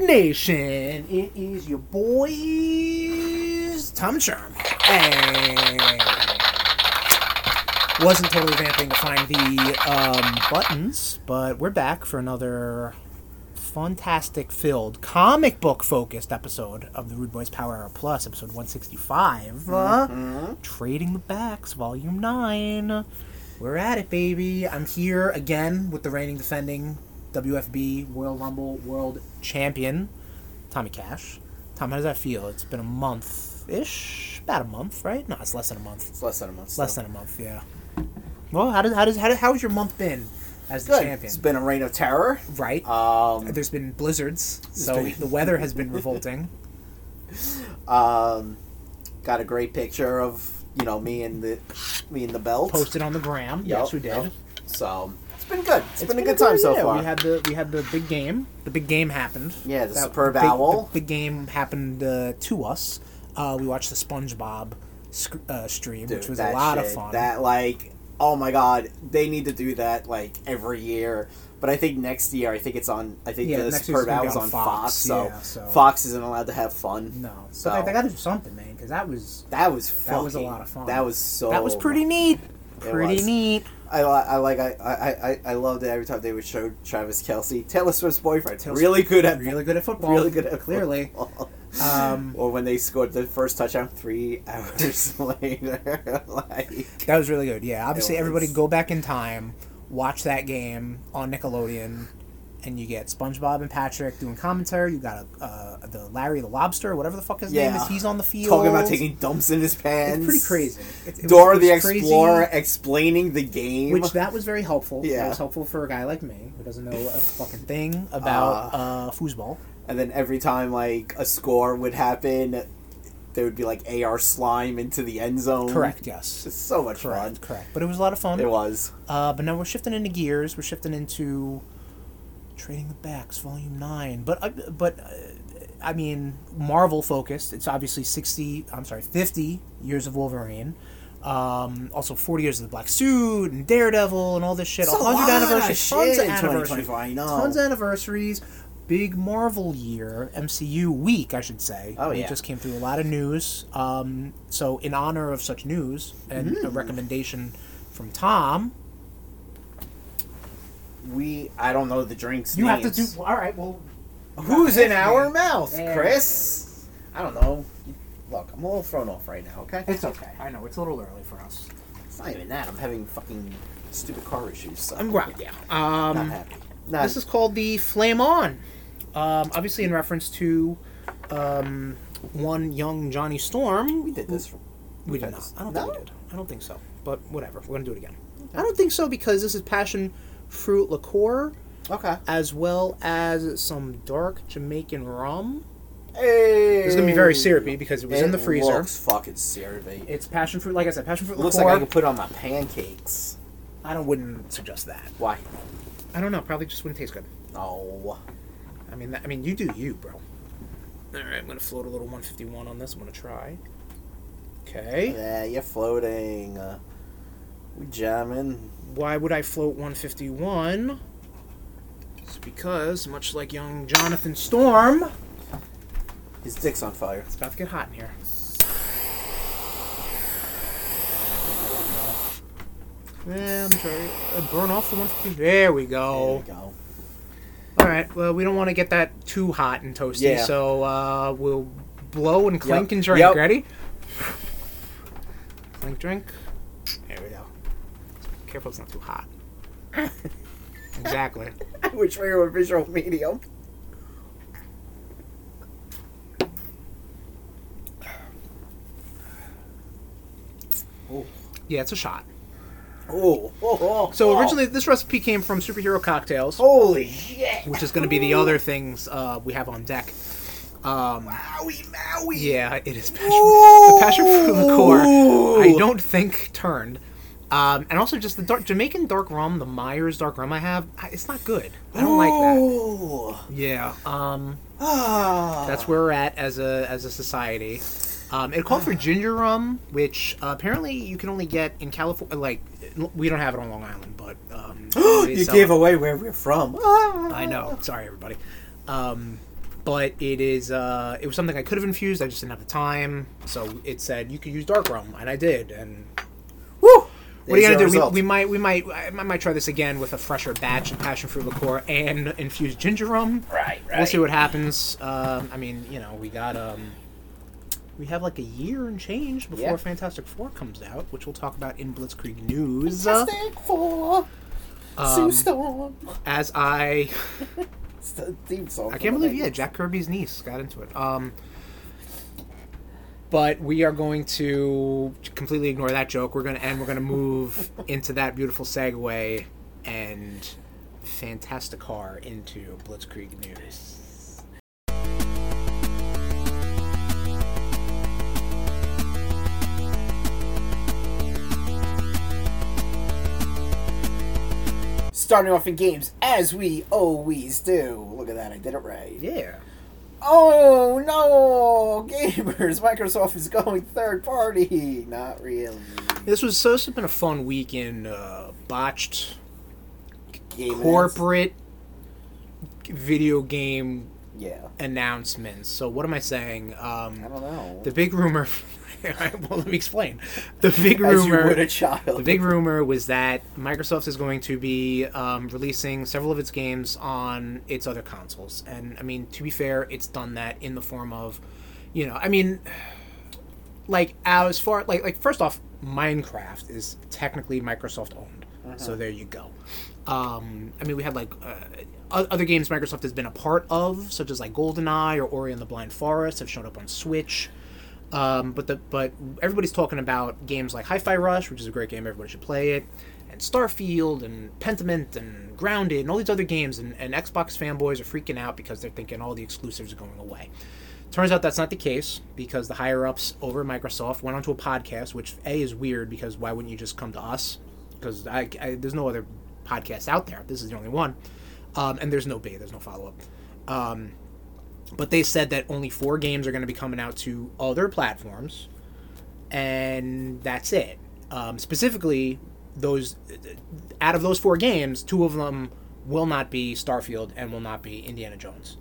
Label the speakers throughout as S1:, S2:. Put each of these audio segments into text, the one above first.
S1: Nation. It is your boys, Tom and Sherm. Hey. Wasn't totally vamping to find the um, buttons, but we're back for another fantastic filled, comic book focused episode of the Rude Boys Power Hour Plus, episode 165. uh, Trading the Backs, volume 9. We're at it, baby. I'm here again with the reigning defending WFB Royal Rumble World Champion, Tommy Cash. Tom, how does that feel? It's been a month ish? About a month, right? No, it's less than a month.
S2: It's less than a month.
S1: Less than a month, yeah. Well, how does how does how, does, how has your month been as the
S2: good.
S1: champion?
S2: It's been a reign of terror.
S1: right.
S2: Um,
S1: There's been blizzards, so
S2: been-
S1: the weather has uh, been revolting.
S2: um, got a great picture of you know me and the me and the belt.
S1: Posted on the gram.
S2: Yep,
S1: yes, we did.
S2: yep. So it's been good. it's been, a good time so
S1: yeah.
S2: far.
S1: We had the we had the big game. The big game happened.
S2: Yeah, the
S1: That-
S2: superb
S1: big,
S2: owl.
S1: The big game happened uh, to us. Uh, we watched the SpongeBob sc- uh, stream,
S2: Dude,
S1: which was a
S2: that
S1: lot of
S2: shit,
S1: fun.
S2: That like, oh my god, they need to do that like every year. But I think next year, I think it's on. I think
S1: Yeah,
S2: the
S1: next year's
S2: Superb
S1: gonna be
S2: Owl's
S1: on
S2: on Fox,
S1: Fox,
S2: so,
S1: yeah, so-
S2: Fox isn't allowed to have fun.
S1: no,
S2: so
S1: so they, they got to do something, man, because that was
S2: that was fucking,
S1: That was a lot of fun.
S2: That was so.
S1: that was pretty neat. Pretty
S2: Oh. was.
S1: neat.
S2: I, li- I like I, I, I, I loved it every time they would show Travis Kelsey Taylor Swift's boyfriend
S1: Taylor
S2: really good at
S1: Really good at football.
S2: really good at
S1: clearly.
S2: football.
S1: Um,
S2: or when they scored the first touchdown three hours later like
S1: that was really good. Yeah, obviously,
S2: was.
S1: everybody go back in time, watch that game on Nickelodeon, and you get SpongeBob and Patrick doing commentary. You got a, uh, the Larry the Lobster, whatever the fuck his name
S2: Yeah.
S1: is. He's on the field
S2: talking about taking dumps in his pants
S1: It's pretty crazy. It, it was-
S2: Dora
S1: it
S2: the
S1: was crazy,
S2: Explorer explaining the game
S1: which that was very helpful.
S2: Yeah.
S1: That was helpful for a guy like me who doesn't know a fucking thing about uh, foosball.
S2: and then every time like a score would happen there would be like AR slime into the end zone
S1: Correct. Yes.
S2: it's so much
S1: Correct. Correct. But it was a lot of fun.
S2: fun it was
S1: Uh, but now we're shifting into gears. We're shifting into trading the backs, volume nine. But uh, but uh, I mean Marvel focused. It's obviously sixty. I'm sorry, fifty years of Wolverine. Um, also, forty years of the Black Suit and Daredevil and all this shit.
S2: It's a lot
S1: anniversary,
S2: of
S1: tons
S2: shit
S1: of
S2: in
S1: anniversaries,
S2: 2025, I know.
S1: tons of anniversaries. Big Marvel year, MCU week, I should say.
S2: Oh,
S1: We
S2: yeah.
S1: just came through a lot of news. Um, so, in honor of such news and
S2: Mm.
S1: a recommendation from Tom,
S2: we I don't know the drinks.
S1: You have to
S2: names.
S1: do all right. Well,
S2: Who's in our mouth,
S1: Yeah.
S2: Chris? I don't know. Look, I'm a little thrown off right now. Okay,
S1: it's okay. I know it's a little early for us.
S2: it's not even that. I'm having fucking stupid car issues. So
S1: I'm right. Yeah.
S2: Not
S1: Um,
S2: happy. Not,
S1: this is called the Flame On. Um, obviously, in reference to um, one young Johnny Storm.
S2: we did this.
S1: We did
S2: Okay.
S1: not. I don't
S2: No?
S1: think we did. I don't think so. But whatever. We're gonna do it again. I don't think so because this is passion fruit liqueur
S2: Okay.
S1: as well as some dark Jamaican rum.
S2: Hey.
S1: It's gonna be very syrupy because it was in the freezer.
S2: Looks fucking syrupy. It
S1: It's passion fruit, like I said, passion fruit
S2: looks like
S1: liqueur.
S2: I could put it on my pancakes.
S1: I don't wouldn't suggest that.
S2: Why?
S1: I don't know. Probably just wouldn't taste good.
S2: Oh,
S1: I mean, that, I mean, you do you, bro. All right, I'm gonna float a little 151 on this. I'm gonna try. Okay.
S2: yeah, you're floating. Uh, we jamming.
S1: Why would I float 151? It's because, much like young Jonathan Storm, it's
S2: His dick's on fire.
S1: about to get hot in here. Yeah, I'm sorry. Uh, Burn off the 150. There we go.
S2: There we go.
S1: All right. Well, we don't want to get that too hot and toasty,
S2: Yeah.
S1: so uh, we'll blow and clink
S2: Yep.
S1: and drink.
S2: Yep.
S1: Ready? Clink, drink. There we go. Careful, it's not too hot. exactly.
S2: Which way were visual medium?
S1: Yeah, it's a shot.
S2: Oh, oh, oh,
S1: So
S2: oh.
S1: originally, this recipe came from superhero cocktails,
S2: holy shit!
S1: which is going to be the other things uh, we have on deck. Um,
S2: Owie, Maui.
S1: yeah, it is passion. The passion fruit liqueur. I don't think turned. Um, and also just the dark Jamaican dark rum, the Myers dark rum I have, I, it's not good. I don't like
S2: Ooh.
S1: that. Yeah. Um,
S2: Ah.
S1: that's where we're at as a as a society. Um, it called for ginger rum, which uh, apparently you can only get in California. Like we don't have it on Long Island, but um, they
S2: you
S1: sell
S2: gave
S1: it.
S2: away where we're from. Ah.
S1: I know. Sorry, everybody. Um, but it is uh, it was something I could have infused. I just didn't have the time. So it said you could use dark rum, and I did. And
S2: Woo!
S1: what are you gonna
S2: There's your
S1: do?
S2: result.
S1: We, we might we might I might- might try this again with a fresher batch of passion fruit liqueur and infused ginger rum.
S2: Right, right.
S1: We'll see what happens. Um, I mean, you know, we got um, we have like a year and change before
S2: Yeah.
S1: Fantastic Four comes out, which we'll talk about in Blitzkrieg news.
S2: Fantastic Four. Sue
S1: Um,
S2: Storm.
S1: as I
S2: It's the theme song.
S1: I can't believe yeah, Jack Kirby's niece got into it. Um, but we are going to completely ignore that joke. We're going to end. We're going to move into that beautiful segue and Fantasticar into Blitzkrieg news.
S2: Starting off in games as we always do. Look at that, I did it right.
S1: Yeah.
S2: Oh no, gamers! Microsoft is going third party. Not really.
S1: This was so. This has been a fun week in uh, botched
S2: Game
S1: corporate video game
S2: Yeah.
S1: announcements. So what am I saying? Um,
S2: I don't know.
S1: The big rumor. well, let me explain. The big
S2: as you would a
S1: rumor.
S2: child.
S1: The big rumor was that Microsoft is going to be um, releasing several of its games on its other consoles, and I mean, to be fair, it's done that in the form of, you know, I mean, like as far like like first off, Minecraft is technically Microsoft owned, so there you go. Um, I mean, we had like uh, o- other games Microsoft has been a part of, such as like GoldenEye or Ori and the Blind Forest, have shown up on Switch. Um, but the but everybody's talking about games like Hi-Fi Rush, which is a great game, everybody should play it, and Starfield and Pentiment and Grounded and all these other games, and, and Xbox fanboys are freaking out because they're thinking all the exclusives are going away. Turns out that's not the case because the higher ups over at Microsoft went onto a podcast, which a is weird because why wouldn't you just come to us? Because I, I, there's no other podcast out there. This is the only one, um, and there's no beta, there's no follow up. Um, but they said that only four games are going to be coming out to other platforms, and that's it. Um, specifically, those out of those four games, two of them will not be Starfield and will not be Indiana Jones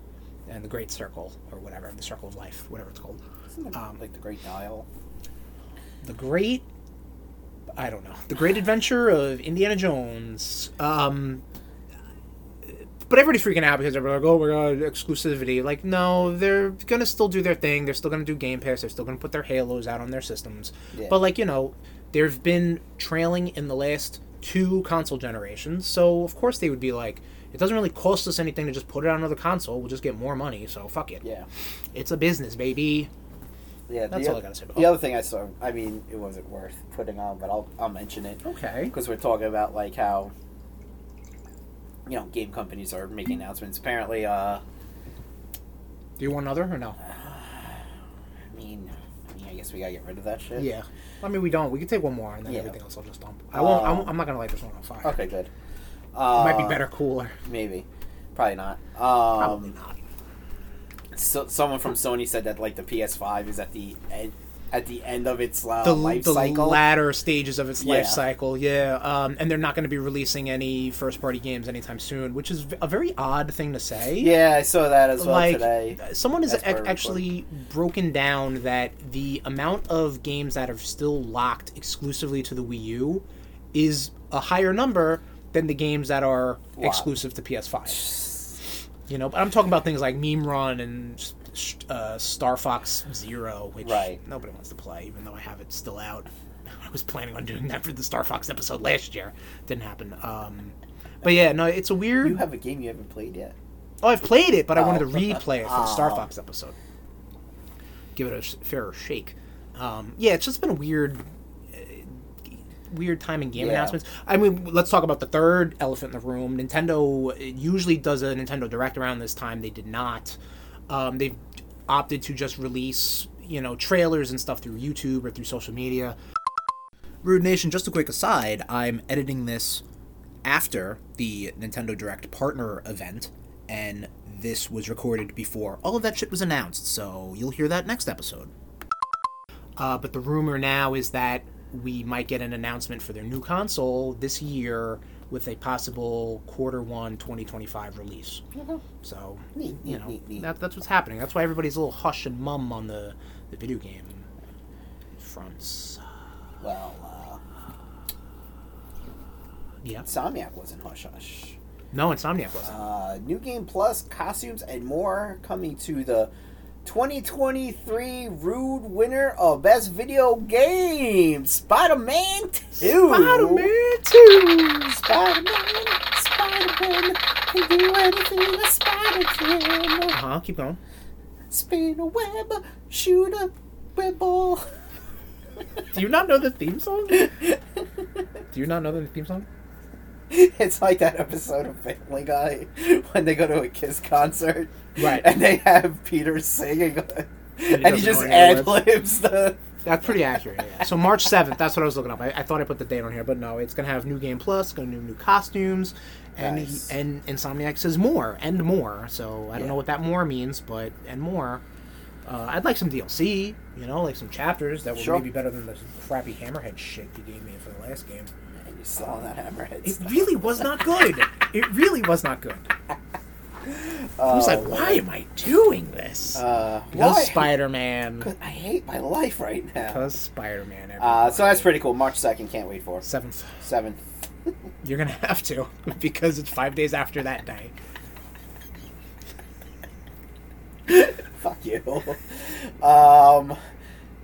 S1: and the Great Circle or whatever, the Circle of Life, whatever it's called.
S2: um, like the Great Dial.
S1: The Great, I don't know, the Great Adventure of Indiana Jones. Um, but everybody's freaking out because everybody's like, "Oh my god, exclusivity!" Like, no, they're gonna still do their thing. They're still gonna do Game Pass. They're still gonna put their Halos out on their systems.
S2: Yeah.
S1: But like, you know, they've been trailing in the last two console generations, so of course they would be like, "It doesn't really cost us anything to just put it on another console. We'll just get more money. So fuck it.
S2: Yeah.
S1: It's a business, baby."
S2: Yeah.
S1: That's
S2: the,
S1: all
S2: oth-
S1: I gotta say about
S2: The
S1: that.
S2: other thing I saw, I mean, it wasn't worth putting on, but I'll, I'll mention it.
S1: Okay.
S2: because we're talking about like how you know game companies are making announcements. Apparently, uh,
S1: Do you want another or no?
S2: I mean, I mean, I guess we gotta get rid of that shit.
S1: Yeah. I mean, we don't. We can take one more, and then
S2: Yeah.
S1: everything else I'll just dump. I won't. I
S2: Um,
S1: won't I'm not gonna light this one on fire.
S2: Okay, good.
S1: It
S2: Uh,
S1: might be better cooler.
S2: Maybe, probably not.
S1: Probably
S2: Um,
S1: not.
S2: so, someone from Sony said that like the PS5 is at the end, at the end of its uh,
S1: The,
S2: life
S1: the
S2: cycle.
S1: latter stages of its life
S2: Yeah.
S1: cycle, yeah. Um, and they're not going to be releasing any first party games anytime soon, which is v- a very odd thing to say.
S2: yeah, I saw that as well
S1: like
S2: today.
S1: someone has
S2: as per
S1: ac- actually broken down that the amount of games that are still locked exclusively to the Wii U is a higher number than the games that are
S2: Wow.
S1: exclusive to PS5. You know, but I'm talking about things like Meme Run and s- sh- uh, Star Fox Zero, which
S2: Right.
S1: nobody wants to play, even though I have it still out. I was planning on doing that for the Star Fox episode last year. Didn't happen. Um, but yeah, no, it's a weird.
S2: You have a game you haven't played yet.
S1: Oh, I've played it, but I wanted to
S2: Oh.
S1: replay it for the Star
S2: Oh.
S1: Fox episode. Give it a s- fairer shake. Um, yeah, it's just been a weird, uh, weird time in game
S2: Yeah.
S1: announcements. I mean, let's talk about the third elephant in the room. Nintendo uh, usually does a Nintendo Direct around this time. They did not. Um, they've opted to just release, you know, trailers and stuff through YouTube or through social media. Rude Nation, just a quick aside, I'm editing this after the Nintendo Direct partner event, and this was recorded before all of that shit was announced, so you'll hear that next episode. Uh, but the rumor now is that we might get an announcement for their new console this year with a possible quarter one 2025 release. So,
S2: Neat,
S1: you
S2: neat,
S1: know,
S2: neat, neat.
S1: That, that's what's happening. That's why everybody's a little hush and mum on the, the video game fronts. Uh,
S2: Well, uh,
S1: Yeah.
S2: Insomniac wasn't hush hush.
S1: No, Insomniac wasn't.
S2: Uh, new game plus costumes and more coming to the 2023 Rude winner of Best Video Game, Spider-Man 2.
S1: Spider-Man 2!
S2: Spider-Man, Spider-Man, can do anything a spider can.
S1: Uh-huh, keep going.
S2: Spin a web, shoot a web ball.
S1: Do you not know the theme song? Do you not know the theme song?
S2: It's like that episode of Family Guy when they go to a Kiss concert,
S1: Right.
S2: And they have Peter singing, and he,
S1: doesn't
S2: just
S1: know any
S2: ad
S1: words.
S2: libs the.
S1: That's pretty accurate. Yeah. So March seventh. That's what I was looking up. I, I thought I put the date on here, but no, it's gonna have new game plus, gonna new new costumes, and
S2: Nice.
S1: and Insomniac says more and more. So I don't
S2: Yeah.
S1: know what that more means, but and more. Uh, I'd like some DLC, you know, like some chapters that were
S2: Sure.
S1: maybe better than the crappy hammerhead shit you gave me for the last game.
S2: And you're still on that hammerhead.
S1: It
S2: stuff.
S1: really was not good. it really was not good. I was like, why am I doing this?
S2: Uh,
S1: because
S2: why?
S1: Spider Man.
S2: I hate my life right now.
S1: Because Spider Man.
S2: Uh, so that's pretty cool. March second, can't wait for it.
S1: Seventh.
S2: seventh.
S1: You're gonna have to because it's five days after that day.
S2: Fuck you. Um,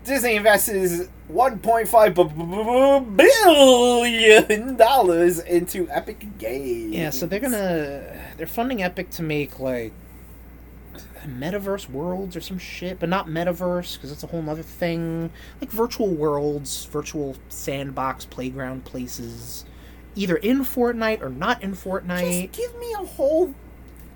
S2: Disney invests 1.5 bu- bu- bu- billion dollars into Epic Games.
S1: Yeah, so they're gonna they're funding Epic to make like metaverse worlds or some shit, but not metaverse because that's a whole other thing. Like virtual worlds, virtual sandbox playground places, either in Fortnite or not in Fortnite.
S2: Just give me a whole,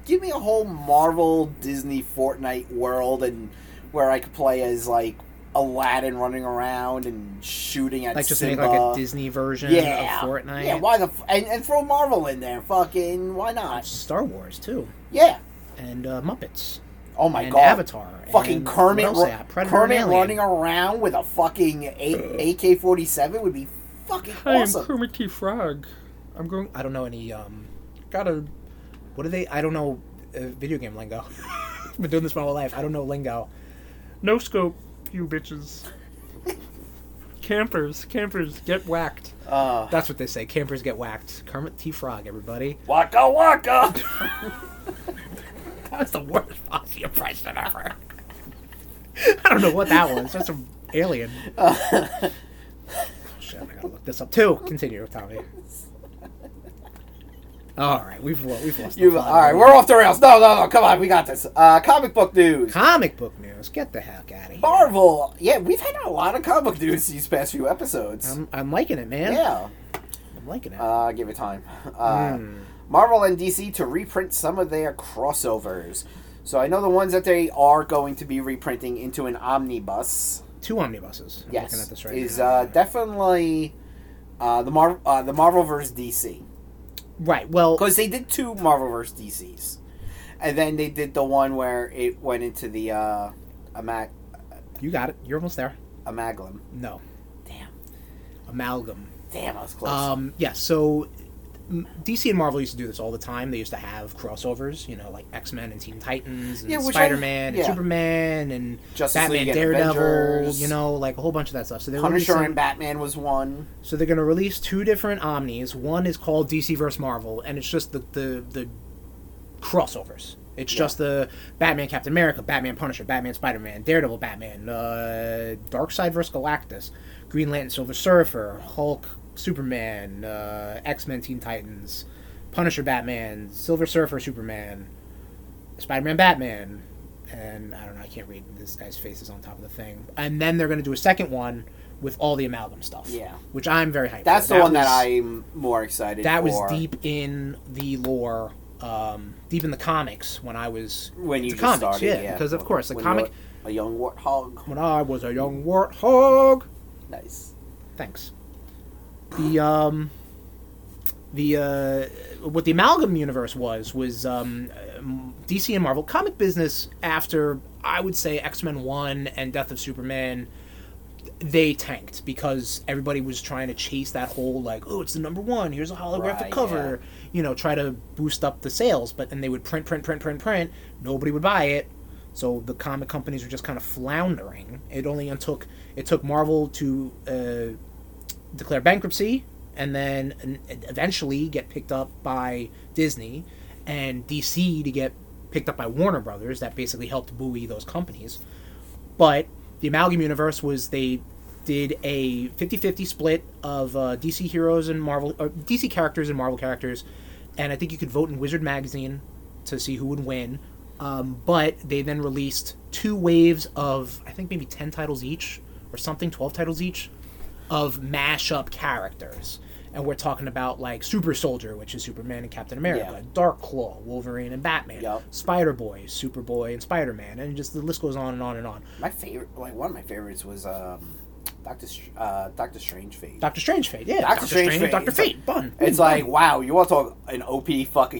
S2: give me a whole Marvel Disney Fortnite world, and where I could play as like Aladdin running around and shooting at
S1: like just
S2: Simba.
S1: make like a Disney version
S2: yeah,
S1: of Fortnite.
S2: Yeah, why the f- and, and throw Marvel in there? Fucking why not?
S1: Star Wars too,
S2: Yeah.
S1: and uh, Muppets.
S2: Oh my
S1: and
S2: god.
S1: Avatar.
S2: Fucking
S1: and what
S2: Kermit,
S1: else
S2: ru-
S1: they have? Predator and
S2: Kermit
S1: Alien.
S2: running around with a fucking AK forty seven would be fucking
S1: I am
S2: awesome.
S1: Kermit T. Frog. I'm going. I don't know any. Um, gotta. What do they? I don't know. Uh, video game lingo. I've been doing this my whole life. I don't know lingo.
S3: No scope, you bitches. campers, campers, get whacked.
S2: Uh,
S1: That's what they say. Campers get whacked. Kermit T. Frog, everybody.
S2: waka waka.
S1: That was the worst Fozzie impression ever. I don't know what that was. That's an alien. Oh, Shit, I gotta look this up too. Continue, Tommy. All right, we've lo- we've lost. the
S2: you,
S1: plot.
S2: all right, we're off the rails. No, no, no. Come on, we got this. Uh, comic book news.
S1: comic book news. Get the heck out of here.
S2: Marvel. Yeah, we've had a lot of comic book news these past few episodes.
S1: I'm, I'm liking it, man.
S2: yeah.
S1: I'm liking it.
S2: Uh, give it time. Uh,
S1: Hmm.
S2: Marvel and DC to reprint some of their crossovers. So I know the ones that they are going to be reprinting into an omnibus.
S1: Two omnibuses. I'm
S2: yes,
S1: looking at this right
S2: is
S1: now.
S2: uh, definitely uh, the Mar- uh, the Marvel versus DC
S1: right. Well,
S2: because they did two Marvel versus DCs, and then they did the one where it went into the uh, amag-
S1: you got it. You're almost there.
S2: amalgam.
S1: No,
S2: Damn,
S1: amalgam.
S2: damn, I was close.
S1: Um, yeah. So m- DC and Marvel used to do this all the time. They used to have crossovers. You know, like X Men and Teen Titans, and
S2: Yeah, which I-
S1: Spider Man, and
S2: yeah.
S1: Superman, and
S2: Justice
S1: Batman,
S2: League and
S1: Daredevil.
S2: Avengers.
S1: You know, like a whole bunch of that stuff. So they're
S2: Punisher
S1: releasing-
S2: and Batman was one.
S1: So they're going to release two different omnis. One is called DC vs. Marvel, and it's just the the, the crossovers. It's
S2: Yeah.
S1: just the Batman, Captain America, Batman, Punisher, Batman, Spider Man, Daredevil, Batman, uh, Dark Side vs. Galactus, Green Lantern, Silver Surfer, Hulk, Superman, uh, X Men, Teen Titans, Punisher, Batman, Silver Surfer, Superman, Spider Man, Batman, and I don't know. I can't read this guy's face is on top of the thing. And then they're going to do a second one with all the amalgam stuff
S2: Yeah.
S1: which I'm very hyped.
S2: That's
S1: for.
S2: the one that
S1: was-
S2: I'm more excited.
S1: that was
S2: for
S1: deep in the lore, um, deep in the comics when I was
S2: when you
S1: the
S2: just
S1: comics,
S2: started.
S1: yeah, because of course the
S2: When
S1: comic
S2: you're a young warthog.
S1: when I was a young warthog.
S2: Nice.
S1: Thanks. The um, the uh, what the amalgam universe was was um, um, DC and Marvel comic business after I would say X Men One and Death of Superman they tanked because everybody was trying to chase that whole like, oh, it's the number one. Here's a holographic
S2: Right,
S1: cover. You know, try to boost up the sales, but and they would print, print, print, print, print. Nobody would buy it, so the comic companies were just kind of floundering. It only took it took Marvel to uh, declare bankruptcy and then an- eventually get picked up by Disney and DC to get picked up by Warner Brothers. That basically helped buoy those companies. But the Amalgam Universe was they did a 50 50 split of uh, DC heroes and Marvel, or DC characters and Marvel characters. And I think you could vote in Wizard Magazine to see who would win. Um, but they then released two waves of, I think maybe 10 titles each or something, 12 titles each of mashup characters. And we're talking about like Super Soldier, which is Superman and Captain America,
S2: Yeah.
S1: Dark Claw, Wolverine and Batman,
S2: Yup.
S1: Spider Boy, Superboy and Spider Man, and just the list goes on and on and on.
S2: My favorite, like one of my favorites, was um, Doctor Str- uh, Doctor Strange Fate.
S1: Doctor Strange Fate, yeah,
S2: Doctor Strange Fate,
S1: Doctor
S2: it's like-
S1: Fate, bun.
S2: It's
S1: boom,
S2: like, wow, you want to talk an OP fucking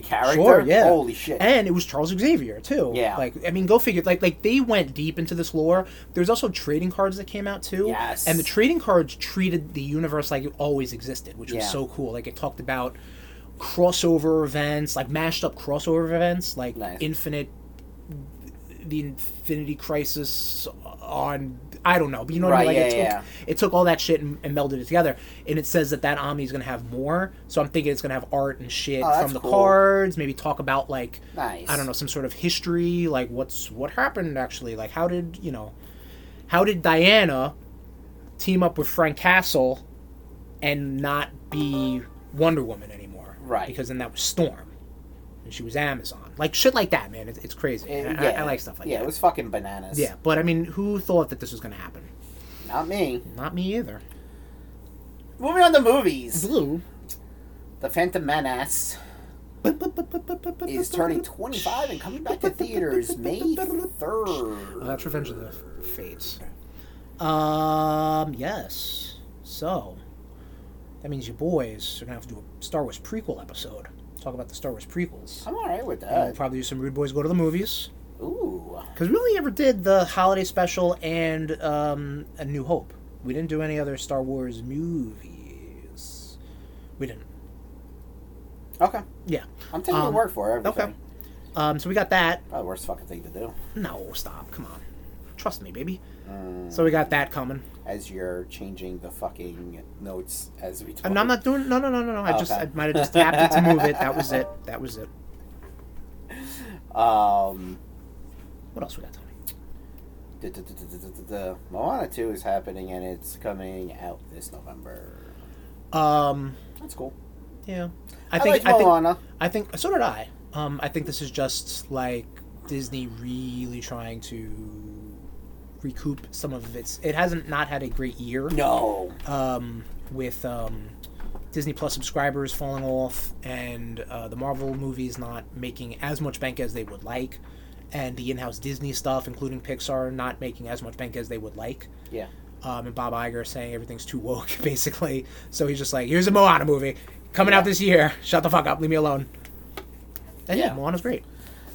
S1: bun.
S2: character?
S1: sure, yeah,
S2: Holy shit.
S1: And it was Charles Xavier too.
S2: Yeah.
S1: like I mean, go figure. Like like they went deep into this lore. There's also trading cards that came out too.
S2: Yes.
S1: and the trading cards treated the universe like it always existed, which was
S2: Yeah.
S1: so cool. Like it talked about crossover events, like mashed up crossover events, like
S2: Nice.
S1: Infinite, the Infinity Crisis on I don't know, but you know what I mean.
S2: Right,
S1: Like,
S2: yeah,
S1: it,
S2: yeah.
S1: took, it took all that shit and, and melded it together, and it says that that Omni is gonna have more. So I'm thinking it's gonna have art and shit
S2: Oh, that's
S1: from the
S2: cool.
S1: cards. Maybe talk about like
S2: nice.
S1: I don't know some sort of history, like what's what happened actually, like how did you know, how did Diana team up with Frank Castle and not be Wonder Woman anymore?
S2: Right.
S1: because then that was Storm, and she was Amazon, like shit like that, man. It's, it's crazy.
S2: It-
S1: And I, I like stuff like
S2: yeah,
S1: that.
S2: it was fucking bananas.
S1: yeah, but I mean, who thought that this was gonna happen?
S2: Not me.
S1: Not me either.
S2: Moving on to movies.
S1: Blue
S2: The Phantom Menace is turning 25 and coming back to theaters May 3rd.
S1: Oh, that's Revenge of the Fates. Um, yes. So, that means you boys are going to have to do a Star Wars prequel episode. Talk about the Star Wars prequels.
S2: I'm alright with
S1: And we'll
S2: that.
S1: probably do some Rude Boys Go to the Movies.
S2: Ooh.
S1: Because we only ever did the Holiday Special and um, A New Hope. We didn't do any other Star Wars movies. We didn't.
S2: Okay.
S1: Yeah.
S2: I'm taking your
S1: Um,
S2: word for everything.
S1: Okay. Um, so we got that.
S2: Probably the worst fucking thing to do.
S1: No, stop. Come on. Trust me, baby.
S2: Mm,
S1: So we got that coming.
S2: as you're changing the fucking notes as we talk.
S1: And I'm not doing. No, no, no, no, no. I just
S2: Okay.
S1: I might have just tapped it to move it. That was it. That was it.
S2: Um,
S1: What else we got, Tony?
S2: duh, duh, duh, duh, duh, duh, duh, duh. Moana 2 is happening and it's coming out this November.
S1: Um,
S2: That's cool.
S1: yeah.
S2: I,
S1: I think
S2: liked
S1: I think
S2: Moana.
S1: I think so did I. Um, I think this is just like Disney really trying to recoup some of its. It hasn't not had a great year.
S2: No.
S1: um, with um, Disney Plus subscribers falling off and uh, the Marvel movies not making as much bank as they would like, and the in house Disney stuff, including Pixar, not making as much bank as they would like.
S2: Yeah.
S1: Um, and Bob Iger saying everything's too woke, basically. So he's just like, here's a Moana movie coming out
S2: Yeah.
S1: this year. Shut the fuck up. Leave me alone. And yeah,
S2: Yeah.
S1: Moana's great.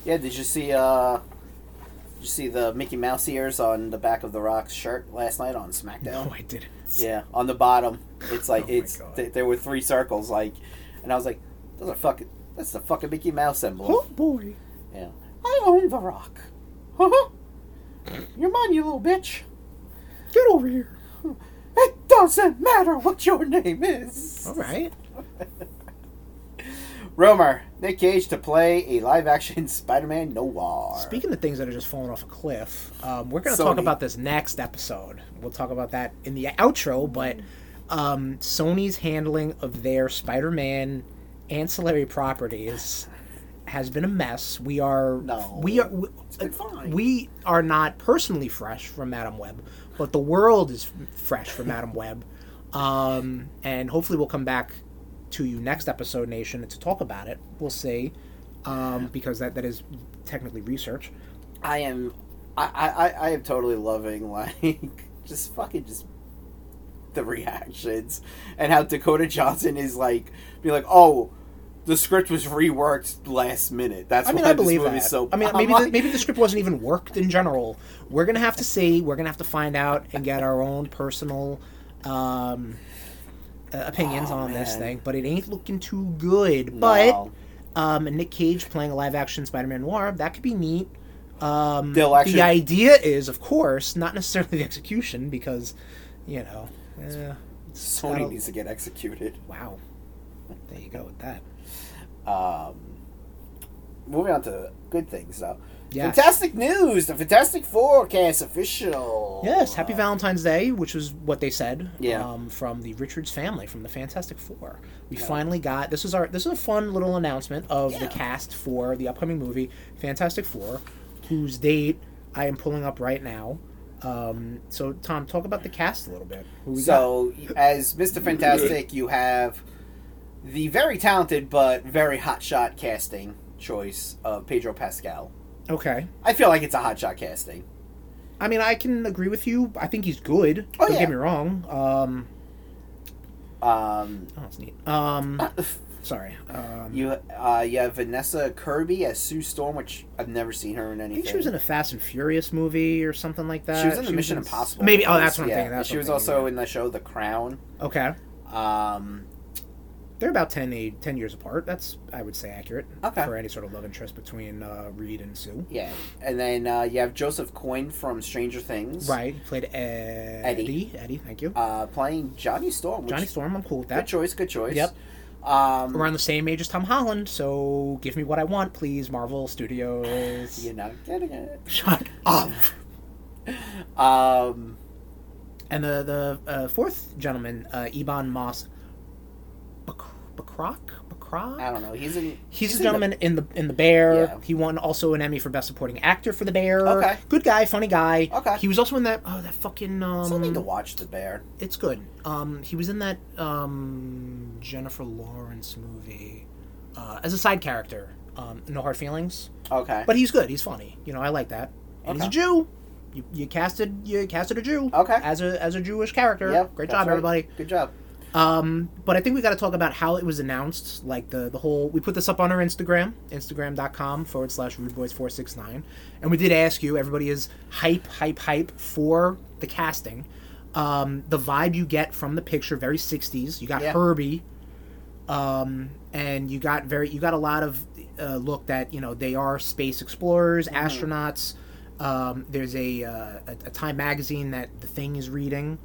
S2: Yeah, did you see uh did you see the Mickey Mouse ears on the back of the Rock's shirt last night on SmackDown?
S1: No, Oh, I didn't.
S2: Yeah, on the bottom. It's like
S1: Oh my
S2: it's
S1: God.
S2: th- there were three circles like and I was like those are fucking that's the fucking Mickey Mouse emblem.
S1: Oh, boy.
S2: Yeah. I own the Rock. Huh? You're mine, you little bitch.
S1: Get over here.
S2: It doesn't matter what your name is.
S1: All right.
S2: Rumor: Nick Cage to play a live-action Spider-Man noir.
S1: Speaking of things that are just falling off a cliff, um, we're going to
S2: Sony.
S1: talk about this next episode. We'll talk about that in the outro, but um, Sony's handling of their Spider Man ancillary properties has been a mess. We are.
S2: No.
S1: We are. We,
S2: It's been fine.
S1: we are not personally fresh from Madam Web, but the world is f- fresh from Madam Web. Um, and hopefully we'll come back to you next episode, Nation, to talk about it. We'll see. Um, because that, that is technically research.
S2: I am, I, I, I- I am totally loving like just fucking just the reactions and how Dakota Johnson is like be like, oh, the script was reworked last minute. That's
S1: I mean,
S2: why
S1: I believe
S2: this
S1: that.
S2: movie's so.
S1: I mean, maybe
S2: I'm
S1: the, maybe the script wasn't even worked in general. We're gonna have to see. We're gonna have to find out and get our own personal um, uh, opinions
S2: Oh,
S1: on this
S2: man.
S1: thing. But it ain't looking too good.
S2: No.
S1: But um, and Nick Cage playing a live action Spider-Man noir that could be neat. Um,
S2: They'll actually-
S1: the idea is, of course, not necessarily the execution because, you know, eh,
S2: Sony
S1: that'll-
S2: needs to get executed.
S1: wow. There you go with that.
S2: Um, moving on to good things, though.
S1: Yes.
S2: Fantastic news! The Fantastic Four cast official.
S1: Yes, happy
S2: Uh,
S1: Valentine's Day, which was what they said.
S2: Yeah.
S1: Um, from the Richards family, from the Fantastic Four. We
S2: Yeah.
S1: finally got this is our this is a fun little announcement of the
S2: Yeah.
S1: cast for the upcoming movie Fantastic Four, whose date I am pulling up right now. Um, so Tom, talk about the cast a little bit. Who we got?
S2: So, as Mr. Fantastic, you have the very talented but very hotshot casting choice of Pedro Pascal.
S1: Okay.
S2: I feel like it's a hotshot casting.
S1: I mean, I can agree with you. I think he's good.
S2: Oh,
S1: Don't
S2: yeah.
S1: get me wrong. Um,
S2: Um,
S1: oh, that's neat. Um,
S2: Ah.
S1: sorry. Um,
S2: you uh, you have Vanessa Kirby as Sue Storm, which I've never seen her in
S1: I
S2: anything.
S1: think she was in a Fast and Furious movie or something like that.
S2: She was in the Mission Impossible.
S1: Maybe. Oh,
S2: movies,
S1: that's what I'm
S2: yeah.
S1: thinking. That's
S2: she
S1: what
S2: was
S1: I'm
S2: also
S1: thinking.
S2: in the show The Crown.
S1: Okay.
S2: Um,
S1: They're about 10, a- 10 years apart. That's, I would say, accurate
S2: Okay.
S1: for any sort of love interest between uh, Reed and Sue.
S2: yeah, and then uh, you have Joseph Coyne from Stranger Things,
S1: Right. He played Eddie. Eddie. thank you.
S2: Uh, playing Johnny Storm. Which,
S1: Johnny Storm, I'm cool with
S2: Good
S1: that.
S2: choice. Good choice.
S1: Yep.
S2: Um,
S1: Around the same age as Tom Holland, so give me what I want, please, Marvel Studios.
S2: You're not getting it.
S1: Shut up.
S2: Um,
S1: And the the uh, fourth gentleman, uh, Ebon Moss, Bac- Bacroc, Bacroc.
S2: I don't know. He's in.
S1: He's,
S2: in
S1: a gentleman in the in the Bear.
S2: Yeah.
S1: He won also an Emmy for Best Supporting Actor for the Bear.
S2: Okay.
S1: Good guy, funny guy.
S2: Okay.
S1: He was also in that oh that fucking um
S2: The, still need to watch The Bear.
S1: it's good. Um he was in that um Jennifer Lawrence movie uh, as a side character. Um No Hard Feelings.
S2: Okay.
S1: But he's good. He's funny. You know, I like that. And he's a
S2: Okay.
S1: Jew. You, you casted you casted a Jew.
S2: Okay.
S1: As a as a Jewish character.
S2: Yep,
S1: uh, Great
S2: that's
S1: job
S2: right.
S1: everybody.
S2: Good job.
S1: Um, but I think we got to talk about how it was announced, like the the whole. We put this up on our Instagram, Instagram.com forward slash rudeboys469, and we did ask you. Everybody is hype, hype, hype for the casting. Um, the vibe you get from the picture, very '60s. You got
S2: Yeah.
S1: Herbie, um, and you got very you got a lot of uh, look that you know they are space explorers, astronauts. Um, there's a, uh, a a Time magazine that the thing is reading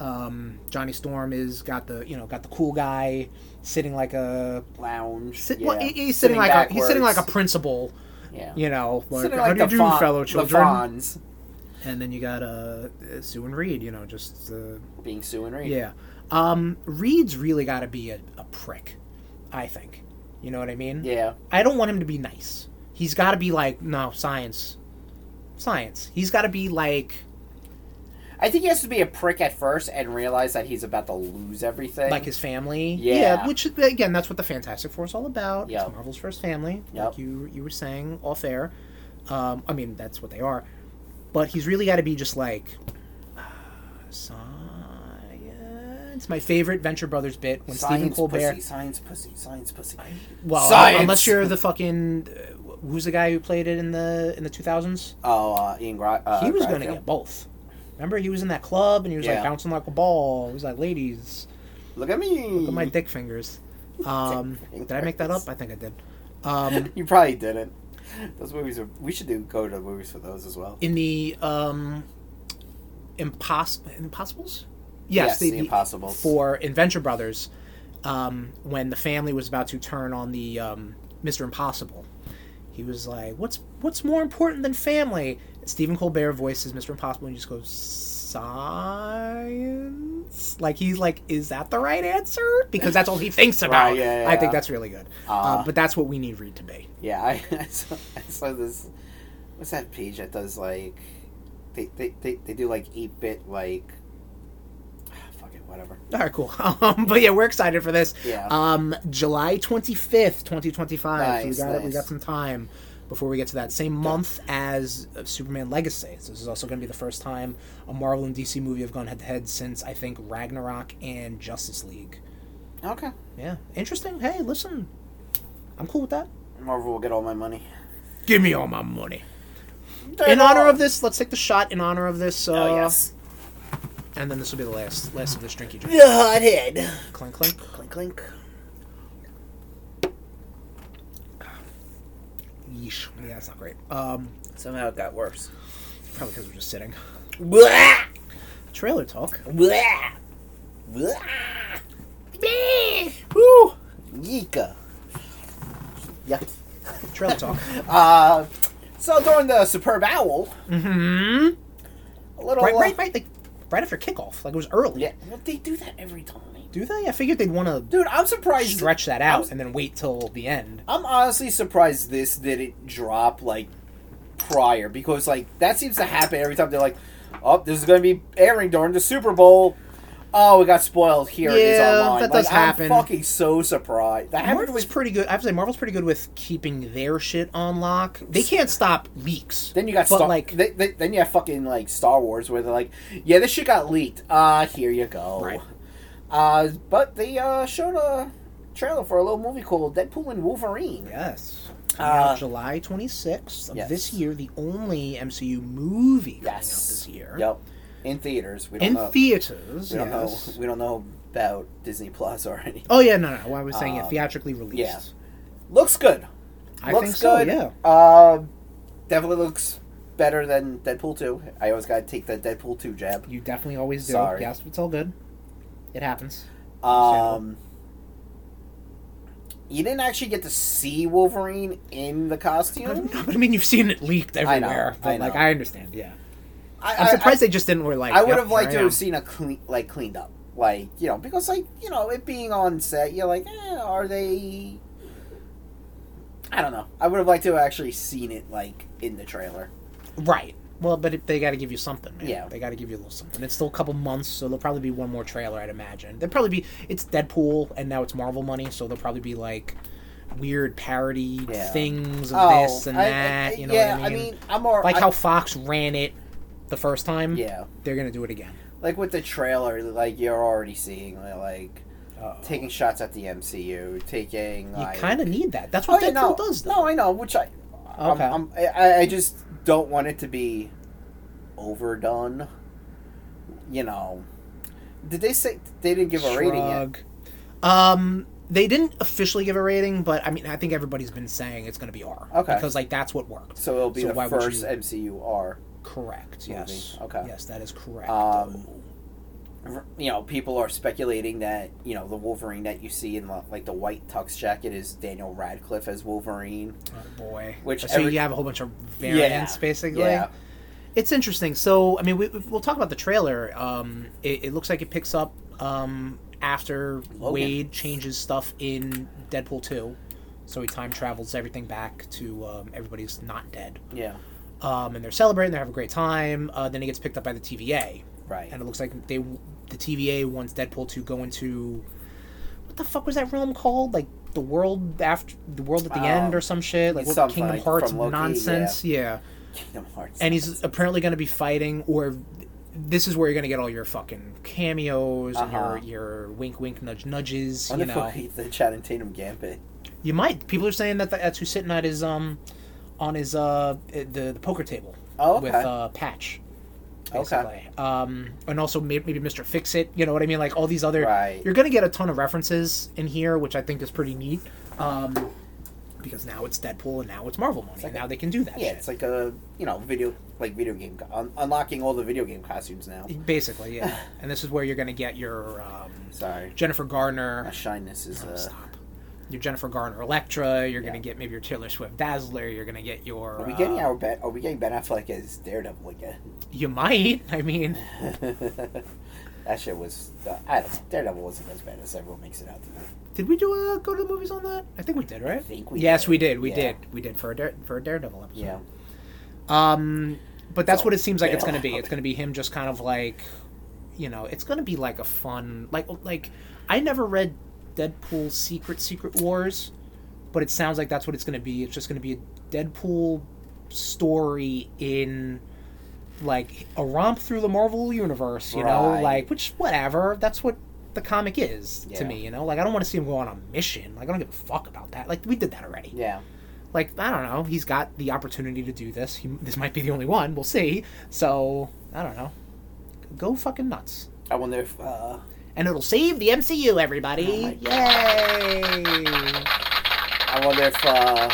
S1: um, Johnny Storm is got the you know got the cool guy sitting like a
S2: Lounge.
S1: sit,
S2: yeah.
S1: well, he- he's sitting, like a, he's sitting like a
S2: backwards.
S1: principal,
S2: yeah.
S1: you know, like,
S2: Sitting
S1: how
S2: like
S1: do you
S2: the
S1: do,
S2: Fon-
S1: fellow
S2: the
S1: children?
S2: Fonz
S1: And then you got uh, Sue and Reed, you know, just uh,
S2: being Sue and Reed.
S1: yeah. Um, Reed's really got to be a, a prick, I think. You know what I mean?
S2: Yeah.
S1: I don't want him to be nice. He's got to be like no science, science. He's got to be like
S2: I think he has to be a prick at first and realize that he's about to lose everything.
S1: like his family.
S2: Yeah.
S1: which again, that's what the Fantastic Four is all about.
S2: Yep.
S1: It's Marvel's first family,
S2: Yep.
S1: like you you were saying off air. Um, I mean, that's what they are. But he's really got to be just like uh, science. My favorite Venture Brothers bit when Stephen
S2: science
S1: Colbert.
S2: pussy, science pussy, science pussy.
S1: Well,
S2: Science!
S1: unless you're the fucking uh, who's the guy who played it in the in the two thousands.
S2: Oh, uh, Ian Gro- uh,
S1: he was going to
S2: Garfield.
S1: get both. Remember, he was in that club and he was
S2: Yeah.
S1: like bouncing like a ball. He was like, "Ladies,
S2: Look at me.
S1: Look at my dick fingers. Um,
S2: Mm-hmm. fingers.
S1: Did I make that up? I think I did. Um,
S2: You probably didn't. Those movies are. We should do go to the movies for those as well.
S1: in the um, impos- Impossibles? Yes,
S2: Yes, The Impossibles.
S1: For Adventure Brothers, um, when the family was about to turn on the um, Mr. Impossible, he was like, "What's what's more important than family?" Stephen Colbert voices Mr. Impossible and he just goes, "Science." Like he's like, "Is that the right answer?" Because that's all he thinks about.
S2: Right, yeah, yeah,
S1: I think
S2: yeah.
S1: that's really good.
S2: Uh,
S1: uh, but that's what we need Reed to be.
S2: Yeah, I, I, saw, I saw this. What's that page that does like? They they, they, they do like eight bit like. ah, Fuck it, whatever.
S1: All right, cool. Um, but yeah, we're excited for this.
S2: Yeah.
S1: Um, July twenty fifth, twenty twenty five. So we
S2: Nice,
S1: got we
S2: nice.
S1: got some time before we get to that same month as uh, Superman Legacy. So this is also going to be the first time a Marvel and DC movie have gone head to head since I think Ragnarok and Justice League.
S2: Okay.
S1: Yeah, interesting. Hey, listen, I'm cool with that.
S2: Marvel will get all my money.
S1: Give me all my money. In honor of this, let's take the shot in honor of this. Uh,
S2: Oh, yes.
S1: And then this will be the last last of this drinky drink.
S2: The hothead.
S1: Clink, clink.
S2: Clink, clink.
S1: Yeesh. Yeah, that's not great. Um,
S2: Somehow it got worse.
S1: probably because we're just sitting.
S2: Blah!
S1: Trailer talk.
S2: Blah! Blah! Woo! Yeeka. Yuck.
S1: Trailer talk.
S2: Uh, so during the Superb Owl,
S1: mm-hmm.
S2: a little.
S1: Right,
S2: uh,
S1: right, right. Like right after kickoff. Like it was early.
S2: Yeah. Well, they do that every time.
S1: Do they? I figured they'd want to
S2: Dude, I'm surprised.
S1: stretch that out
S2: I'm-
S1: and then wait till the end.
S2: I'm honestly surprised this didn't drop like prior because like that seems to happen every time they're like, "Oh, this is going to be airing during the Super Bowl." Oh, it got spoiled. Here it is
S1: Yeah,
S2: online.
S1: that
S2: Like,
S1: does
S2: I'm
S1: happen.
S2: fucking so surprised. That happened
S1: Marvel's
S2: with.
S1: pretty good. I have to say, Marvel's pretty good with keeping their shit on lock. They can't stop leaks.
S2: Then you got
S1: but
S2: Star-
S1: like
S2: they, they- then you have fucking like Star Wars where they're like, "Yeah, this shit got leaked. Ah, here you go."
S1: Right.
S2: Uh, but they uh, showed a trailer for a little movie called Deadpool and Wolverine.
S1: yes.
S2: Uh,
S1: Now, July 26th of
S2: yes.
S1: this year, the only MCU movie coming out
S2: Yes.
S1: this year.
S2: Yep. In theaters. We don't
S1: In
S2: know.
S1: theaters,
S2: We don't
S1: yes.
S2: know. We don't know about Disney Plus or anything.
S1: Oh yeah, no, no. I was saying
S2: Um,
S1: it theatrically released.
S2: yeah. Looks good.
S1: I
S2: looks
S1: think so.
S2: good.
S1: Yeah.
S2: Uh, definitely looks better than Deadpool two. I always gotta take the Deadpool two jab.
S1: You definitely always do.
S2: Sorry.
S1: Yes, it's all good. It happens.
S2: Um, you didn't actually get to see Wolverine in the costume.
S1: No, but I mean, you've seen it leaked
S2: I know,
S1: everywhere. but
S2: I
S1: like,
S2: know.
S1: I understand. Yeah.
S2: I,
S1: I'm
S2: I-
S1: surprised they just didn't. Were like,
S2: I, I would
S1: yep,
S2: have liked to
S1: here I am.
S2: have seen a clean, like cleaned up, like you know, because like you know, it being on set, you're like, eh, are they? I don't know. I would have liked to have actually seen it like in the trailer.
S1: Right. Well, but it, they got to give you something, man.
S2: Yeah.
S1: They got to give you a little something. It's still a couple months, so there'll probably be one more trailer, I'd imagine. There'll probably be it's Deadpool, and now it's Marvel money, so there'll probably be like weird parody
S2: Yeah.
S1: things of
S2: Oh,
S1: this and
S2: I- I-
S1: that. you know
S2: yeah,
S1: what I mean?
S2: I'm more
S1: like
S2: I-
S1: how Fox ran it the first time.
S2: yeah,
S1: They're gonna do it again.
S2: like with the trailer, like you're already seeing like
S1: Uh-oh.
S2: taking shots at the MCU, taking
S1: You
S2: like,
S1: kind of need that. That's what
S2: Oh, yeah,
S1: Deadpool
S2: no,
S1: does, though.
S2: No, I know, which I
S1: Okay.
S2: I'm, I'm, I, I just don't want it to be overdone. You know, did they say they didn't give a rating yet?
S1: Shrug. Um, they didn't officially give a rating, but I mean, I think everybody's been saying it's gonna be R.
S2: Okay.
S1: Because like that's what worked.
S2: So it'll be
S1: So why
S2: the
S1: would
S2: first
S1: you-
S2: MCU R.
S1: Correct.
S2: Movie.
S1: Yes.
S2: Okay.
S1: Yes, that is correct.
S2: Um, You know, people are speculating that you know the Wolverine that you see in like the white tux jacket is Daniel Radcliffe as Wolverine.
S1: Oh boy.
S2: Which
S1: so
S2: every-
S1: you have a whole bunch of variants,
S2: Yeah.
S1: basically.
S2: Yeah.
S1: It's interesting. So, I mean, we, we'll talk about the trailer. Um, it, it looks like it picks up um, after
S2: Logan.
S1: Wade changes stuff in Deadpool 2. So he time travels everything back to um, everybody's not dead.
S2: Yeah.
S1: Um, and they're celebrating, they're having a great time. Uh, then he gets picked up by the TVA.
S2: Right.
S1: And it looks like they the TVA wants Deadpool to go into. What the fuck was that realm called? Like the world after the world at the
S2: Um,
S1: end or some shit, like what
S2: something
S1: Kingdom
S2: like
S1: Hearts
S2: from Loki,
S1: nonsense. yeah.
S2: Kingdom Hearts.
S1: and he's apparently going to be fighting or this is where you're going to get all your fucking cameos
S2: Uh-huh.
S1: and your your wink wink nudge nudges
S2: I
S1: you
S2: wonder if
S1: know
S2: we'll hate the Channing Tatum gambit.
S1: you might people are saying that that's who's sitting at his um on his uh the, the poker table
S2: Oh, okay.
S1: with uh patch
S2: Okay.
S1: basically um and also may- maybe mr fix it you know what i mean like all these other
S2: Right.
S1: you're gonna get a ton of references in here which i think is pretty neat um because now it's deadpool and now it's marvel money
S2: like a-
S1: now they can do that
S2: Yeah,
S1: shit.
S2: it's like a you know video like video game co- un- unlocking all the video game costumes now.
S1: Basically, yeah. and this is where you're going to get your um,
S2: Sorry,
S1: Jennifer
S2: my
S1: Garner,
S2: shyness is uh,
S1: your Jennifer Garner Electra. You're
S2: Yeah.
S1: going to get maybe your Taylor Swift Dazzler. You're going to get your.
S2: Are we
S1: uh,
S2: getting our Ben? Are we getting Ben Affleck as Daredevil again?
S1: You might. I mean,
S2: that shit was. Uh, I don't. Daredevil wasn't as bad as everyone makes it out to be.
S1: did we do a go to the movies on that? I think we did, right?
S2: think we
S1: yes,
S2: did.
S1: we did. We
S2: Yeah.
S1: did. We did for a dare, for a Daredevil episode.
S2: Yeah.
S1: Um, but that's
S2: So,
S1: what it seems like it's
S2: yeah.
S1: going to be. It's going to be him just kind of like, you know, it's going to be like a fun like like I never read Deadpool Secret Secret Wars, but it sounds like that's what it's going to be. It's just going to be a Deadpool story in like a romp through the Marvel universe, you know,
S2: Right.
S1: like which whatever. That's what the comic is
S2: Yeah.
S1: to me. You know, like I don't want to see him go on a mission. Like I don't give a fuck about that. Like we did that already.
S2: Yeah.
S1: Like I don't know. He's got the opportunity to do this. He, this might be the only one. We'll see. So I don't know. Go fucking nuts.
S2: I wonder if uh,
S1: And it'll save the MCU,
S2: Oh
S1: everybody! Yay!
S2: I wonder if uh,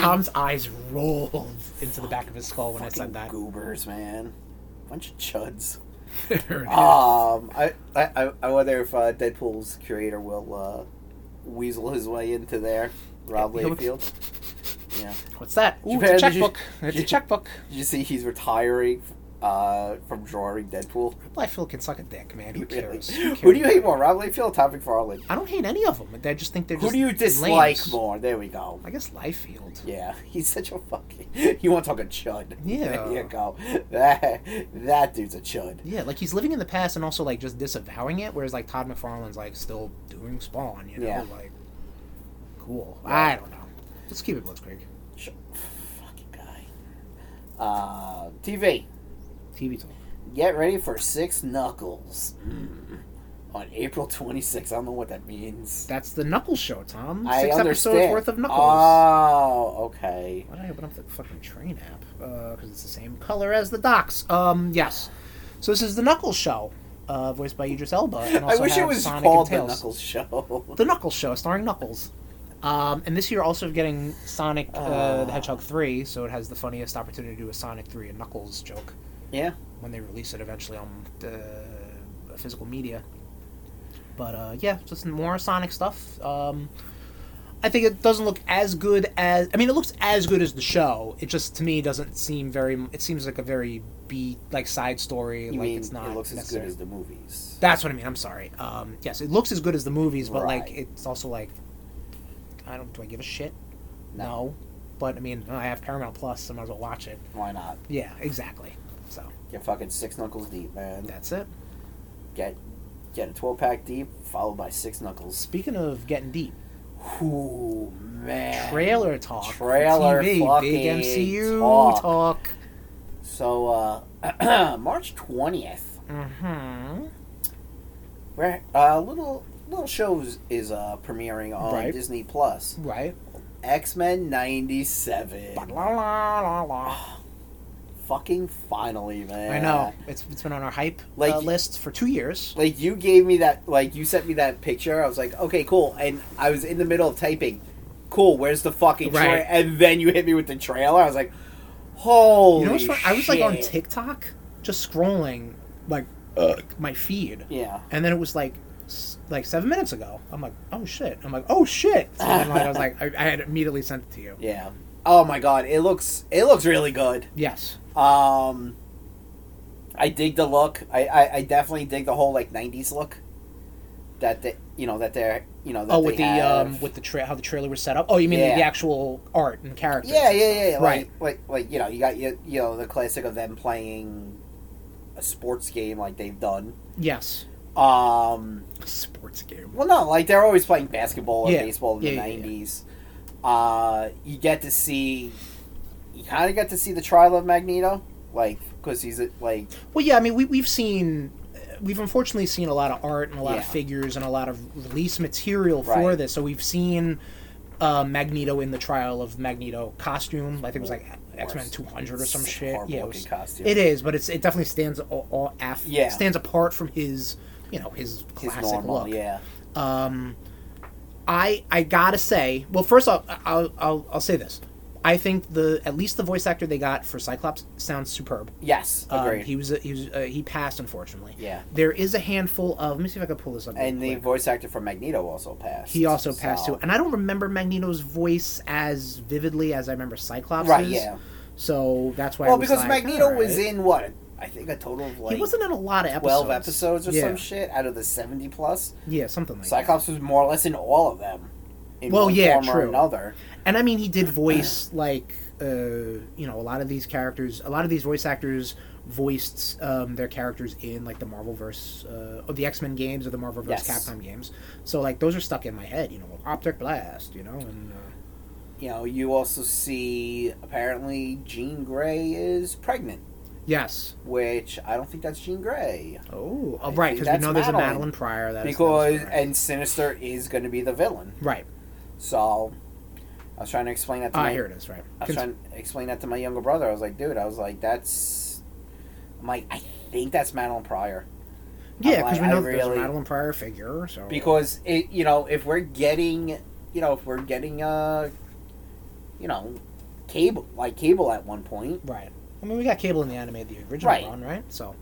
S1: Tom's eyes rolled into the back of his skull when I said that.
S2: goobers, man, bunch of chuds.
S1: There it is.
S2: Um, I, I, I- I wonder if uh, Deadpool's creator will uh, weasel his way into there. Rob
S1: He'll-
S2: Layfield. Yeah.
S1: What's that? Ooh,
S2: Japan,
S1: it's a
S2: did you-
S1: checkbook. It's a checkbook.
S2: Did you see he's retiring uh, from drawing Deadpool?
S1: Layfield can suck a dick, man. Who cares?
S2: Really?
S1: cares?
S2: Who do you hate more, Rob Layfield or Tom McFarlane?
S1: I don't hate any of them. I just think they're
S2: Who
S1: just
S2: do you dislike
S1: lames.
S2: more? There we go.
S1: I guess Layfield.
S2: Yeah, he's such a fucking. You want to talk a chud?
S1: Yeah.
S2: There you go. That that dude's a chud.
S1: Yeah, like he's living in the past and also like just disavowing it, whereas like Todd McFarlane's like still doing Spawn, you know,
S2: Yeah.
S1: like cool.
S2: Yeah.
S1: I don't know. Let's keep it Blitzkrieg.
S2: Ch- fucking guy. Uh, TV.
S1: TV talk.
S2: Get ready for Six Knuckles
S1: Hmm.
S2: on April 26th. I don't know what that means.
S1: That's the Knuckles show, Tom.
S2: I
S1: Six
S2: understand.
S1: episodes worth of Knuckles.
S2: Oh, okay.
S1: Why did I open up the fucking train app? Because it's the same color as the docs. Um, yes. So this is the Knuckles show, uh, voiced by Idris Elba. And
S2: I
S1: also
S2: wish it
S1: has
S2: was
S1: Sonic and
S2: called the
S1: Tails.
S2: Knuckles Show.
S1: The Knuckles show, starring Knuckles. Um, and this year also getting Sonic uh,
S2: Uh.
S1: the Hedgehog three, so it has the funniest opportunity to do a Sonic three and Knuckles joke
S2: yeah.
S1: when they release it eventually on the physical media. But uh, yeah, just more Sonic stuff. Um, I think it doesn't look as good as I mean, it looks as good as the show. It just to me doesn't seem very. It seems like a very B like side story.
S2: You
S1: like
S2: mean
S1: it's not.
S2: it looks as good
S1: necessary-
S2: as the movies?
S1: That's what I mean. I'm sorry. Um, yes, it looks as good as the movies, but like
S2: Right.
S1: it's also like I don't. Do I give a shit?
S2: No.
S1: But I mean, I have Paramount Plus, so I might as well watch it.
S2: Why not?
S1: Yeah, exactly. So
S2: Get fucking Six Knuckles deep, man.
S1: that's it.
S2: Get get a 12 pack deep, followed by Six Knuckles.
S1: Speaking of getting deep,
S2: Ooh, man.
S1: trailer talk, for
S2: Trailer
S1: TV, big
S2: fucking
S1: MCU
S2: talk.
S1: talk.
S2: So, uh, March 20th,
S1: Mm-hmm.
S2: where uh, little little shows is uh, premiering on
S1: Right.
S2: Disney Plus.
S1: Right.
S2: X Men '97.
S1: La, la, la, la.
S2: Fucking finally, man.
S1: I know it's it's been on our hype
S2: Like-
S1: uh, list for two years.
S2: Like you gave me that, like you sent me that picture. I was like, okay, cool. And I was in the middle of typing, cool. Where's the fucking trailer?
S1: Right.
S2: And then you hit me with the trailer. I was like, holy.
S1: you know what's funny? I was like on
S2: shit.
S1: TikTok, just scrolling like uh, my feed,
S2: Yeah.
S1: and then it was like s- like seven minutes ago. I'm like, oh shit! I'm like, oh shit! And like, I was like, I, I had immediately sent it to you.
S2: Yeah. Oh my god, it looks it looks really good.
S1: Yes.
S2: Um I dig the look. I, I, I definitely dig the whole like nineties look. That they you know, that they're you know that
S1: oh, with
S2: they
S1: the
S2: have.
S1: um, with the tra- how the trailer was set up. Oh, you mean the-
S2: Yeah.
S1: the actual art and characters?
S2: Yeah,
S1: and
S2: yeah,
S1: stuff.
S2: yeah. Like,
S1: Right.
S2: like like you know, you got you, you know, the classic of them playing a sports game like they've done.
S1: Yes.
S2: Um
S1: Sports game.
S2: Well, no, like they're always playing basketball or
S1: Yeah.
S2: baseball in the
S1: Yeah, yeah, yeah.
S2: nineties. Uh, you get to see, you kind of get to see the trial of Magneto, like because he's a- like
S1: Well, yeah. I mean, we we've seen. We've unfortunately seen a lot of art and a lot of
S2: Yeah.
S1: figures and a lot of release material for
S2: Right.
S1: this. So we've seen uh, Magneto in the trial of Magneto costume. I think it was like X Men 200 or some
S2: It's a
S1: shit.
S2: horrible
S1: Yeah, it
S2: looking
S1: was-
S2: costume.
S1: It is, but it's it definitely stands all, all af-
S2: Yeah.
S1: stands apart from his you know his
S2: His
S1: classic
S2: normal,
S1: look.
S2: yeah.
S1: Um, I I gotta say, well, first off, I'll, I'll I'll say this. I think the at least the voice actor they got for Cyclops sounds superb.
S2: Yes,
S1: Um,
S2: agreed.
S1: he was a, he was uh he passed unfortunately.
S2: yeah,
S1: There is a handful of. Let me see if I can pull this up. real
S2: and the
S1: quick.
S2: voice actor for Magneto also passed.
S1: he also passed
S2: so-
S1: too, and I don't remember Magneto's voice as vividly as I remember Cyclops.
S2: right, yeah.
S1: So that's why.
S2: Well,
S1: it was
S2: because
S1: like,
S2: Magneto
S1: all
S2: was
S1: right.
S2: in what I think a total of like
S1: he wasn't in a lot of episodes.
S2: twelve episodes or
S1: yeah.
S2: some shit out of the seventy plus.
S1: Yeah, something like that.
S2: Cyclops was more or less in all of them. In
S1: Well,
S2: one
S1: yeah,
S2: form or
S1: true.
S2: another.
S1: And I mean, he did voice like uh, you know a lot of these characters. A lot of these voice actors voiced um, their characters in like the Marvel verse, uh, or the X Men games, or the Marvel verse
S2: Yes.
S1: Capcom games. So like those are stuck in my head. You know, Optic Blast. You know, and uh,
S2: you know, you also see apparently Jean Grey is pregnant.
S1: Yes.
S2: which I don't think that's Jean Grey.
S1: Oh,
S2: I
S1: right,
S2: think
S1: because we
S2: that's
S1: know there's a
S2: Madeline.
S1: Madeline Pryor. That is-
S2: because
S1: that is correct.
S2: and Sinister is going to be the villain.
S1: right.
S2: So I was trying to explain that to
S1: Ah,
S2: my
S1: here it is. Right.
S2: I
S1: Cons-
S2: was trying to explain that to my younger brother. I was like, dude, I was like, that's I'm like, I think that's Madeline Pryor.
S1: yeah,
S2: I'm
S1: because
S2: like,
S1: we
S2: I
S1: know that there's
S2: really-
S1: a Madeline Pryor figure. So
S2: Because it you know, if we're getting you know, if we're getting uh you know, cable like cable at one point.
S1: Right. I mean, we got Cable in the anime, the original
S2: Right.
S1: run, right? So,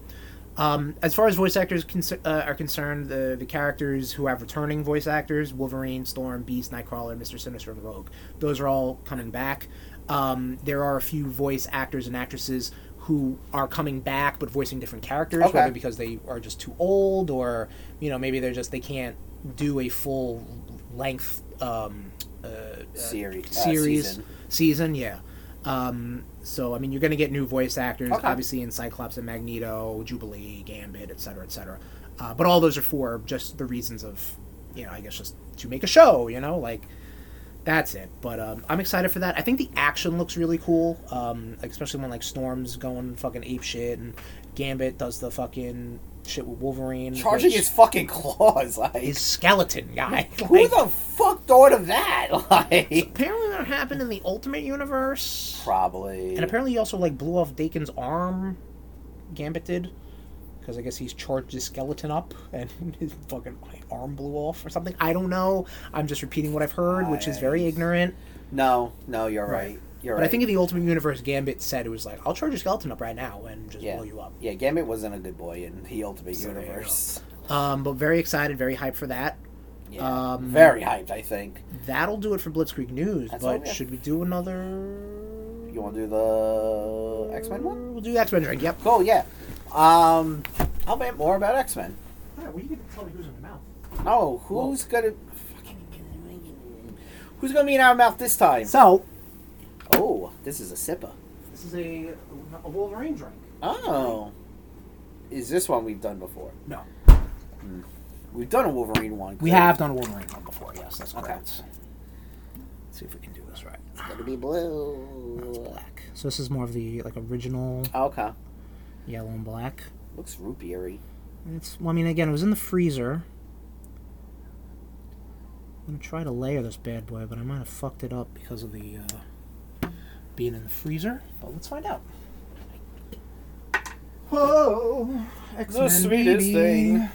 S1: um, as far as voice actors con- uh, are concerned, the the characters who have returning voice actors: Wolverine, Storm, Beast, Nightcrawler, Mister Sinister, and Rogue. Those are all coming back. Um, there are a few voice actors and actresses who are coming back, but voicing different characters,
S2: Okay.
S1: whether because they are just too old, or you know, maybe they're just they can't do a full length. Um, uh, uh,
S2: Series, uh,
S1: series
S2: season.
S1: season. yeah. Um, so I mean, you're going to get new voice actors,
S2: Okay.
S1: obviously in Cyclops and Magneto, Jubilee, Gambit, et cetera, et Cetera. Uh, but all those are for just the reasons of, you know, I guess just to make a show. You know, like that's it. But um, I'm excited for that. I think the action looks really cool, um, like, especially when like Storm's going fucking ape shit and Gambit does the fucking shit with Wolverine,
S2: Charging
S1: which
S2: his fucking claws, like
S1: his skeleton guy.
S2: who
S1: Like,
S2: the fuck thought of that? Like
S1: apparently that happened in the Ultimate Universe.
S2: probably
S1: And apparently, he also like blew off Dakin's arm, Gambit did, because I guess he's charged his skeleton up and his fucking arm blew off or something. I don't know. I'm just repeating what I've heard, which is very
S2: Nice.
S1: ignorant.
S2: No, no, you're
S1: Right.
S2: right. You're
S1: But
S2: right.
S1: I think in the Ultimate Universe, Gambit said it was like, "I'll charge your skeleton up right now and just
S2: Yeah.
S1: blow you up."
S2: yeah, Gambit wasn't a good boy in the Ultimate
S1: So there you
S2: Universe.
S1: Um, but very excited, very hyped for that.
S2: Yeah,
S1: Um,
S2: very hyped. I think
S1: That'll do it for Blitzkrieg news.
S2: That's all
S1: but
S2: we have.
S1: should we do another?
S2: you want to do the X Men one?
S1: We'll do X Men drink. Yep.
S2: Cool. Yeah. Um, I'll bet more about X Men.
S1: All right. Well, you can tell me who's in the mouth.
S2: Oh, who's gonna? fucking- Who's gonna be in our mouth this time?
S1: So
S2: Oh, this is a sipper.
S1: this is a, a Wolverine drink.
S2: Oh, is this one we've done before? Hmm.
S1: No.
S2: We've done a Wolverine one.
S1: We have done a Wolverine one before, yes, that's
S2: Okay.
S1: correct. Let's see if we can do this right.
S2: It's gonna be blue.
S1: Black. So this is more of the like original
S2: Okay.
S1: yellow and black.
S2: Looks rupiery.
S1: It's well, I mean again, it was in the freezer. I'm gonna try to layer this bad boy, but I might have fucked it up because of the uh, being in the freezer. But let's find out. Whoa!
S2: the sweetest thing.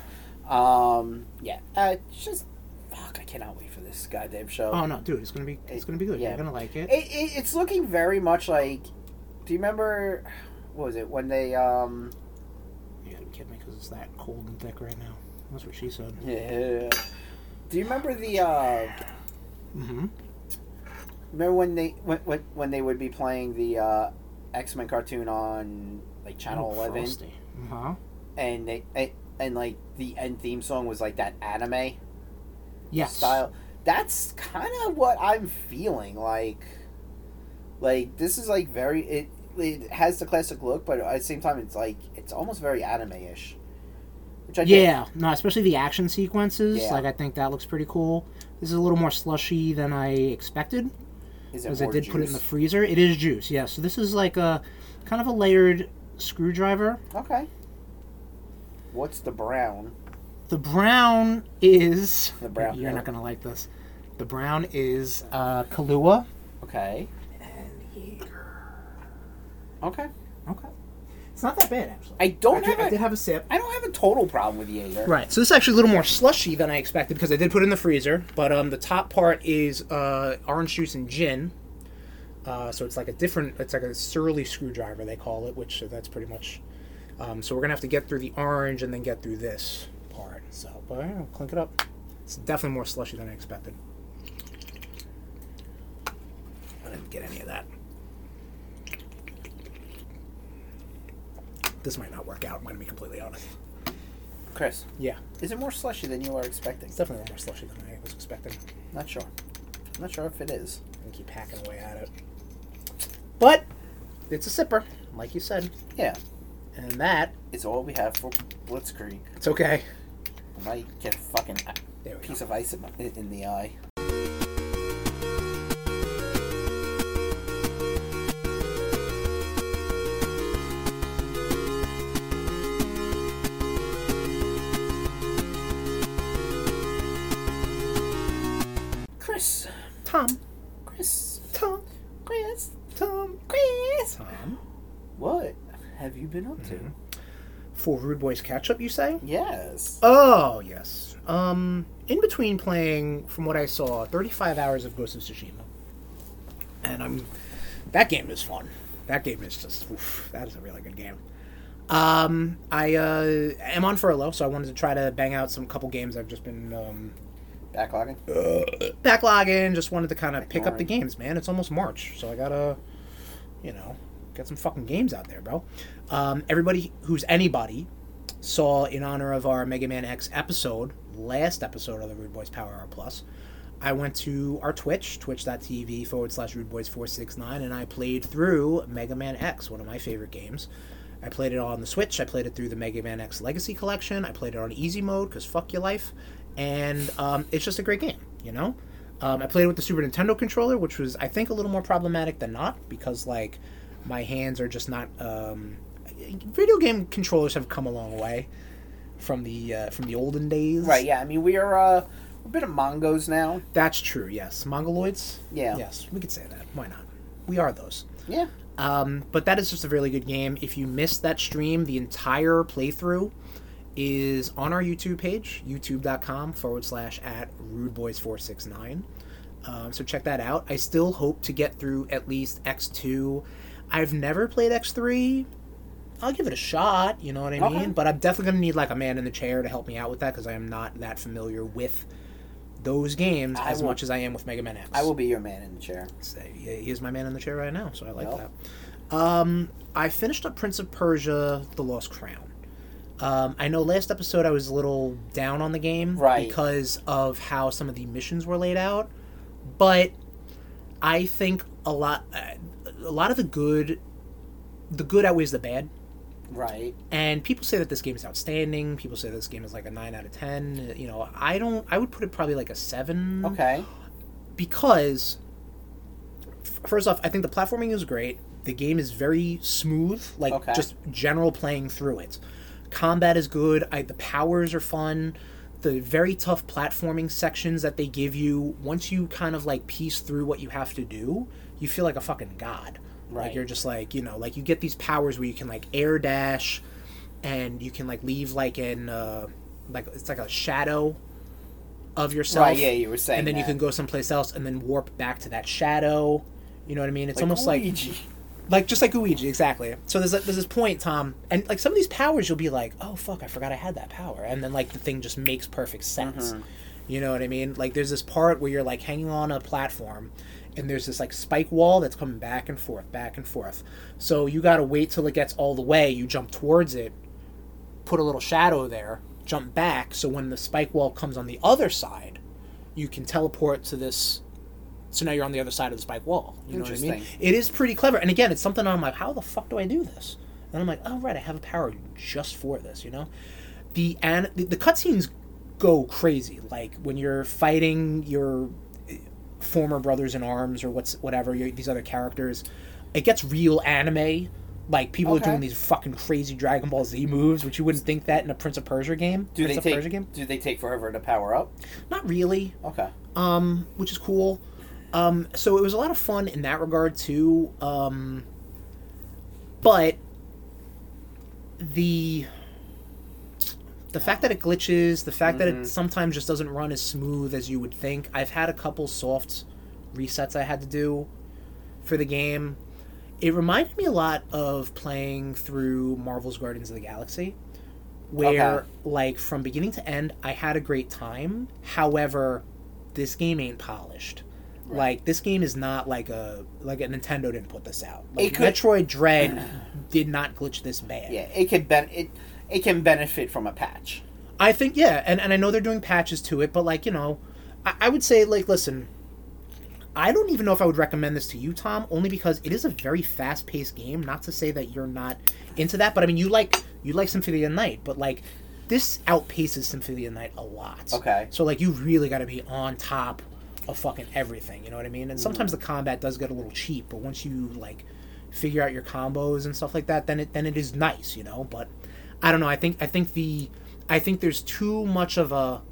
S2: Um, yeah, uh, it's just fuck. I cannot wait for this goddamn show.
S1: Oh no, dude, it's gonna be it's gonna be good.
S2: Yeah.
S1: You're gonna like it.
S2: it, it, it's looking very much like. Do you remember? What was it when they? Um,
S1: You gotta be kidding me because it's that cold and thick right now. That's what she said.
S2: yeah. Do you remember the? Uh,
S1: Mm-hmm.
S2: remember when they when, when when they would be playing the uh, X Men cartoon on like Channel Eleven,
S1: Uh-huh.
S2: and they and, and like the end theme song was like that anime
S1: Yes.
S2: style. That's kind of what I'm feeling like. Like this is like very it. It has the classic look, but at the same time, it's like it's almost very anime-ish. Which I think-
S1: Yeah. No, especially the action sequences.
S2: Yeah.
S1: Like I think that looks pretty cool. This is a little more slushy than I expected
S2: is
S1: because I
S2: more
S1: did put it in the
S2: juice?
S1: freezer. It is juice. Yeah. So this is like a kind of a layered screwdriver.
S2: okay. What's the brown?
S1: The brown is
S2: The brown,
S1: You're
S2: yeah.
S1: not gonna like this. The brown is uh, Kahlua.
S2: Okay. Okay.
S1: Okay. It's not that bad actually.
S2: I don't
S1: I did, I
S2: have
S1: did
S2: a,
S1: have a sip.
S2: I don't have a total problem with Jaeger.
S1: Right. So this is actually a little more slushy than I expected because I did put it in the freezer. But um, the top part is uh, orange juice and gin. Uh, so it's like a different, it's like a surly screwdriver they call it, which so that's pretty much. Um, so we're gonna have to get through the orange and then get through this part. So, but yeah, I'll clink it up. It's definitely more slushy than I expected. I didn't get any of that. This might not work out. I'm gonna be completely honest.
S2: Chris,
S1: Yeah.
S2: is it more slushy than you were expecting?
S1: It's definitely a lot more slushy than I was expecting.
S2: Not sure. not sure if it is.
S1: And keep hacking away at it. But it's a sipper, like you said.
S2: Yeah.
S1: And that
S2: It's all we have for Blitzkrieg.
S1: it's okay.
S2: I might get a fucking
S1: There we go.
S2: piece of ice in, my, in the eye.
S1: Tom,
S2: Chris,
S1: Tom,
S2: Chris,
S1: Tom.
S2: Chris.
S1: Tom.
S2: What have you been up to?
S1: For Rude Boys catch up, you say?
S2: Yes.
S1: Oh yes. Um, in between playing, from what I saw, 35 hours of Ghost of Tsushima, and I'm that game is fun. That game is just oof, that is a really good game. Um, I uh, am on furlough, so I wanted to try to bang out some couple games I've just been um,
S2: Backlogging.
S1: backlogging. Just wanted to kind of pick up the
S2: Ignoring.
S1: games, man. It's almost March, so I gotta, you know, get some fucking games out there, bro. Um, everybody who's anybody saw in honor of our Mega Man X episode, last episode of the Rude Boys Power Hour Plus. I went to our Twitch, twitch.tv forward slash Rude Boys 469, and I played through Mega Man X, one of my favorite games. I played it on the Switch. I played it through the Mega Man X Legacy Collection. I played it on easy mode because fuck your life, and um, it's just a great game. You know, um, I played it with the Super Nintendo controller, which was I think a little more problematic than not because like my hands are just not. Um, video game controllers have come a long way from the uh, from the olden days.
S2: Right. Yeah. I mean, we are uh, a bit of mongos now.
S1: That's true. Yes, mongoloids.
S2: Yeah.
S1: Yes, we could say that. Why not? We are those.
S2: Yeah.
S1: Um, but that is just a really good game. If you missed that stream, the entire playthrough is on our YouTube page, youtube.com forward slash at rudeboys469. Um, so check that out. I still hope to get through at least X2. I've never played X3. I'll give it a shot, you know what I
S2: Okay.
S1: mean? But I'm definitely going to need like a man in the chair to help me out with that because I am not that familiar with those games
S2: I
S1: as
S2: will-
S1: much as I am with Mega Man X.
S2: I will be your man in the chair.
S1: So, he he is my man in the chair right now, so I like
S2: Well.
S1: that. Um, I finished up Prince of Persia: The Lost Crown. Um, I know last episode I was a little down on the game
S2: Right.
S1: because of how some of the missions were laid out, but I think a lot, a lot of the good, the good outweighs the bad.
S2: Right.
S1: And people say that this game is outstanding. People say this game is like a nine out of ten. You know, I don't. I would put it probably like a seven
S2: Okay.
S1: because f- first off, I think the platforming is great. The game is very smooth, like
S2: Okay.
S1: just general playing through it. Combat is good. I, the powers are fun. The very tough platforming sections that they give you, once you kind of like piece through what you have to do, you feel like a fucking god.
S2: Right.
S1: Like you're just like, you know, like you get these powers where you can like air dash and you can like leave like an uh like it's like a shadow of yourself
S2: Right. Yeah. You were saying.
S1: and then you
S2: that.
S1: can go someplace else and then warp back to that shadow. You know what I mean? It's
S2: Like
S1: almost like
S2: Luigi.
S1: like just like Luigi, exactly. So there's a, there's this point, Tom, and like some of these powers, you'll be like, oh fuck, I forgot I had that power, and then like the thing just makes perfect sense.
S2: Mm-hmm.
S1: You know what I mean? Like there's this part where you're like hanging on a platform, and there's this like spike wall that's coming back and forth, back and forth. So you gotta wait till it gets all the way. You jump towards it, put a little shadow there, jump back. So when the spike wall comes on the other side, you can teleport to this. So now you're on the other side of the spike wall. You know what I mean?
S2: Interesting.
S1: It is pretty clever. And again, it's something I'm like, how the fuck do I do this? And I'm like, oh right, I have a power just for this. You know, the and the, the cutscenes go crazy. Like when you're fighting your former brothers in arms or what's whatever your, these other characters, it gets real anime. Like people
S2: Okay.
S1: are doing these fucking crazy Dragon Ball Z moves, which you wouldn't think that in a Prince of Persia game.
S2: Do
S1: Prince
S2: they
S1: of Persia game?
S2: take? Do they take forever to power up?
S1: Not really
S2: Okay.
S1: um, which is cool. Um, so it was a lot of fun in that regard too. Um, but the the fact that it glitches, the fact that it sometimes just doesn't run as smooth as you would think. I've had a couple soft resets I had to do for the game. It reminded me a lot of playing through Marvel's Guardians of the Galaxy, where
S2: Okay.
S1: like from beginning to end, I had a great time. However, this game ain't polished. Like this game is not like a like a Nintendo didn't put this out. Like
S2: It could-
S1: Metroid Dread did not glitch this bad.
S2: Yeah. It can ben- it it can benefit from a patch.
S1: I think yeah, and, and I know they're doing patches to it, but like, you know, I, I would say like listen, I don't even know if I would recommend this to you, Tom, only because it is a very fast paced game, not to say that you're not into that, but I mean you like you like Symphony of the Night, but like this outpaces Symphony of the Night a lot.
S2: Okay.
S1: So like you really gotta be on top of fucking everything, you know what I mean? And sometimes the combat does get a little cheap, but once you like figure out your combos and stuff like that, then it then it is nice, you know. But I don't know. I think I think the I think there's too much of a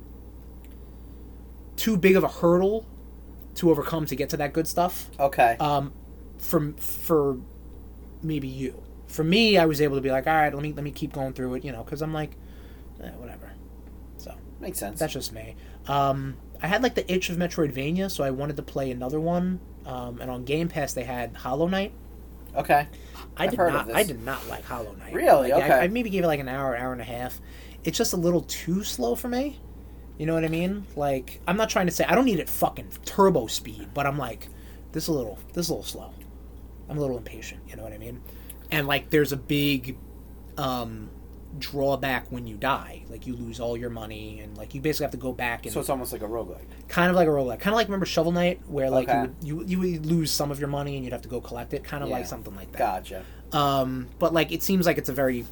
S1: too big of a hurdle to overcome to get to that good stuff.
S2: Okay.
S1: Um, for for maybe you. For me, I was able to be like, all right, let me let me keep going through it, you know, because I'm like, eh, whatever. So
S2: Makes sense.
S1: that's just me. Um, I had like the itch of Metroidvania, so I wanted to play another one. Um, and on Game Pass, they had Hollow Knight.
S2: okay.
S1: I
S2: I've
S1: did
S2: heard
S1: not.
S2: of this.
S1: I did not like Hollow Knight.
S2: Really?
S1: Like,
S2: Okay.
S1: I, I maybe gave it like an hour, hour and a half. It's just a little too slow for me. You know what I mean? Like, I'm not trying to say I don't need it fucking turbo speed, but I'm like, this is a little, this is a little slow. I'm a little impatient. You know what I mean? And like, there's a big um, drawback when you die. Like, you lose all your money, and like, you basically have to go back and
S2: So it's almost like a roguelike.
S1: kind of like a roguelike. Kind of like remember Shovel Knight, where like
S2: Okay.
S1: you, would, you you would lose some of your money and you'd have to go collect it. Kind of like
S2: Yeah.
S1: something like that.
S2: Gotcha.
S1: Um, but like it seems like it's a very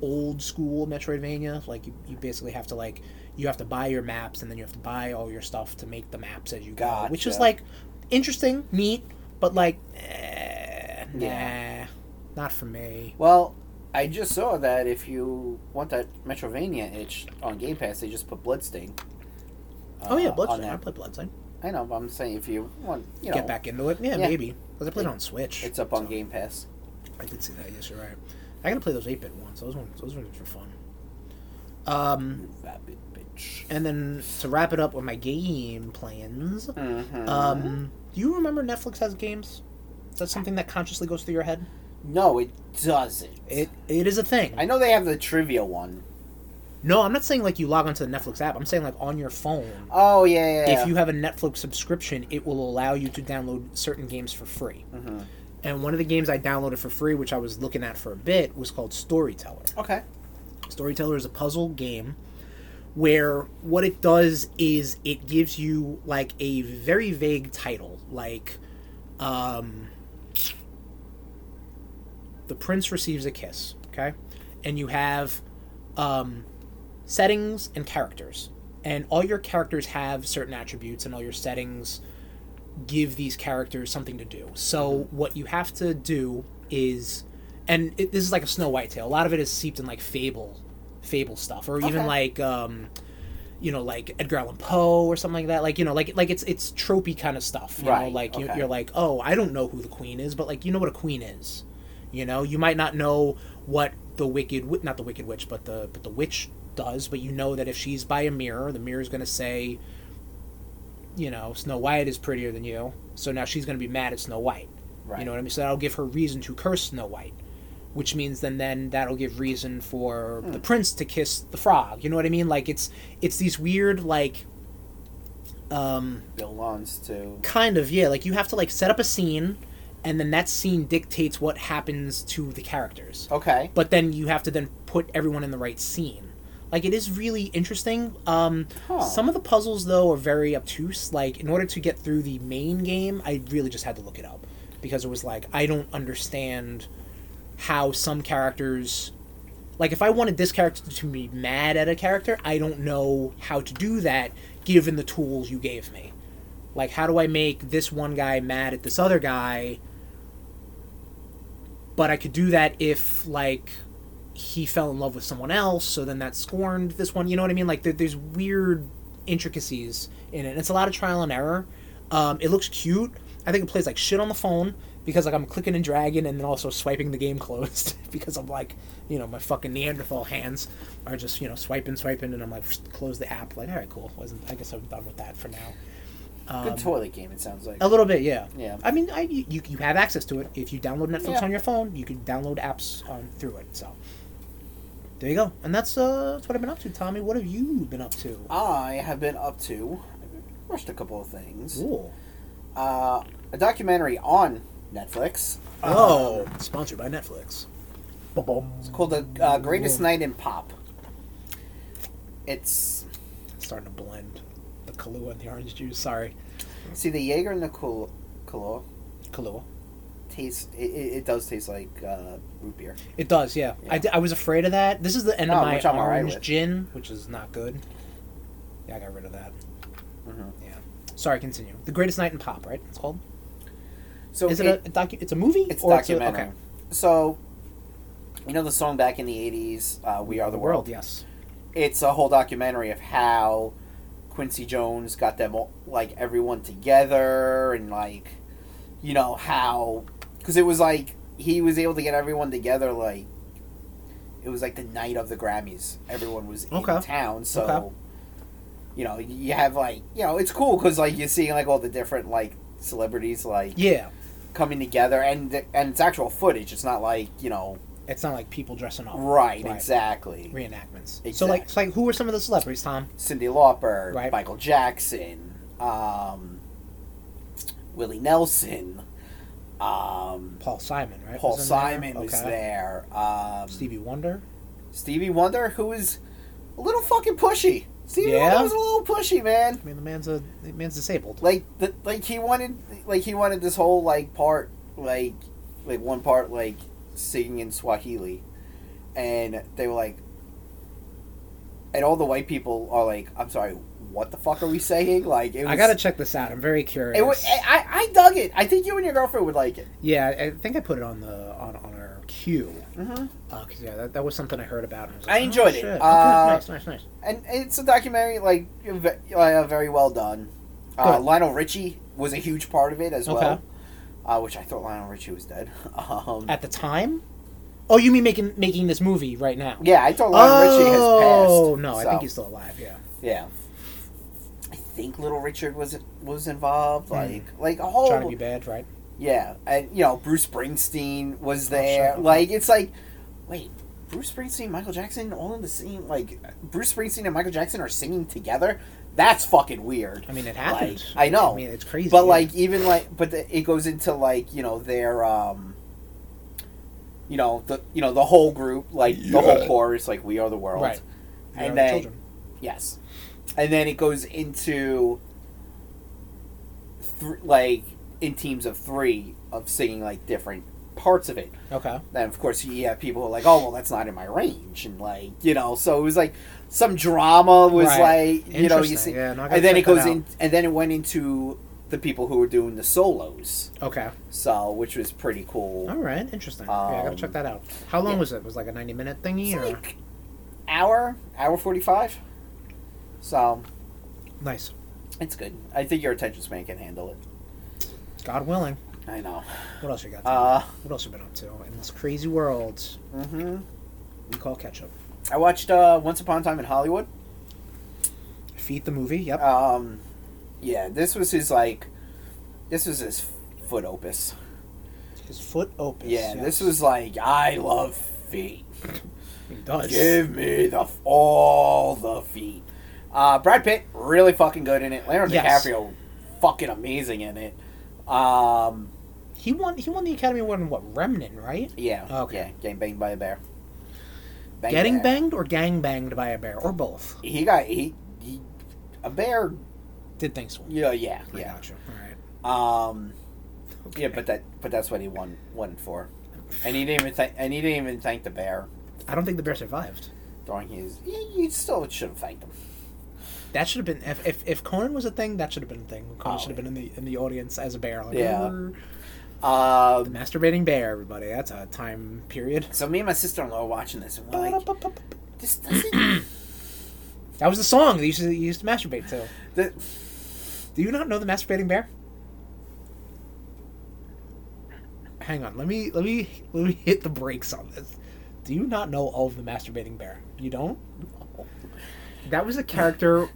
S1: old school Metroidvania. Like you, you basically have to like you have to buy your maps and then you have to buy all your stuff to make the maps as you go, which is
S2: Gotcha.
S1: like interesting, neat, but like eh, nah,
S2: Yeah.
S1: not for me.
S2: Well, I just saw that if you want that Metrovania itch on Game Pass, they just put Bloodstain. uh,
S1: oh yeah,
S2: on
S1: Bloodstain.
S2: that.
S1: I played Bloodstain.
S2: I know, but I'm saying if you want, you know,
S1: Get back into it. Yeah,
S2: yeah.
S1: maybe. Because I played it on Switch.
S2: it's up on Game Pass.
S1: I did see that. Yes, you're right. I gotta play those eight bit ones. Those ones, those ones were fun. Um,
S2: Rabbit bitch.
S1: and then to wrap it up with my game plans,
S2: Mhm.
S1: um, do you remember Netflix has games? Is that something that consciously goes through your head?
S2: no, it doesn't.
S1: It it is a thing.
S2: I know they have the trivia one.
S1: no, I'm not saying like you log onto the Netflix app. I'm saying like on your phone.
S2: Oh yeah, yeah. yeah.
S1: If you have a Netflix subscription, it will allow you to download certain games for free.
S2: Mhm.
S1: And one of the games I downloaded for free, which I was looking at for a bit, was called Storyteller.
S2: Okay.
S1: Storyteller is a puzzle game where what it does is it gives you like a very vague title, like um, The Prince Receives a Kiss, okay? And you have um, settings and characters. And all your characters have certain attributes, and all your settings give these characters something to do. So what you have to do is, and it, this is like a Snow White tale. A lot of it is seeped in like fable, fable stuff, or even
S2: Okay.
S1: like, um, you know, like Edgar Allan Poe or something like that. Like you know, like like it's it's tropey kind of stuff. You know,
S2: Right,
S1: like you,
S2: okay.
S1: you're like, oh, I don't know who the queen is, but like you know what a queen is. You know, you might not know what the wicked, Wi- not the wicked witch, but the but the witch does, but you know that if she's by a mirror, the mirror's going to say, you know, Snow White is prettier than you, so now she's going to be mad at Snow White.
S2: Right.
S1: You know what I mean? So that'll give her reason to curse Snow White, which means then then that'll give reason for the prince to kiss the frog. You know what I mean? Like it's it's these weird like um
S2: Belongs to.
S1: kind of yeah like you have to like set up a scene and then that scene dictates what happens to the characters
S2: Okay.
S1: but then you have to then put everyone in the right scene like it is really interesting um,
S2: Huh.
S1: some of the puzzles though are very obtuse like in order to get through the main game i really just had to look it up because it was like i don't understand how some characters like if i wanted this character to be mad at a character i don't know how to do that given the tools you gave me like how do i make this one guy mad at this other guy but I could do that if like he fell in love with someone else, so then that scorned this one. You know what I mean? Like there, there's weird intricacies in it. It's a lot of trial and error. Um, it looks cute. I think it plays like shit on the phone because like I'm clicking and dragging and then also swiping the game closed because I'm like, you know, my fucking Neanderthal hands are just you know swiping, swiping, and I'm like, close the app. Like all right, cool. Wasn't I guess I'm done with that for now. Um,
S2: Good toilet game. It sounds like.
S1: A little bit, yeah.
S2: Yeah.
S1: I mean, I, you you- you have access to it if you download Netflix
S2: Yeah.
S1: on your phone. You can download apps on through it. So there you go, and that's uh that's what I've been up to, Tommy. What have you been up to?
S2: I have been up to. I Watched a couple of things.
S1: Cool.
S2: Uh, a documentary on Netflix. Um,
S1: Oh, sponsored by Netflix.
S2: It's called The uh, Greatest Night in Pop. It's
S1: Starting to blend the Kahlua and the orange juice. Sorry,
S2: see the Jaeger and the Kahlua, Kahlua
S1: Kahlua.
S2: tastes. It, it, it does taste like uh, root beer.
S1: It does, yeah. I
S2: Yeah.
S1: di- I was afraid of that. This is the end
S2: Oh,
S1: of my
S2: which I'm alright
S1: orange
S2: with.
S1: gin, which is not good. Yeah, I got rid of that.
S2: Mhm.
S1: Yeah. Sorry, continue. The Greatest Night in Pop, right? It's called.
S2: So
S1: is it, a, a docu? It's a movie.
S2: it's
S1: or
S2: documentary.
S1: okay.
S2: So you know the song back in the '80s, uh, "We Are the World."
S1: Yes.
S2: It's a whole documentary of how Quincy Jones got them all, like everyone together and like you know how because it was like he was able to get everyone together like it was like the night of the Grammys. Everyone was
S1: Okay.
S2: in town, so
S1: Okay.
S2: you know you have like you know it's cool because like you're seeing like all the different like celebrities like
S1: Yeah,
S2: coming together and and it's actual footage. It's not like you know
S1: it's not like people dressing up.
S2: right,
S1: Right.
S2: exactly.
S1: Reenactments. So
S2: Exactly.
S1: like, so like, who were some of the celebrities, Tom?
S2: Cindy Lauper,
S1: Right.
S2: Michael Jackson, um, Willie Nelson, um,
S1: Paul Simon, right?
S2: Paul
S1: was in there?
S2: Simon was
S1: Okay.
S2: there. Um,
S1: Stevie Wonder.
S2: Stevie Wonder, who was a little fucking pushy. Stevie
S1: Yeah?
S2: Wonder was a little pushy, man.
S1: I mean, the man's a the man's disabled.
S2: Like, the, like he wanted, like he wanted this whole like part, like, like one part like singing in Swahili, and they were like, and all the white people are like, I'm sorry, what the fuck are we saying? Like, it was,
S1: I gotta check this out. I'm very curious.
S2: It was, I, I dug it. I think you and your girlfriend would like it.
S1: yeah, I think I put it on the on, on our queue.
S2: Mm-hmm.
S1: Uh, 'cause, yeah, that, that was something I heard about. And I, was
S2: I
S1: like,
S2: enjoyed
S1: oh,
S2: it.
S1: shit. Okay,
S2: Uh,
S1: nice, nice, nice.
S2: And it's a documentary, like, ve- uh, very well done. Uh,
S1: Good.
S2: Lionel Richie was a huge part of it as
S1: Okay.
S2: well, uh, which I thought Lionel Richie was dead. um,
S1: At the time. Oh, you mean making making this movie right now?
S2: yeah, I thought Lionel Richie has passed.
S1: Oh no, I
S2: so,
S1: think he's still alive. Yeah.
S2: yeah. I think Little Richard was was involved,
S1: Hmm.
S2: like like a whole
S1: Trying to be bad, right?
S2: Yeah, and you know Bruce Springsteen was
S1: Oh,
S2: there.
S1: sure.
S2: Like it's like, wait, Bruce Springsteen, Michael Jackson, all in the same. Like Bruce Springsteen and Michael Jackson are singing together. That's fucking weird.
S1: I mean, it happened.
S2: I know.
S1: I mean, it's crazy.
S2: But
S1: yeah.
S2: like even like, but the, it goes into like you know their um, you know the you know the whole group like the whole chorus like we are the world.
S1: Right. You're
S2: and
S1: the
S2: then-
S1: children.
S2: Yes. And then it goes into thr like in teams of three of singing like different parts of it.
S1: Okay.
S2: Then of course you have people who are like, oh well, that's not in my range, and like you know, so it was like some drama was
S1: Right.
S2: like you know you
S1: Interesting.
S2: see,
S1: Yeah, no, I gotta
S2: and then
S1: check
S2: it goes
S1: that
S2: in, and then it went into the people who were doing the solos,
S1: out. Okay.
S2: so which was pretty cool.
S1: All right. Interesting. yeah, I gotta
S2: Um,
S1: check that out. How long
S2: yeah.
S1: was it? Was it like a ninety minute thingy
S2: It's
S1: or
S2: like hour, hour forty five. So
S1: nice.
S2: it's good. I think your attention span can handle it.
S1: God willing.
S2: I know.
S1: What else you got? Tom?
S2: Uh,
S1: what else you been up to in this crazy world? Mm-hmm.
S2: hmm
S1: We call ketchup.
S2: I watched uh, Once Upon a Time in Hollywood.
S1: Feet the movie. Yep.
S2: Um, yeah, this was his like, this was his foot opus.
S1: His foot opens.
S2: Yeah,
S1: yes.
S2: this was like I love feet.
S1: It does.
S2: Give me the f- all the feet. Uh, Brad Pitt really fucking good in it. Leonardo
S1: Yes.
S2: DiCaprio fucking amazing in it. Um,
S1: He won. He won the Academy Award in what? Remnant, right?
S2: yeah,
S1: Okay.
S2: yeah, getting banged by a bear. Bang
S1: Getting
S2: bear.
S1: banged or gang banged by a bear or both.
S2: He got he, he a bear.
S1: Did things. so.
S2: Yeah, yeah,
S1: I
S2: yeah.
S1: gotcha. All right.
S2: Um,
S1: Oh Okay.
S2: Yeah, but that but that's what he won won for, and he didn't even thank and he didn't even thank the bear
S1: I don't think the bear survived.
S2: during his. You, you still should have thanked him.
S1: That should have been if, if if Conan was a thing, that should have been a thing. Conan
S2: Oh.
S1: should have been in the in the audience as a bear. Like,
S2: Yeah.
S1: "Arr." The
S2: Um,
S1: masturbating bear, everybody. That's a time period.
S2: so me and my sister in law watching this, and we're like,
S1: That
S2: this doesn't.
S1: was the song they used to, they used to masturbate to.
S2: the,
S1: Do you not know the masturbating bear? Hang on, let me let me let me hit the brakes on this. Do you not know of the masturbating bear? You don't? That was a character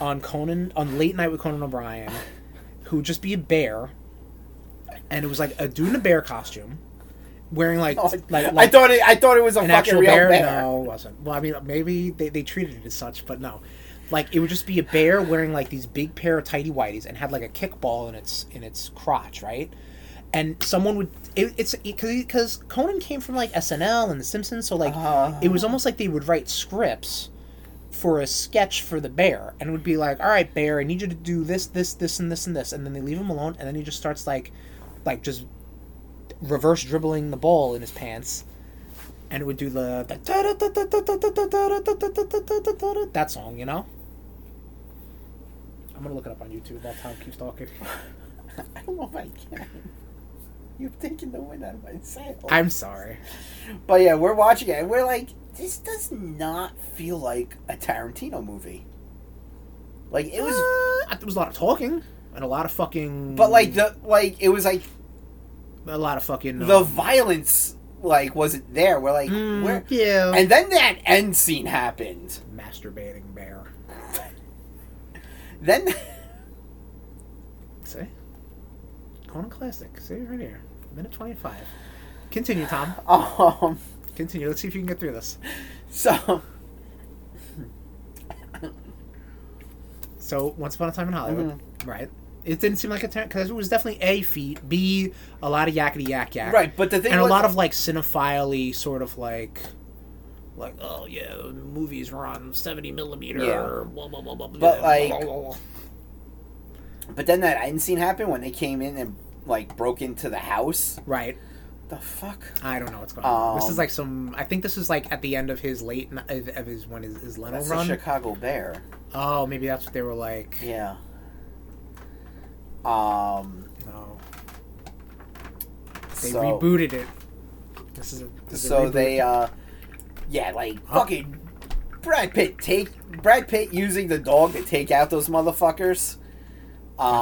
S1: on Conan on Late Night with Conan O'Brien who would just be a bear and it was like a dude in a bear costume wearing like like,
S2: oh, I
S1: like
S2: thought it. I thought it was a
S1: an
S2: fucking
S1: actual
S2: real
S1: bear?
S2: bear.
S1: No, it wasn't. Well, I mean, maybe they, they treated it as such, but no. Like it would just be a bear wearing like these big pair of tighty whities and had like a kickball in its in its crotch, right? And someone would it, it's because because Conan came from like SNL and The Simpsons, so like
S2: Ah.
S1: it was almost like they would write scripts for a sketch for the bear and would be like, "All right, bear, I need you to do this, this, this, and this, and this," and then they leave him alone, and then he just starts like, like just reverse dribbling the ball in his pants, and it would do the the that song, you know. I'm gonna look it up on YouTube while Tom keeps talking.
S2: I don't know if I can. You're taking the wind out of my sails.
S1: I'm sorry.
S2: But yeah, we're watching it, and we're like, this does not feel like a Tarantino movie. Like it was,
S1: Uh, there was a lot of talking and a lot of fucking.
S2: but like the like it was like
S1: a lot of fucking.
S2: the
S1: um,
S2: violence like wasn't there. We're like
S1: mm,
S2: where,
S1: yeah.
S2: and then that end scene happened.
S1: masturbating bear.
S2: Then
S1: See, Conan classic. See right here, minute twenty-five. Continue, Tom.
S2: um,
S1: Continue. Let's see if you can get through this.
S2: so
S1: So, Once Upon a Time in Hollywood, right? It didn't seem like a because it was definitely a feat. B, a lot of yakety yak yak.
S2: right, but the thing
S1: and a
S2: was,
S1: lot of like cinephile sort of like like oh yeah the movies were on 70 millimeter
S2: Yeah.
S1: blah, blah, blah, blah, blah,
S2: But,
S1: blah,
S2: like-
S1: blah, blah, blah.
S2: but then that end scene happened when they came in and like broke into the house.
S1: right
S2: The fuck.
S1: i don't know what's going on this
S2: Um,
S1: is like some i think this is like at the end of his late n- of of his when his, his leno
S2: That's a
S1: run
S2: Chicago Bear.
S1: oh maybe that's what they were like
S2: Yeah. Um.
S1: no they
S2: so,
S1: rebooted it this is a, this is a
S2: So
S1: reboot.
S2: they, uh, yeah, like
S1: Huh?
S2: fucking Brad Pitt take Brad Pitt using the dog to take out those motherfuckers. Um,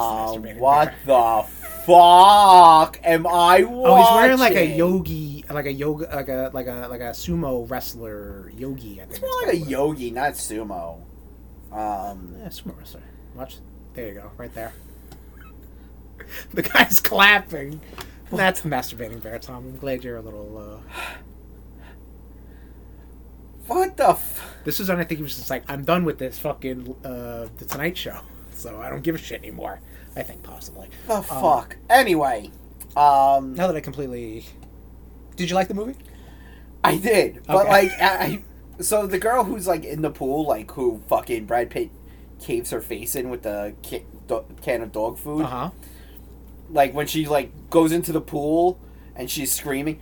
S1: masturbating
S2: what the fuck am I watching?
S1: Oh, he's wearing like a yogi, like a yoga, like a like a like a sumo wrestler yogi. I think
S2: It's more like a yogi, not sumo. Um,
S1: Yeah, sumo wrestler. Watch. There you go. Right there. The guy's clapping. That's masturbating bear, Tom. I'm glad you're a little. Uh...
S2: what the? F-
S1: This is when I think he was just like, I'm done with this fucking uh, the Tonight Show, so I don't give a shit anymore. I think possibly.
S2: the fuck? Anyway, um,
S1: Now that I completely. Did you like the movie?
S2: I did, but
S1: Okay.
S2: like, I, I so the girl who's like in the pool, like who fucking Brad Pitt caves her face in with the ki- do- can of dog food,
S1: Uh huh.
S2: like when she like goes into the pool and she's screaming,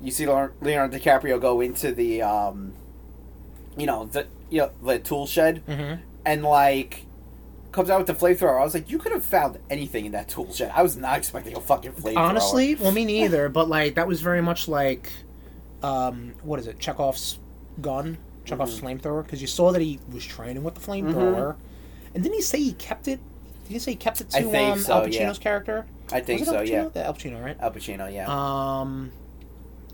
S2: you see Leon- Leonardo DiCaprio go into the, um, you know, the you know, the tool shed
S1: Mm-hmm.
S2: and like. Comes out with the flamethrower. I was like, you could have found anything in that tool shed. I was not expecting a fucking flamethrower.
S1: Honestly, well, me neither. But like, that was very much like, um, what is it? Chekhov's gun, Chekhov's flamethrower. Because you saw that he was training with the flamethrower, and didn't he say he kept it? Did he say he kept it to
S2: I think
S1: um,
S2: so,
S1: Al
S2: yeah.
S1: Pacino's character?
S2: I think
S1: Was it
S2: so.
S1: Al Pacino?
S2: Yeah,
S1: The Al Pacino, right?
S2: Al Pacino. Yeah.
S1: Um,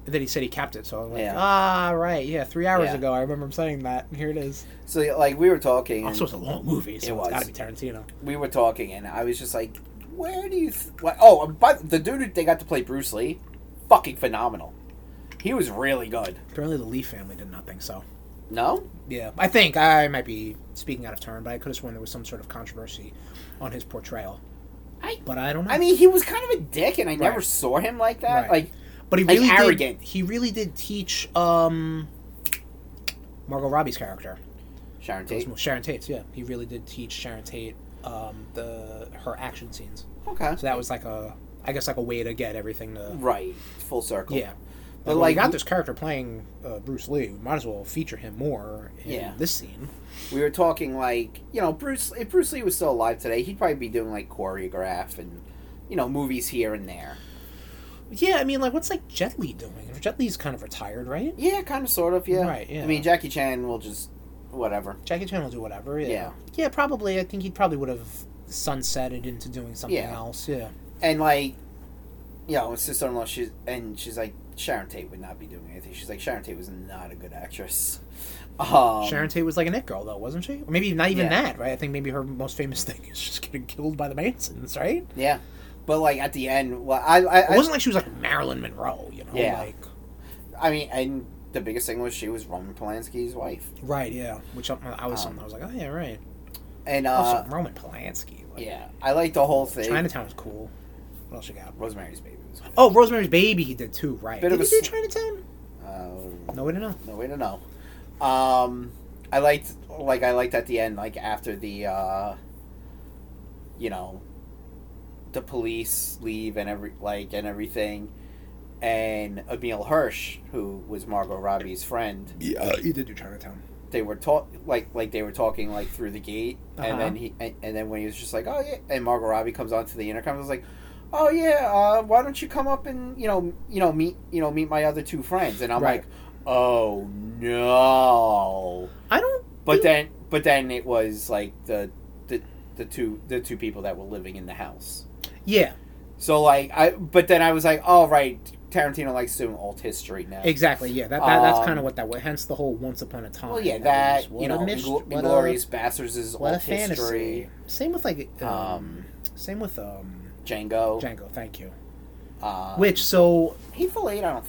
S1: and then he said he kept it. So I'm like,
S2: Yeah.
S1: ah, right, yeah. Three hours
S2: Yeah.
S1: ago, I remember him saying that. And here it is.
S2: so like we were talking.
S1: Also, it's a long movie, so
S2: It
S1: it's got
S2: was.
S1: to be Tarantino.
S2: we were talking, and I was just like, "Where do you?" Th- what? Oh, but the dude who they got to play Bruce Lee, fucking phenomenal. He was really good.
S1: Apparently, the Lee family did not think so.
S2: No,
S1: Yeah, I think I might be speaking out of turn, but I could have sworn there was some sort of controversy on his portrayal.
S2: I-
S1: but I don't know.
S2: I mean he was kind of a dick, and I never
S1: Right.
S2: saw him like that.
S1: Right.
S2: Like,
S1: but he
S2: like,
S1: really
S2: arrogant.
S1: Did, he really did teach um, Margot Robbie's character,
S2: Sharon Tate.
S1: Sharon Tate. Yeah, he really did teach Sharon Tate um, the her action scenes.
S2: Okay,
S1: So that was like a, I guess like a way to get everything to
S2: right, full circle.
S1: yeah.
S2: But,
S1: But like,
S2: like,
S1: we got
S2: w-
S1: this character playing uh, Bruce Lee. We might as well feature him more in
S2: Yeah.
S1: this scene.
S2: we were talking like you know Bruce. If Bruce Lee was still alive today, he'd probably be doing like choreograph and you know movies here and there.
S1: Yeah, I mean, like, what's like Jet Li doing? Jet Li's kind of retired, right?
S2: Yeah, kind of, sort of. Yeah.
S1: Right, yeah.
S2: I mean Jackie Chan will just whatever.
S1: Jackie Chan will do whatever. Yeah.
S2: Yeah.
S1: Yeah, probably. I think he probably would have sunsetted into doing something
S2: Yeah.
S1: else. Yeah.
S2: and like you know his sister-in-law she's and she's like sharon tate would not be doing anything she's like sharon tate was not a good actress um,
S1: Sharon Tate was like an it girl, though, wasn't she? Or maybe not even
S2: Yeah.
S1: that, right? I think maybe her most famous thing is just getting killed by the Mansons, right?
S2: yeah but like at the end well i i,
S1: It wasn't like she was like Marilyn Monroe, you know?
S2: Yeah.
S1: Like,
S2: I, I mean and the biggest thing was she was roman polanski's wife
S1: right, yeah. Which I, I was
S2: Um,
S1: I was like, oh, yeah, right.
S2: and uh
S1: also, Roman Polanski. Like,
S2: yeah i like the whole thing
S1: Chinatown is cool. What else you got?
S2: rosemary's baby was good.
S1: Oh, Rosemary's Baby he did too, right.
S2: Bit of
S1: did he
S2: a
S1: do
S2: s-
S1: Chinatown?
S2: uh,
S1: No way to know.
S2: no way to know um i liked like i liked at the end like after the uh you know the police leave and every like and everything and Emil Hirsch who was Margot Robbie's friend
S1: Yeah, uh, he did do Chinatown.
S2: they were talk like like they were talking like through the gate
S1: Uh-huh.
S2: and then he and, and then when he was just like oh yeah and Margot Robbie comes onto the intercom and was like oh yeah uh, why don't you come up and you know you know meet you know meet my other two friends and I'm
S1: Right.
S2: like oh no
S1: I don't.
S2: but
S1: think-
S2: then but then it was like the the two the two people that were living in the house.
S1: Yeah,
S2: So like I, but then I was like, oh right, Tarantino likes doing alt history now.
S1: exactly. Yeah, that, that that's
S2: Um,
S1: kind of what that was. Hence the whole "Once Upon a Time."
S2: Well, yeah,
S1: was,
S2: that
S1: what
S2: you
S1: a
S2: know,
S1: mist-
S2: Ingl-
S1: what a-
S2: Inglorious Bastards is
S1: what a
S2: alt history.
S1: fantasy. Same with like, um,
S2: Um, oh.
S1: same with um,
S2: Django.
S1: Django. Thank you.
S2: Uh,
S1: Which so
S2: Hateful Eight? I don't.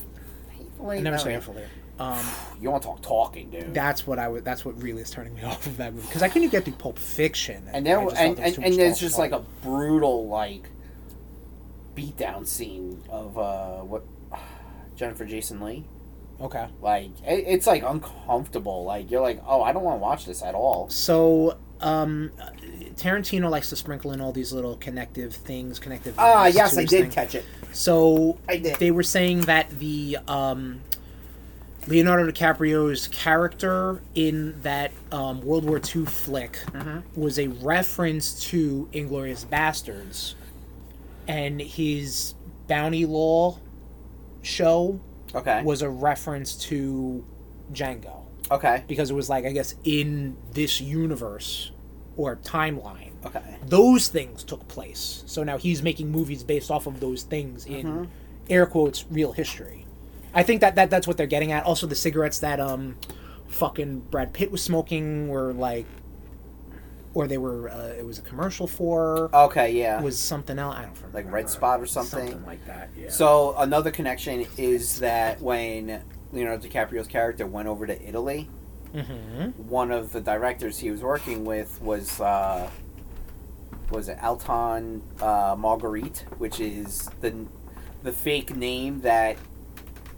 S2: Hateful Eight.
S1: I never
S2: I
S1: saw
S2: don't-
S1: Hateful Eight. Um,
S2: You want to talk talking, dude?
S1: that's what I was. That's what really is turning me off of that movie because I couldn't get through Pulp Fiction.
S2: and
S1: I
S2: then
S1: just
S2: and
S1: thought there was
S2: and,
S1: too
S2: and
S1: much
S2: there's
S1: talk
S2: just
S1: about
S2: like a brutal like beatdown scene of uh what Jennifer Jason Lee.
S1: it. okay.
S2: Like it, it's like uncomfortable. Like you're like, oh, I don't want to watch this at all.
S1: So, um, Tarantino likes to sprinkle in all these little connective things, connective.
S2: Ah,
S1: links
S2: yes,
S1: to
S2: I
S1: his
S2: did
S1: thing.
S2: catch it.
S1: So
S2: I did.
S1: they were saying that the um, Leonardo DiCaprio's character in that um, World War II flick
S2: Mm-hmm.
S1: was a reference to Inglorious Bastards and his bounty law show
S2: okay.
S1: was a reference to Django
S2: okay.
S1: because it was like I guess in this universe or timeline
S2: Okay.
S1: those things took place. So now he's making movies based off of those things in
S2: Mm-hmm.
S1: air quotes real history. I think that, that that's what they're getting at. Also the cigarettes that um fucking Brad Pitt was smoking were like or they were uh, it was a commercial for
S2: Okay. Yeah.
S1: was something else I don't remember.
S2: Like Red Spot or something?
S1: Something like that. Yeah.
S2: So another connection is that when Leonardo DiCaprio's character went over to Italy,
S1: Mhm.
S2: one of the directors he was working with was uh, was it Alton uh, Marguerite, which is the the fake name that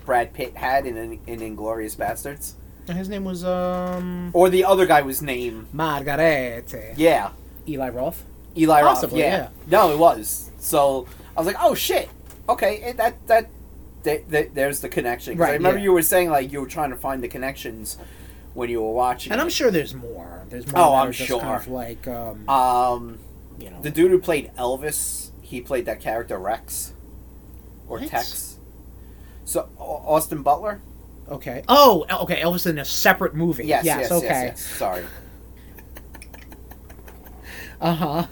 S2: Brad Pitt had in in Inglorious Bastards,
S1: And his name was um
S2: or the other guy was named
S1: Margarete.
S2: yeah
S1: Eli Roth.
S2: Eli
S1: Possibly,
S2: Roth.
S1: yeah.
S2: no, it was. So I was like, oh shit, okay, eh, that that. th- th- There's the connection. 'Cause I
S1: Right,
S2: remember
S1: yeah.
S2: you were saying like you were trying to find the connections when you were watching.
S1: And I'm
S2: it.
S1: sure there's more. There's more
S2: Oh,
S1: that
S2: I'm
S1: are just Kind
S2: sure.
S1: of like um
S2: um,
S1: you know
S2: The dude who played Elvis, he played that character Rex or
S1: What?
S2: Tex. So Au- Austin Butler.
S1: Okay. Oh, El- okay. Elvis in a separate movie.
S2: Yes, yes, yes,
S1: okay.
S2: yes, Sorry,
S1: Uh huh.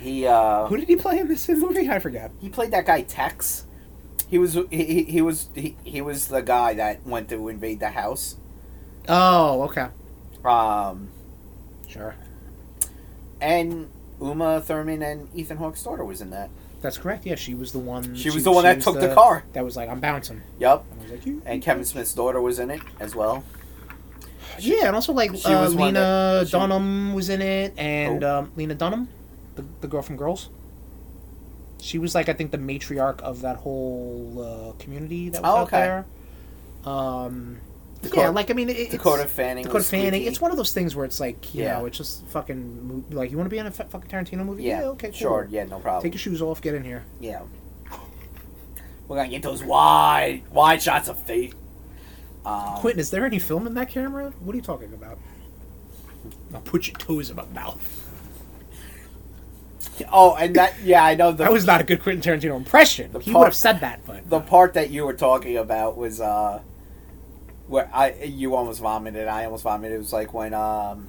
S2: he uh,
S1: Who did he play in this movie? I forgot.
S2: he played that guy Tex. He was he, he, he was he, he was the guy that went to invade the house.
S1: Oh, okay.
S2: Um,
S1: Sure.
S2: and Uma Thurman and Ethan Hawke's daughter was in that.
S1: That's correct. Yeah, Mm, she was the one.
S2: She was the one that
S1: was Mm-hmm.
S2: took the car.
S1: That was like, I'm bouncing.
S2: Yep.
S1: I was like, you.
S2: And Kevin Smith's daughter was in it as well.
S1: yeah, and also like
S2: She
S1: uh,
S2: was one
S1: Lena
S2: that- she-
S1: Dunham was in it, and
S2: Oh.
S1: um, Lena Dunham, the, the girl from Girls. She was like, I think, the matriarch of that whole uh, community that was
S2: Oh,
S1: out
S2: okay.
S1: there. Um,
S2: Dakota-
S1: yeah, like I mean, it, it's-
S2: Dakota Fanning.
S1: Dakota
S2: was
S1: Fanning.
S2: squeaky.
S1: It's one of those things where it's like, you
S2: Yeah.
S1: know, it's just fucking mo- like you want to be in a f- fucking Tarantino movie.
S2: Yeah.
S1: Yeah, okay, cool.
S2: Sure. Yeah. No problem.
S1: Take your shoes off. Get in here.
S2: Yeah. We're gonna get those wide, wide shots of feet. Um,
S1: Quentin, is there any film in that camera? What are you talking about? Now put your toes in my mouth.
S2: Oh, and that, yeah, I know the
S1: That was not a good Quentin Tarantino impression.
S2: The
S1: he
S2: part-
S1: would have said that, but
S2: the part that you were talking about was uh, where I you almost vomited. I almost vomited. It was like when um,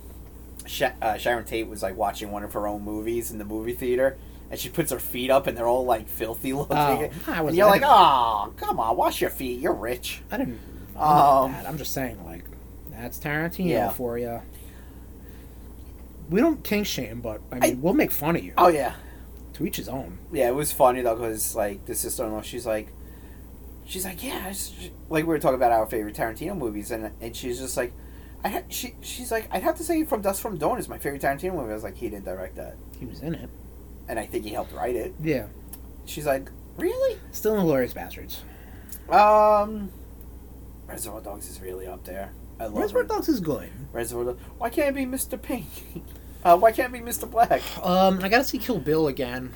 S2: Sha- uh, Sharon Tate was like watching one of her own movies in the movie theater, and she puts her feet up, and they're all like filthy looking.
S1: Oh, I
S2: and
S1: was-
S2: you're
S1: I
S2: like,
S1: didn't-
S2: oh, come on, wash your feet. You're rich.
S1: I didn't. I'm, not
S2: Um,
S1: that. I'm just saying, like, that's Tarantino
S2: Yeah.
S1: for you. We don't kink shame, but I mean, we'll make fun of you.
S2: Oh yeah.
S1: to each his own.
S2: yeah, it was funny though because like the sister in law, she's like, she's like, yeah, I just- like we were talking about our favorite Tarantino movies, and and she's just like, I ha- she she's like, I'd have to say From Dust From Dawn is my favorite Tarantino movie. I was like, he didn't direct that,
S1: He was in it.
S2: and I think he helped write it.
S1: Yeah.
S2: She's like, really?
S1: Still in Glorious Bastards.
S2: Um, Reservoir Dogs is really up there. I love
S1: Reservoir
S2: Re-
S1: Dogs is good.
S2: Reservoir Dogs. Why can't it be Mr. Pink? uh, why can't it be Mr. Black?
S1: Um, I gotta see Kill Bill again.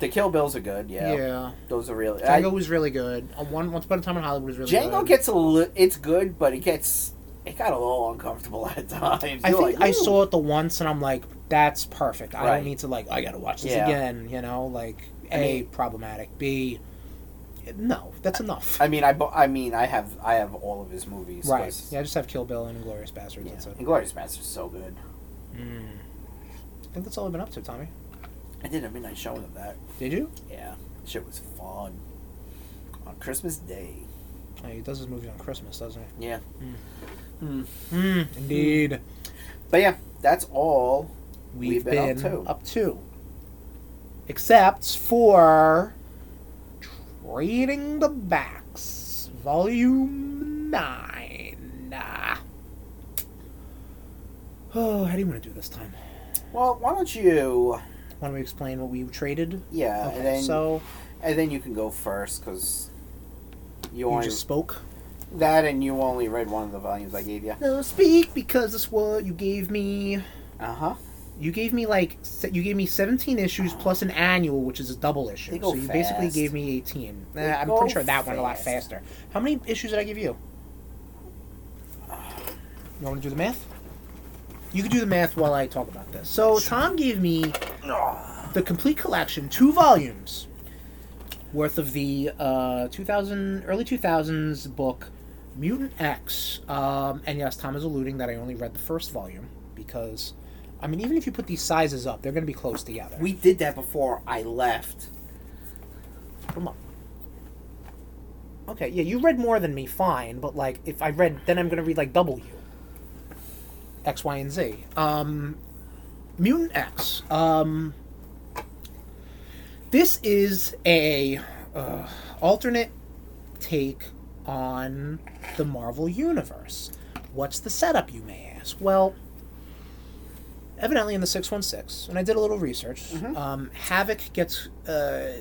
S2: The Kill Bills are good. Yeah,
S1: Yeah,
S2: those are really. I-
S1: Django was really good. Uh, One Once Upon a Time in Hollywood was really
S2: Django
S1: good.
S2: gets a li- it's good, but it gets it got a little uncomfortable at times.
S1: I
S2: You're
S1: think
S2: like,
S1: I
S2: "Ooh."
S1: saw it the once, and I'm like, that's perfect. I
S2: Right.
S1: don't need to like. I gotta watch this
S2: Yeah.
S1: again. You know, like
S2: I
S1: a
S2: mean-
S1: problematic. B, no, that's enough.
S2: I mean, I bo- I mean, I have I have all of his movies.
S1: right?
S2: 'cause-
S1: Yeah, I just have Kill Bill and Glorious Bastards.
S2: Yeah.
S1: That's it.
S2: Inglourious Basterds is so good.
S1: Mm. think that's all I've been up to, Tommy.
S2: I did a midnight showing of that.
S1: Did you?
S2: Yeah, shit was fun. On Christmas Day.
S1: Oh, he does his movies on Christmas, doesn't
S2: Yeah. Hmm.
S1: he? Mm, indeed.
S2: But yeah, that's all.
S1: We've,
S2: We've
S1: been,
S2: been up to.
S1: up to. Except for Trading the Backs, Volume 9. Oh, how do you want to do this time?
S2: Well, why don't you?
S1: Why don't we explain what we traded?
S2: Yeah,
S1: okay,
S2: and then
S1: so
S2: and then you can go first because you,
S1: you
S2: only
S1: just spoke.
S2: that and you only read one of the volumes I gave you.
S1: No, speak because it's what you gave me.
S2: Uh huh.
S1: You gave me like se- you gave me 17 issues plus an annual, which is a double issue.
S2: They go
S1: so you basically
S2: fast.
S1: gave me 18. Eh,
S2: They
S1: I'm
S2: go
S1: pretty sure that one a lot
S2: fast.
S1: faster. How many issues did I give you? You want to do the math? You can do the math while I talk about this. So Tom gave me the complete collection, two volumes worth of the uh, 2000 early 2000s book Mutant X. Um, and yes, Tom is alluding that I only read the first volume because, I mean, even if you put these sizes up, they're going to be close together.
S2: We did that before I left.
S1: Put 'em up. Okay, yeah, you read more than me, fine, but like if I read, then I'm gonna read like W, X, Y, and Z. Um, Mutant X. Um, this is a uh, alternate take on the Marvel Universe. What's the setup, you may ask? Well, evidently in the 616, and I did a little research, um, Havoc gets uh,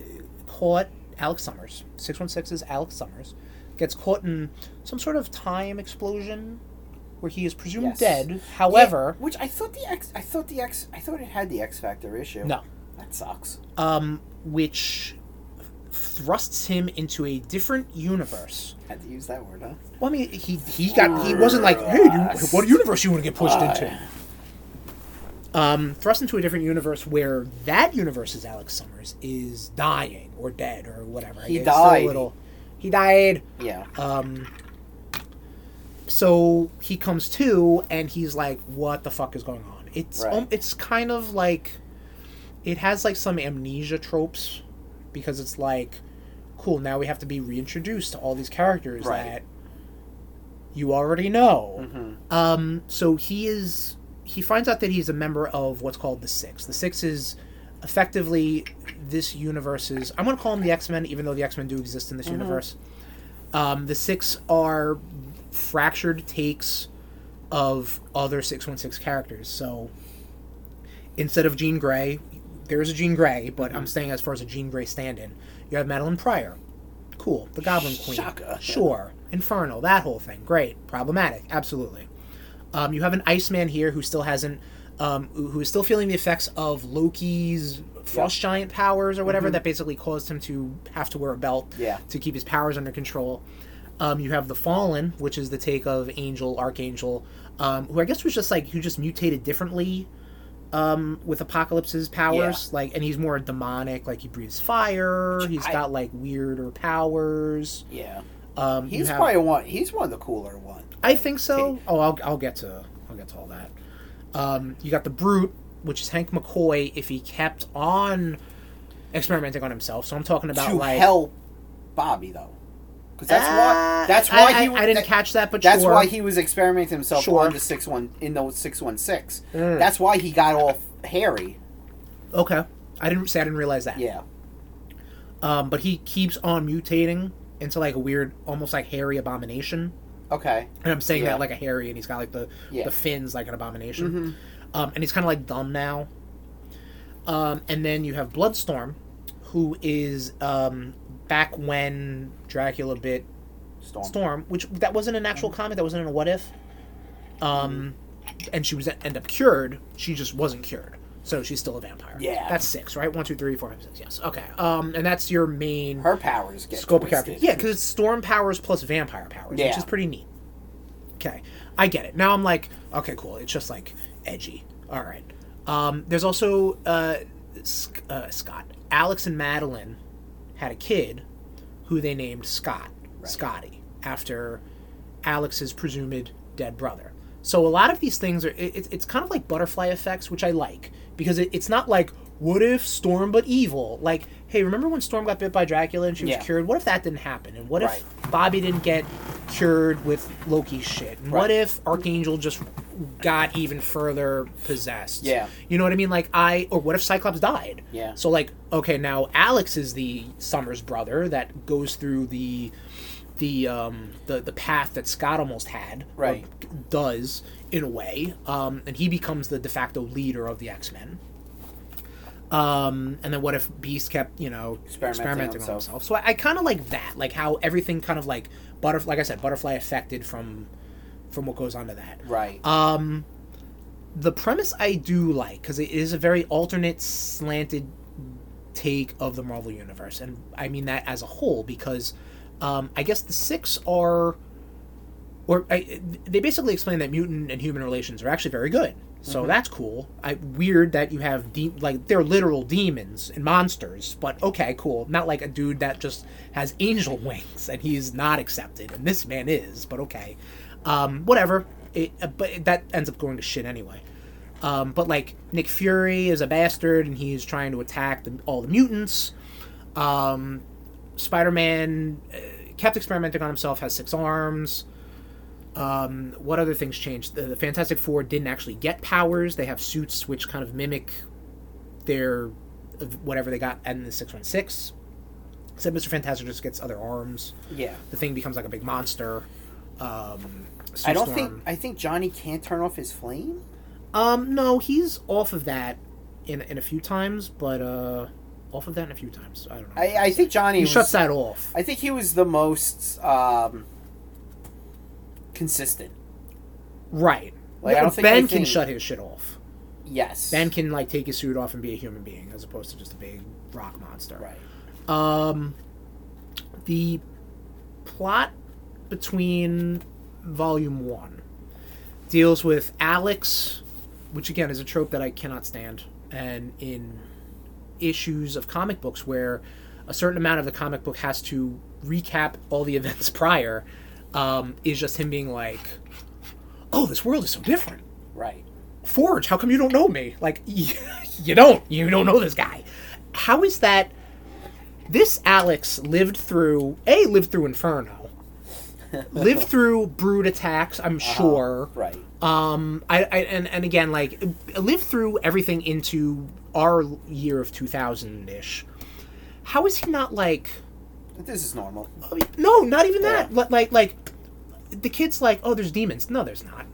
S1: caught, Alex Summers, 616's Alex Summers, gets caught in some sort of time explosion where he is presumed
S2: Yes.
S1: dead. However,
S2: Yeah, which I thought the X, I thought the X, I thought it had the X Factor issue.
S1: no.
S2: that sucks.
S1: um, which thrusts him into a different universe.
S2: Had to use that word, huh?
S1: Well, I mean, he he got he wasn't like, hey, you, what universe you want to get pushed into? Um, thrust into a different universe where that universe's Alex Summers is dying or dead or whatever.
S2: He
S1: It's still a
S2: died.
S1: little- he died.
S2: Yeah.
S1: Um, so he comes to, and he's like, "What the fuck is going on?" It's
S2: Right.
S1: um, it's kind of like it has like some amnesia tropes because it's like, cool, now we have to be reintroduced to all these characters
S2: Right.
S1: that you already know.
S2: Mm-hmm.
S1: Um, so he is. He finds out that he's a member of what's called the Six. The Six is effectively this universe's. I'm going to call them the X Men, even though the X Men do exist in this
S2: Mm-hmm.
S1: universe. Um, the Six are fractured takes of other 616 characters. So instead of Jean Grey, there is a Jean Grey, but I'm saying as far as a Jean Grey stand in, you have Madeline Pryor. Cool. The Goblin Queen.
S2: Shaka.
S1: Sure. Infernal. That whole thing. Great. Problematic. Absolutely. Um, you have an Iceman here who still hasn't, um, who who is still feeling the effects of Loki's frost giant powers or whatever that basically caused him to have to wear a belt
S2: Mm-hmm. Yeah.
S1: to keep his powers under control. Um, you have the Fallen, which is the take of Angel, Archangel, um, who I guess was just like who just mutated differently um, with Apocalypse's powers, like, and he's more demonic, like he breathes fire, he's
S2: I-
S1: got like weirder powers.
S2: Yeah.
S1: Um, you
S2: He's
S1: have-
S2: probably one. He's one of the cooler one.
S1: I think so.
S2: Take.
S1: Oh, I'll, I'll get to I'll get to all that. Um, you got the brute, which is Hank McCoy, if he kept on experimenting on himself. So I'm talking about
S2: to
S1: like
S2: help Bobby though, because that's why.
S1: Ah,
S2: That's
S1: I-
S2: why
S1: I,
S2: he.
S1: I didn't
S2: that-
S1: catch that, but
S2: That's
S1: sure.
S2: why he was experimenting himself
S1: Sure.
S2: on the six one in the six one six.
S1: Mm.
S2: That's why he got off Harry.
S1: Okay, I didn't say I didn't realize that.
S2: Yeah.
S1: Um, but he keeps on mutating into like a weird, almost like hairy abomination.
S2: Okay.
S1: And I'm saying
S2: Yeah.
S1: that like a hairy, and he's got like the
S2: Yeah. Mm-hmm.
S1: the fins like an abomination. Um, and he's kind of like dumb now. Um, and then you have Bloodstorm, who is um, back when Dracula bit
S2: Storm.
S1: Storm, which that wasn't an
S2: Mm.
S1: actual comic, that wasn't in a what if. Um, and she was end up cured. She just wasn't cured, so she's still a vampire.
S2: Yeah.
S1: that's six, right? One, two, three, four, five, six. Yes, okay. Um, and that's your main
S2: Her powers get
S1: scope of
S2: twisted.
S1: character. Yeah, because it's storm powers plus vampire powers, which
S2: Yeah.
S1: is pretty neat. Okay, I get it. Now I'm like, okay, cool. It's just like edgy. All right. Um, there's also uh, Sc- uh, Scott. Alex and Madeline had a kid who they named Scott, Scotty, after Alex's presumed dead brother. So a lot of these things are it, it's- it's kind of like butterfly effects, which I like because it, it's not like what if Storm but evil. Like, hey, remember when Storm got bit by Dracula and she was
S2: Yeah.
S1: cured? What if that didn't happen? And what
S2: Right.
S1: if Bobby didn't get cured with Loki's shit? And what
S2: Right.
S1: if Archangel just got even further possessed?
S2: Yeah.
S1: You know what I mean? Like I or what if Cyclops died?
S2: Yeah.
S1: So like, okay, now Alex is the Summers brother that goes through the the um the, the path that Scott almost had. or
S2: Right.
S1: does in a way. Um and he becomes the de facto leader of the X Men. Um, and then what if Beast kept, you know, experimenting,
S2: Experimenting
S1: on
S2: on
S1: himself? So I, I kind of like that, like how everything kind of like butterf like I said, butterfly affected from from what goes on to that
S2: Right.
S1: Um, the premise I do like because it is a very alternate, slanted take of the Marvel universe, and I mean that as a whole because um, I guess the six are, or I, they basically explain that mutant and human relations are actually very good. So that's cool. I weird that you have de- like they're literal demons and monsters, but okay, cool. Not like a dude that just has angel wings and he's not accepted, and this man is. But okay, um, whatever. It, uh, but that ends up going to shit anyway. Um, but like Nick Fury is a bastard and he's trying to attack the, all the mutants. Um, Spider Man uh, kept experimenting on himself, has six arms. Um, what other things changed? The, the Fantastic Four didn't actually get powers. They have suits which kind of mimic their whatever they got in the 616. Except Mr. Fantastic just gets other arms.
S2: yeah.
S1: The thing becomes like a big monster. Um,
S2: I don't
S1: Sue Storm-
S2: think I think Johnny can't turn off his flame.
S1: Um, no, he's off of that in in a few times, but uh, off of that in a few times. I don't know.
S2: I, I think Johnny
S1: he
S2: was,
S1: shuts that off.
S2: I think he was the most um, consistent.
S1: right.
S2: Like, I don't think
S1: ben can
S2: anything-
S1: shut his shit off.
S2: Yes.
S1: Ben can like take his suit off and be a human being as opposed to just a big rock monster.
S2: Right.
S1: Um, the plot between volume one deals with Alex, which again is a trope that I cannot stand, and in issues of comic books where a certain amount of the comic book has to recap all the events prior, um, is just him being like, "Oh, this world is so different."
S2: Right.
S1: Forge, how come you don't know me? Like, you don't. You don't know this guy. How is that? This Alex lived through, A, lived through Inferno, lived through Brood attacks, I'm sure.
S2: Right.
S1: Um, I, I and, and again, like, lived through everything into our year of 2000 ish. How is he not like.
S2: This is normal.
S1: No, not even that.
S2: Yeah.
S1: Like, like, like, the kid's like, oh, there's demons. No, there's not.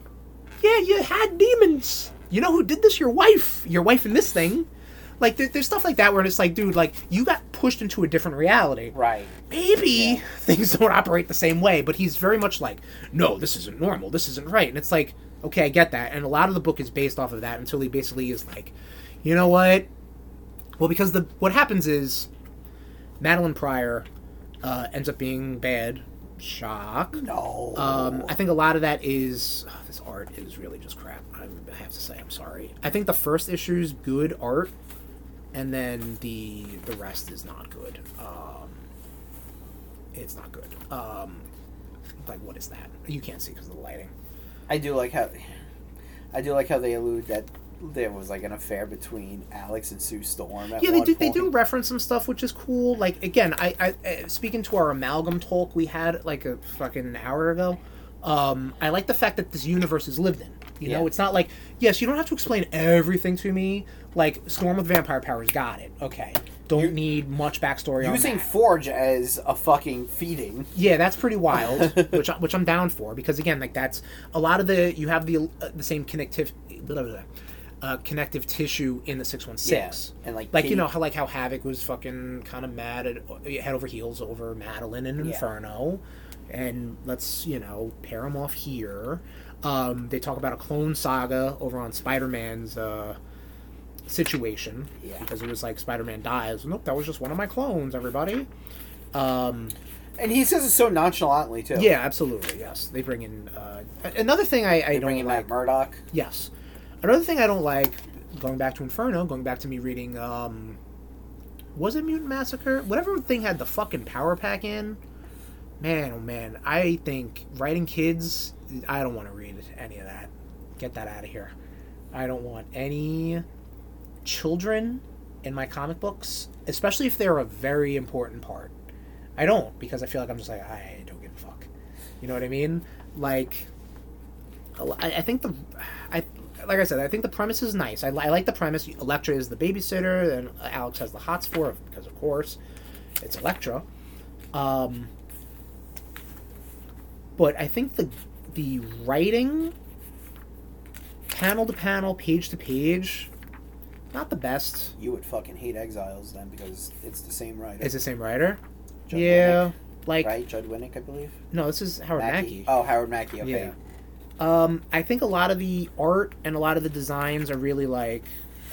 S1: Yeah, you had demons. You know who did this? Your wife. Your wife in this thing. Like, there, there's stuff like that where it's like, dude, like, you got pushed into a different reality.
S2: Right.
S1: Maybe
S2: Yeah.
S1: things don't operate the same way, but he's very much like, no, this isn't normal. This isn't right. And it's like, okay, I get that. And a lot of the book is based off of that until he basically is like, you know what? Well, because the what happens is Madeline Pryor uh, ends up being bad. Shock.
S2: No.
S1: Um,
S2: Oh.
S1: I think a lot of that is oh, this art is really just crap. I'm, I have to say, I'm sorry. I think the first issue is good art, and then the the rest is not good. Um, it's not good. Um, like what is that? You can't see because of the lighting.
S2: I do like how I do like how they allude that there was like an affair between Alex and Sue Storm. At
S1: yeah, they
S2: one
S1: do. They
S2: point.
S1: do reference some stuff, which is cool. Like again, I, I uh, speaking to our amalgam talk we had like a fucking hour ago. Um, I like the fact that this universe is lived in. You know,
S2: Yeah.
S1: it's not like yes, you don't have to explain everything to me. Like Storm with vampire powers, got it. Okay, don't need much backstory. on
S2: using
S1: that.
S2: Forge as a fucking feeding.
S1: Yeah, that's pretty wild, which I- which I'm down for because again, like that's a lot of the you have the uh, the same connective blah, blah, blah, uh, connective tissue in the six one six,
S2: Yeah, and, like,
S1: like you
S2: Kate-
S1: know how like how Havoc was fucking kind of mad at uh, head over heels over Madeline and
S2: Yeah.
S1: Inferno, and let's you know pair them off here. Um, they talk about a clone saga over on Spider Man's. Uh, situation
S2: Yeah.
S1: because it was like spider-man dies nope that was just one of my clones everybody
S2: And he says it so nonchalantly too.
S1: yeah, absolutely. Yes, they bring in uh, a- another thing I, I
S2: They
S1: don't
S2: bring in
S1: like.
S2: Matt Murdock.
S1: yes, another thing I don't like. Going back to Inferno, going back to me reading, um, was it Mutant Massacre? Whatever thing had the fucking power pack in. Man, oh man, I think writing kids I don't want to read any of that. Get that out of here. I don't want any children in my comic books, especially if they're a very important part. I don't because I feel like I'm just like I don't give a fuck. You know what I mean? Like, I I think the, I like I said, I think the premise is nice. I, li- I like the premise. Elektra is the babysitter, and Alex has the hots for it because, of course, it's Elektra. Um, but I think the the writing, panel to panel, page to page, not the best.
S2: You would fucking hate Exiles then because it's the same writer.
S1: It's the same writer.
S2: Judd
S1: yeah, like
S2: Winnick, right? Judd Winnick, I believe.
S1: no, this is Howard Mackey.
S2: Oh, Howard Mackey. Okay.
S1: Yeah. Um, I think a lot of the art and a lot of the designs are really like,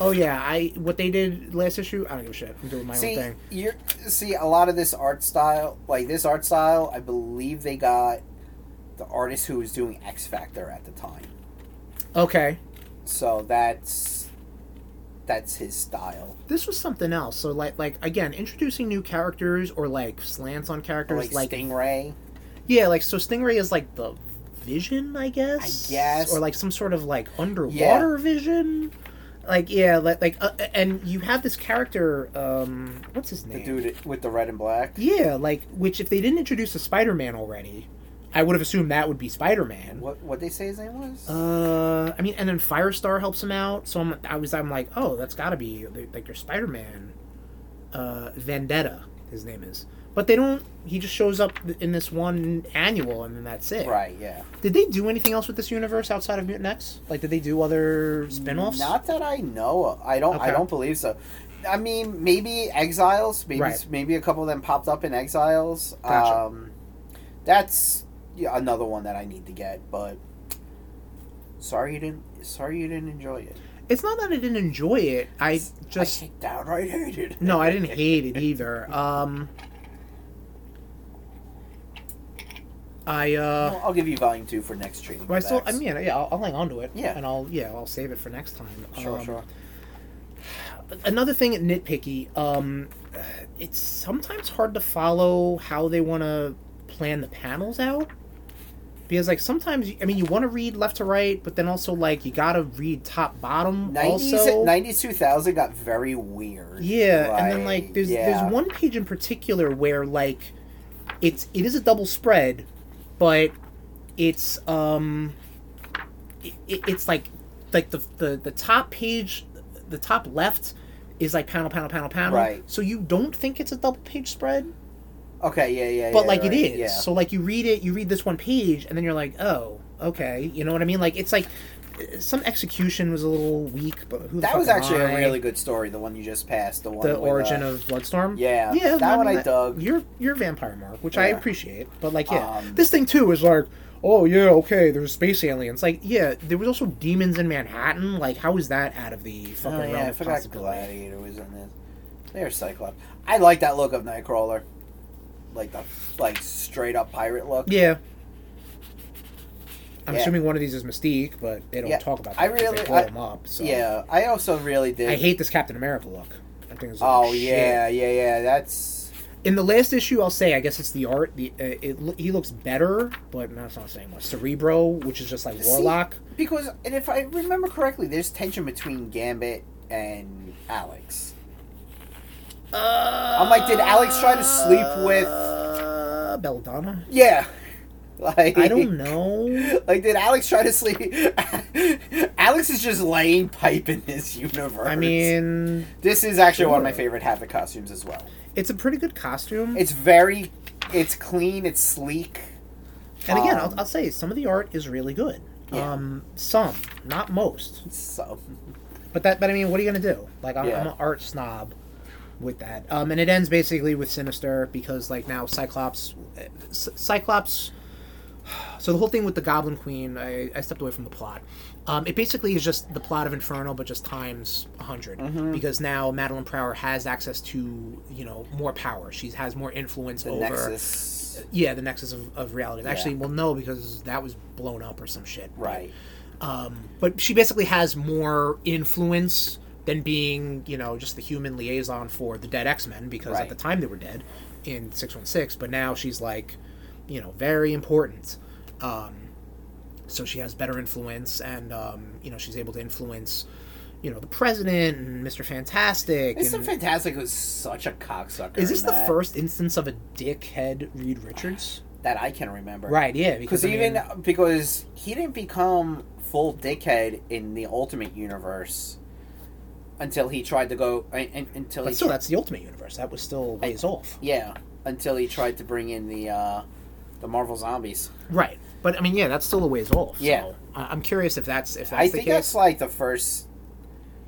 S1: oh yeah, I what they did last issue. I don't give a shit. I'm doing my own
S2: see,
S1: thing.
S2: you're see a lot of this art style, like this art style. I believe they got the artist who was doing X Factor at the time,
S1: Okay,
S2: so that's that's his style.
S1: this was something else. So like, like again, introducing new characters or like slants on
S2: Or,
S1: characters,
S2: Like,
S1: like,
S2: Stingray,
S1: yeah, like so Stingray is like the vision, I guess.
S2: I guess.
S1: or like some sort of like underwater vision. Like yeah, like like, uh, and you have this character. Um, what's his
S2: the
S1: name?
S2: dude with the red and black.
S1: Yeah, like which if they didn't introduce a Spider-Man already, I would have assumed that would be Spider-Man.
S2: What what they say his name was?
S1: Uh, I mean, and then Firestar helps him out. So I'm, I was, I'm like, oh, that's got to be like your Spider-Man, uh, Vendetta. His name is, but they don't. He just shows up in this one annual, and then that's it.
S2: right. Yeah.
S1: Did they do anything else with this universe outside of Mutant X? Like, did they do other spin-offs?
S2: Not that I know of. I don't. I
S1: Okay.
S2: don't believe so. I mean, maybe Exiles. Maybe
S1: Right.
S2: maybe a couple of them popped up in Exiles.
S1: Gotcha.
S2: Um, that's yeah, another one that I need to get. But sorry you didn't. Sorry you didn't enjoy it.
S1: It's not that I didn't enjoy it. I just
S2: I downright hated. it.
S1: No, I didn't hate it either. Um, I uh,
S2: Well, I'll give you volume two for next trading.
S1: well, I still,
S2: Backs.
S1: I mean, yeah, I'll, I'll hang on to it.
S2: Yeah.
S1: and I'll yeah, I'll save it for next time.
S2: sure,
S1: Um,
S2: sure.
S1: Another thing, nitpicky. Um, it's sometimes hard to follow how they want to plan the panels out. Because like sometimes I mean you want to read left to right, but then also like you gotta read top bottom.
S2: Nineties
S1: also,
S2: ninety two thousand got very weird.
S1: Yeah, and then like there's
S2: yeah.
S1: there's one page in particular where like it's it is a double spread, but it's um it, it- it's like like the, the the top page the top left is like panel panel panel panel.
S2: Right.
S1: So you don't think it's a double page spread,
S2: Okay. Yeah. Yeah.
S1: but
S2: yeah,
S1: like
S2: right,
S1: it is.
S2: Yeah.
S1: So like you read it, you read this one page, and then you're like, oh, okay, you know what I mean? Like it's like uh, some execution was a little weak, but who the
S2: that
S1: fuck
S2: was
S1: am
S2: actually a
S1: I?
S2: really good story. The one you just passed. The one.
S1: the
S2: with,
S1: origin
S2: uh,
S1: of Bloodstorm.
S2: Yeah,
S1: yeah,
S2: that
S1: I
S2: one
S1: mean,
S2: I dug.
S1: You're you're a vampire, Mark, which I
S2: Yeah.
S1: appreciate, but like, yeah,
S2: Um,
S1: this thing too is like, oh yeah, okay, there's space aliens. Like, yeah, there was also demons in Manhattan. Like, how is that out of the fucking
S2: Oh,
S1: realm
S2: yeah, I
S1: of
S2: forgot
S1: possibility?
S2: Gladiator was in this. There's Cyclops. I like that look of Nightcrawler, like the like straight up pirate look.
S1: Yeah. I'm
S2: Yeah.
S1: assuming one of these is Mystique, but they don't
S2: Yeah,
S1: talk about that.
S2: I
S1: 'cause they
S2: really-
S1: blow
S2: I-
S1: him up. So.
S2: Yeah, I also really did.
S1: I hate this Captain America look. I think it's like,
S2: Oh
S1: shit.
S2: yeah, yeah, yeah. That's
S1: In the last issue, I'll say I guess it's the art. The uh, it, lo- he looks better, but no, that's not saying much. Cerebro, which is just like
S2: See,
S1: Warlock.
S2: because, and if I remember correctly, there's tension between Gambit and Alex.
S1: Uh,
S2: I'm like, did Alex try to sleep with?
S1: uh, Belladonna?
S2: Yeah, like
S1: I don't know.
S2: Like, did Alex try to sleep? Alex is just laying pipe in this universe.
S1: I mean,
S2: this is actually one of my
S1: Sure.
S2: favorite Havoc costumes as well.
S1: it's a pretty good costume.
S2: It's very, it's clean, it's sleek.
S1: and again,
S2: um,
S1: I'll, I'll say some of the art is really good.
S2: Yeah.
S1: Um, some, not most.
S2: So
S1: But that, but I mean, what are you gonna do? Like, I'm,
S2: Yeah.
S1: I'm an art snob with that. Um, and it ends basically with Sinister because like now Cyclops, C- Cyclops. So the whole thing with the Goblin Queen, I, I stepped away from the plot. Um, it basically is just the plot of Inferno, but just times 100
S2: Mm-hmm.
S1: because now Madeline Prower has access to you know more power. She has more influence
S2: the
S1: over
S2: Nexus,
S1: yeah the nexus of, of reality. Actually, well, no, because that was blown up or some shit.
S2: right?
S1: Um, but she basically has more influence than being, you know, just the human liaison for the dead X Men because at
S2: Right.
S1: the time they were dead in six one six, but now she's like, you know, very important. Um, so she has better influence, and um, you know she's able to influence, you know, the president and Mister Fantastic.
S2: Mr.
S1: and-
S2: Fantastic was such a cocksucker.
S1: is this
S2: in
S1: the
S2: that,
S1: first instance of a dickhead Reed Richards?
S2: that I can remember?
S1: Right. Yeah.
S2: Because
S1: I
S2: even
S1: mean-
S2: because he didn't become full dickhead in the Ultimate Universe until he tried to go uh, un- un- until
S1: but
S2: he
S1: still,
S2: tri-
S1: that's the Ultimate Universe. That was still ways off.
S2: yeah until he tried to bring in the uh, the Marvel zombies.
S1: Right. But I mean, yeah, that's still a ways off.
S2: Yeah.
S1: So I- I'm curious if that's if that's
S2: I
S1: the
S2: think
S1: case.
S2: that's like the first.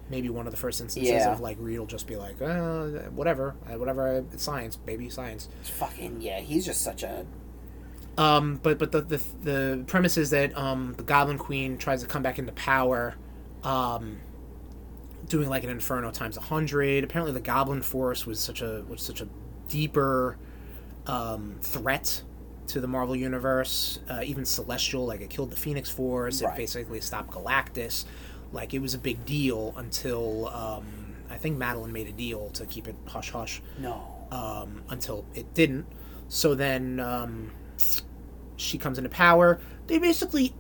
S1: Maybe one of the first instances
S2: Yeah.
S1: of like Reed will just be like, uh, whatever, uh, whatever, uh, it's science, baby, science.
S2: Fucking yeah, he's just such a
S1: Um, but but the, the the premise is that um, the Goblin Queen tries to come back into power, um, doing like an Inferno times a hundred. Apparently, the Goblin Force was such a was such a deeper um, threat to the Marvel Universe. Uh, even Celestial, like it killed the Phoenix Force. It
S2: Right.
S1: basically stopped Galactus. Like it was a big deal until um, I think Madeline made a deal to keep it hush hush
S2: no.
S1: um, until it didn't. So then um, she comes into power. They basically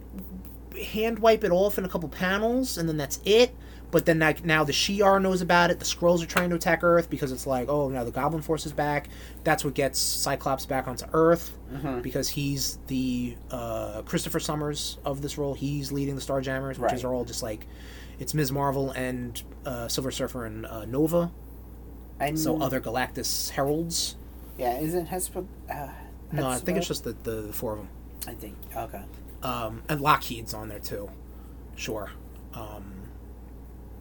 S1: hand wipe it off in a couple panels, and then that's it. But then like now the Shi'ar knows about it. The Skrulls are trying to attack Earth because it's like, oh, now the Goblin Force is back. That's what gets Cyclops back onto Earth
S2: Mhm.
S1: because he's the uh, Christopher Summers of this role. He's leading the Starjammers, which is
S2: Right.
S1: are all just like it's Ms. Marvel and uh, Silver Surfer and uh, Nova,
S2: And
S1: so other Galactus heralds.
S2: yeah, isn't Hesper? Uh,
S1: No, I think it's
S2: Hesper-
S1: just the, the, the four of them.
S2: I think okay.
S1: Um, and Lockheed's on there too. Sure. Um,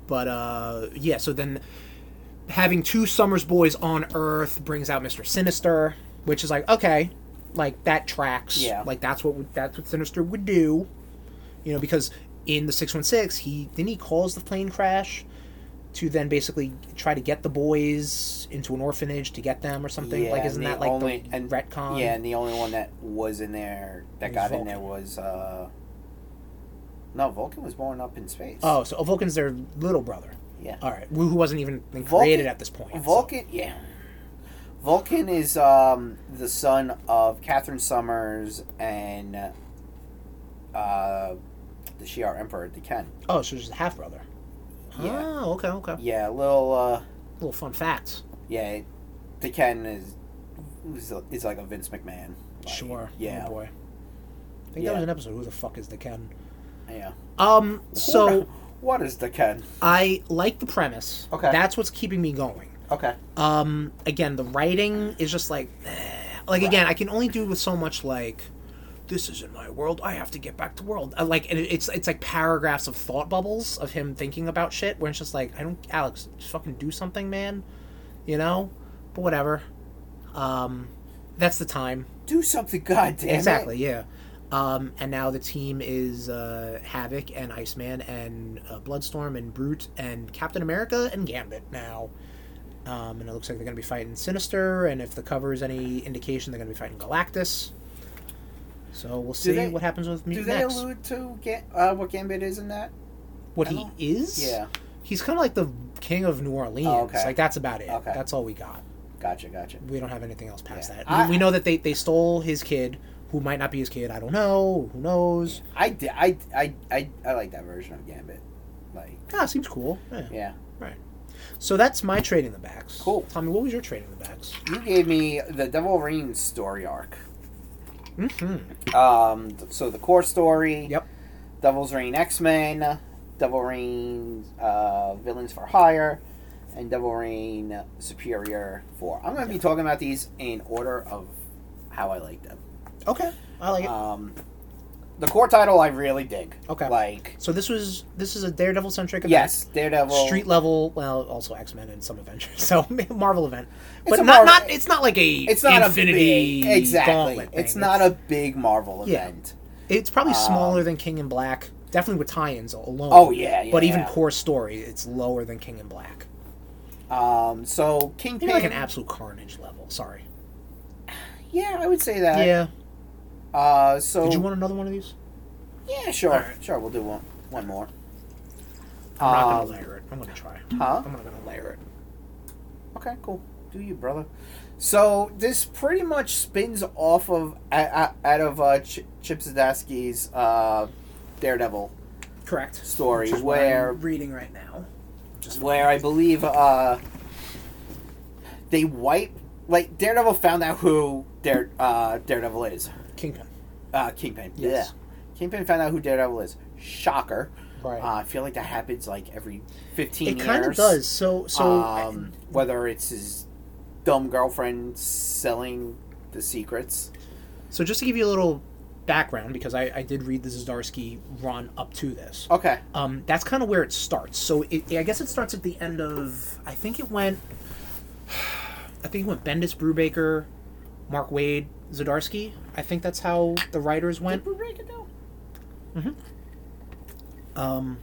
S1: but uh, yeah, so then having two Summers boys on Earth brings out Mister Sinister, which is like okay, like that tracks.
S2: Yeah.
S1: Like that's what would- that's what Sinister would do. You know, because in the six one six, he didn't he cause the plane crash to then basically try to get the boys into an orphanage to get them or something.
S2: Yeah,
S1: like isn't
S2: and
S1: that
S2: the
S1: like
S2: only-
S1: the
S2: and-
S1: retcon?
S2: Yeah, and the only one that was in there that
S1: Was
S2: got in
S1: Vulcan.
S2: there was uh No, Vulcan was born up in space.
S1: Oh, so Vulcan's their little brother.
S2: yeah.
S1: All right, who who wasn't even created
S2: Vulcan-
S1: at this point. so-
S2: Vulcan yeah. Vulcan is um the son of Catherine Summers and uh the Shi'ar Emperor, the Ken.
S1: Oh, so she's a half brother.
S2: Yeah.
S1: Oh, okay, okay.
S2: Yeah, little uh
S1: Little fun fact.
S2: yeah, the Ken is is, is like a Vince McMahon. Like,
S1: sure.
S2: Yeah.
S1: Oh, boy. I think
S2: Yeah.
S1: that was an episode. Who the fuck is the Ken?
S2: Yeah.
S1: Um. So
S2: what is the Ken?
S1: I like the premise.
S2: Okay.
S1: That's what's keeping me going.
S2: Okay.
S1: Um. Again, the writing is just like, eh. like again, I can only do with so much like. This isn't my world. I have to get back to world. I like, and it- it's it's like paragraphs of thought bubbles of him thinking about shit. Where it's just like, I don't, Alex, just fucking do something, man. You know, but whatever. Um, that's the time.
S2: Do something goddamn it.
S1: exactly yeah um, and now the team is uh, havoc and iceman and uh, bloodstorm and brute and captain america and gambit now um, and it looks like they're going to be fighting sinister and if the cover is any indication they're going to be fighting galactus so we'll see
S2: they-
S1: what happens with
S2: Do
S1: mutant
S2: they
S1: X.
S2: allude to Ga- uh, what Gambit is in that?
S1: what
S2: I
S1: he
S2: don't-
S1: is
S2: Yeah,
S1: he's kind of like the king of new orleans
S2: Oh, okay.
S1: like that's about it
S2: Okay.
S1: that's all we got
S2: gotcha, gotcha.
S1: we don't have anything else past
S2: Yeah.
S1: that
S2: I-
S1: we, we know that they, they stole his kid who might not be his kid i don't know who knows
S2: I, di- I, I, I, I like that version of Gambit. Like,
S1: ah seems cool yeah.
S2: yeah.
S1: So that's my trading the backs.
S2: Cool.
S1: Tommy, what was your trading the backs?
S2: You gave me the Devil Reign story arc.
S1: Mm-hmm.
S2: Um, th- so the core story.
S1: Yep.
S2: Devil's Reign X Men, Devil Reign uh, Villains for Hire, and Devil Reign Superior Four. I'm going to be talking about these in order of how I like them.
S1: Okay, I like it.
S2: Um, the core title I really dig.
S1: Okay.
S2: Like,
S1: so this was this is a Daredevil centric event.
S2: yes, Daredevil.
S1: Street level, well, also X Men and some Avengers, so Marvel event, but
S2: a
S1: not
S2: Marvel- e-
S1: not it's not like a
S2: it's not
S1: Infinity
S2: a big, exactly.
S1: Gauntlet
S2: It's
S1: thing.
S2: not a big Marvel
S1: Yeah.
S2: event.
S1: It's probably
S2: um,
S1: smaller than King in Black, definitely with tie-ins alone.
S2: Oh yeah, yeah.
S1: but even
S2: yeah.
S1: core story, it's lower than King in Black.
S2: um, so Kingpin.
S1: Maybe like an absolute Carnage level. Sorry.
S2: Yeah, I would say that.
S1: yeah.
S2: Uh, so
S1: Did you want another one of these?
S2: Yeah, sure,
S1: Alright.
S2: sure. We'll do one, one more.
S1: I'm not
S2: Um,
S1: gonna layer it. I'm gonna try.
S2: Huh?
S1: I'm not gonna layer it.
S2: Okay, cool. Do you, brother? So this pretty much spins off of out, out of uh, Ch- Chip Zdarsky's uh, Daredevil
S1: Correct.
S2: story
S1: Which is what
S2: where
S1: I'm reading right now.
S2: where I believe uh, they wipe like Daredevil found out who Dare uh, Daredevil is.
S1: Kingpin.
S2: Uh, Kingpin.
S1: Yes.
S2: Yeah. Kingpin found out who Daredevil is. Shocker.
S1: Right.
S2: Uh, I feel like that happens like every fifteen.
S1: it
S2: years.
S1: kind of does. So so
S2: um, whether it's his dumb girlfriend selling the secrets.
S1: so just to give you a little background because I, I did read the Zdarsky run up to this.
S2: Okay.
S1: um, that's kind of where it starts. So it, I guess it starts at the end of. I think it went. I think it went Bendis, Brubaker, Mark Wade, Zadarsky. I think that's how the writers went.
S2: Mm-hmm.
S1: Um,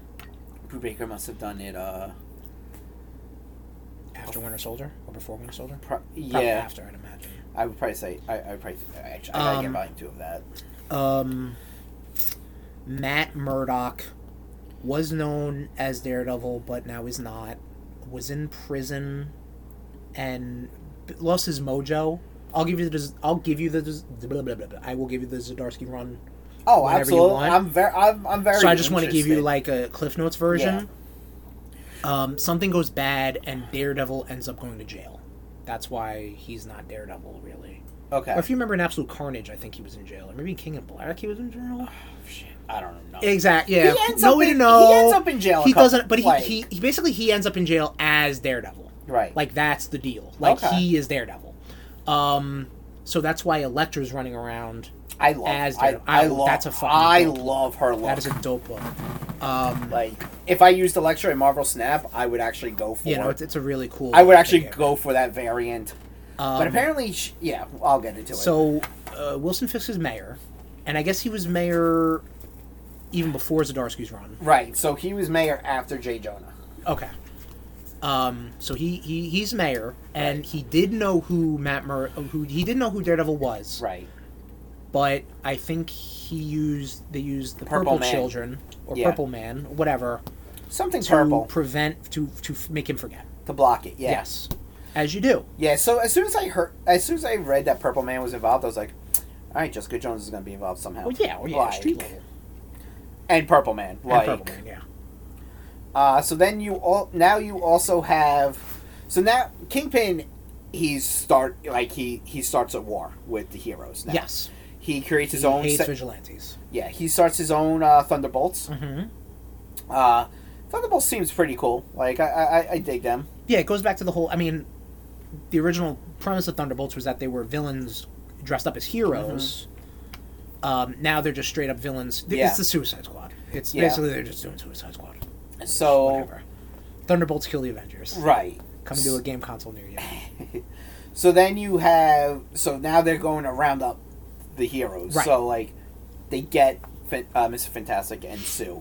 S2: Brubaker must have done it. Uh,
S1: after Winter Soldier or before Winter Soldier?
S2: pro-
S1: Probably
S2: yeah.
S1: after I'd imagine.
S2: I would probably say I, I would probably actually, I gotta
S1: Um,
S2: get volume two of that.
S1: Um, Matt Murdock was known as Daredevil, but now is not. Was in prison and b- lost his mojo. I'll give you the. I'll give you the. Blah, blah, blah, blah. I will give you the Zdarsky run.
S2: Oh,
S1: whatever you
S2: absolutely.
S1: want.
S2: I'm very. I'm, I'm very.
S1: so I just want to give you
S2: interested.
S1: like a Cliff Notes version. Um, something goes bad, and Daredevil ends up going to jail. That's why he's not Daredevil, really.
S2: Okay.
S1: Or if you remember in Absolute Carnage, I think he was in jail. Or maybe King of Black, he was in jail.
S2: Oh, Shit, I don't know.
S1: Exactly. Yeah.
S2: He ends
S1: no
S2: up
S1: way
S2: in-
S1: to know.
S2: he ends up in jail a
S1: He
S2: couple-
S1: doesn't. But he,
S2: like-
S1: he he basically he ends up in jail as Daredevil.
S2: right.
S1: Like that's the deal. Like
S2: Okay.
S1: he is Daredevil. Um. So that's why Elektra's running around.
S2: I love.
S1: as
S2: I,
S1: Daredevil.
S2: I
S1: Oh,
S2: love.
S1: that's a fucking
S2: I
S1: dope.
S2: love her look.
S1: That is a dope book. Um.
S2: like if I used Electra in Marvel Snap, I would actually go for.
S1: You know, it's,
S2: it.
S1: it's a really cool.
S2: I would actually
S1: ticket.
S2: go for that variant.
S1: Um,
S2: but apparently, sh yeah, I'll get into it.
S1: So uh, Wilson Fisk is mayor, and I guess he was mayor even before Zdarsky's run.
S2: right. So he was mayor after Jay Jonah.
S1: Okay. Um, so he, he he's mayor, and he did know who Matt Mur- who he did know who Daredevil was,
S2: Right.
S1: but I think he used they used the
S2: Purple
S1: Purple,
S2: Man.
S1: Children or
S2: Yeah.
S1: Purple Man, whatever,
S2: Something
S1: to
S2: purple
S1: prevent to to f- make him forget.
S2: to block it. Yeah.
S1: Yes, as you do.
S2: Yeah. So as soon as I heard, as soon as I read that Purple Man was involved, I was like, "All right, Jessica Jones is going to be involved somehow."
S1: Well, yeah, well, yeah,
S2: Like-
S1: street level.
S2: and Purple Man.
S1: And
S2: Like,
S1: Purple Man, yeah.
S2: Uh, so then you all now you also have so now Kingpin he's start like he he starts a war with the heroes. Now.
S1: Yes,
S2: he creates his
S1: he
S2: own.
S1: hates
S2: se-
S1: vigilantes.
S2: yeah, he starts his own uh, Thunderbolts.
S1: hmm
S2: Uh, Thunderbolts seems pretty cool. Like I I, I- I dig them.
S1: Yeah, it goes back to the whole. I mean, the original premise of Thunderbolts was that they were villains dressed up as heroes. Um, now they're just straight up villains. Th-
S2: Mm-hmm. Yeah.
S1: It's the Suicide Squad. It's
S2: Yeah. Oh.
S1: basically they're just doing Suicide Squad.
S2: So
S1: Whatever. Thunderbolts kill the Avengers.
S2: right.
S1: Coming to a game console near you.
S2: So then you have so now they're going to round up the heroes.
S1: Right.
S2: So like they get Fan- uh, Mr. Fantastic and Sue.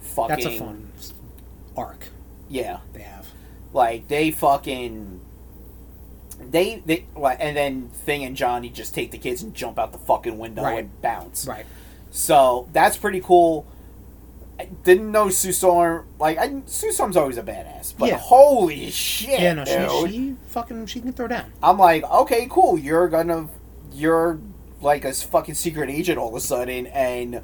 S2: Fucking
S1: That's a fun s- arc
S2: yeah.
S1: they have.
S2: Like they fucking they they like, and then Thing and Johnny just take the kids and jump out the fucking window
S1: Right.
S2: and bounce.
S1: Right.
S2: So that's pretty cool. I didn't know Sue Storm like I Sue Storm's always a badass, but
S1: Yeah.
S2: holy shit!
S1: Yeah, no,
S2: dude.
S1: she, she fucking she can throw down.
S2: I'm like, okay, cool. You're gonna you're like a s- fucking secret agent all of a sudden, and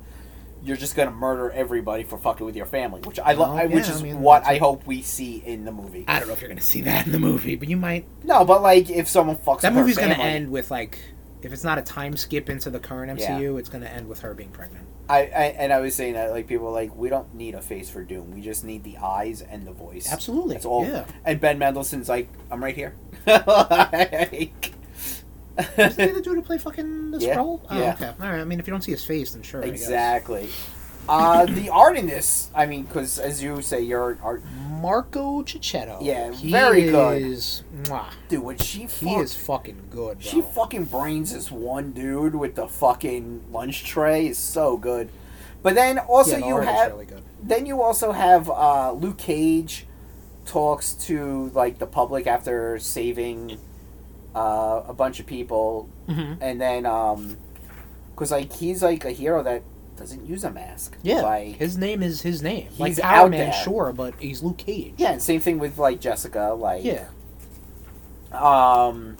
S2: you're just gonna murder everybody for fucking with your family, which I love,
S1: Well,
S2: I which
S1: yeah, I
S2: is
S1: mean,
S2: what
S1: that's
S2: I hope we see in the movie.
S1: I don't know if you're gonna see that in the movie, but you might.
S2: No, but like if someone fucks
S1: That
S2: with her
S1: movie's gonna
S2: family-
S1: end with like, if it's not a time skip into the current MCU, it's gonna end with her being pregnant.
S2: I, I and I was saying that like people are like we don't need a face for Doom. We just need the eyes and the voice.
S1: Absolutely.
S2: That's all.
S1: Yeah.
S2: And Ben Mendelsohn's like, I'm right here. like,
S1: Isn't he the dude who play fucking the
S2: Yeah,
S1: scroll? Oh,
S2: yeah.
S1: okay. All right. I mean, if you don't see his face, then sure. I guess.
S2: exactly. Uh, the art in this, I mean, because as you say, you're an art
S1: Marco Cicchetto.
S2: Yeah, very good.
S1: is, Mwah,
S2: dude. When she fuck,
S1: he is fucking good. Bro.
S2: she fucking brains this one dude with the fucking lunch tray is so good. But then also
S1: Yeah, the
S2: you
S1: art is
S2: have
S1: really good.
S2: then you also have uh, Luke Cage talks to like the public after saving uh, a bunch of people,
S1: Mhm.
S2: and then um, because like he's like a hero that doesn't use a mask.
S1: Yeah,
S2: like
S1: his name is his name. Like
S2: He's
S1: Power
S2: out
S1: Man,
S2: there.
S1: sure, but he's Luke Cage.
S2: yeah, and same thing with like Jessica. Like
S1: yeah.
S2: um,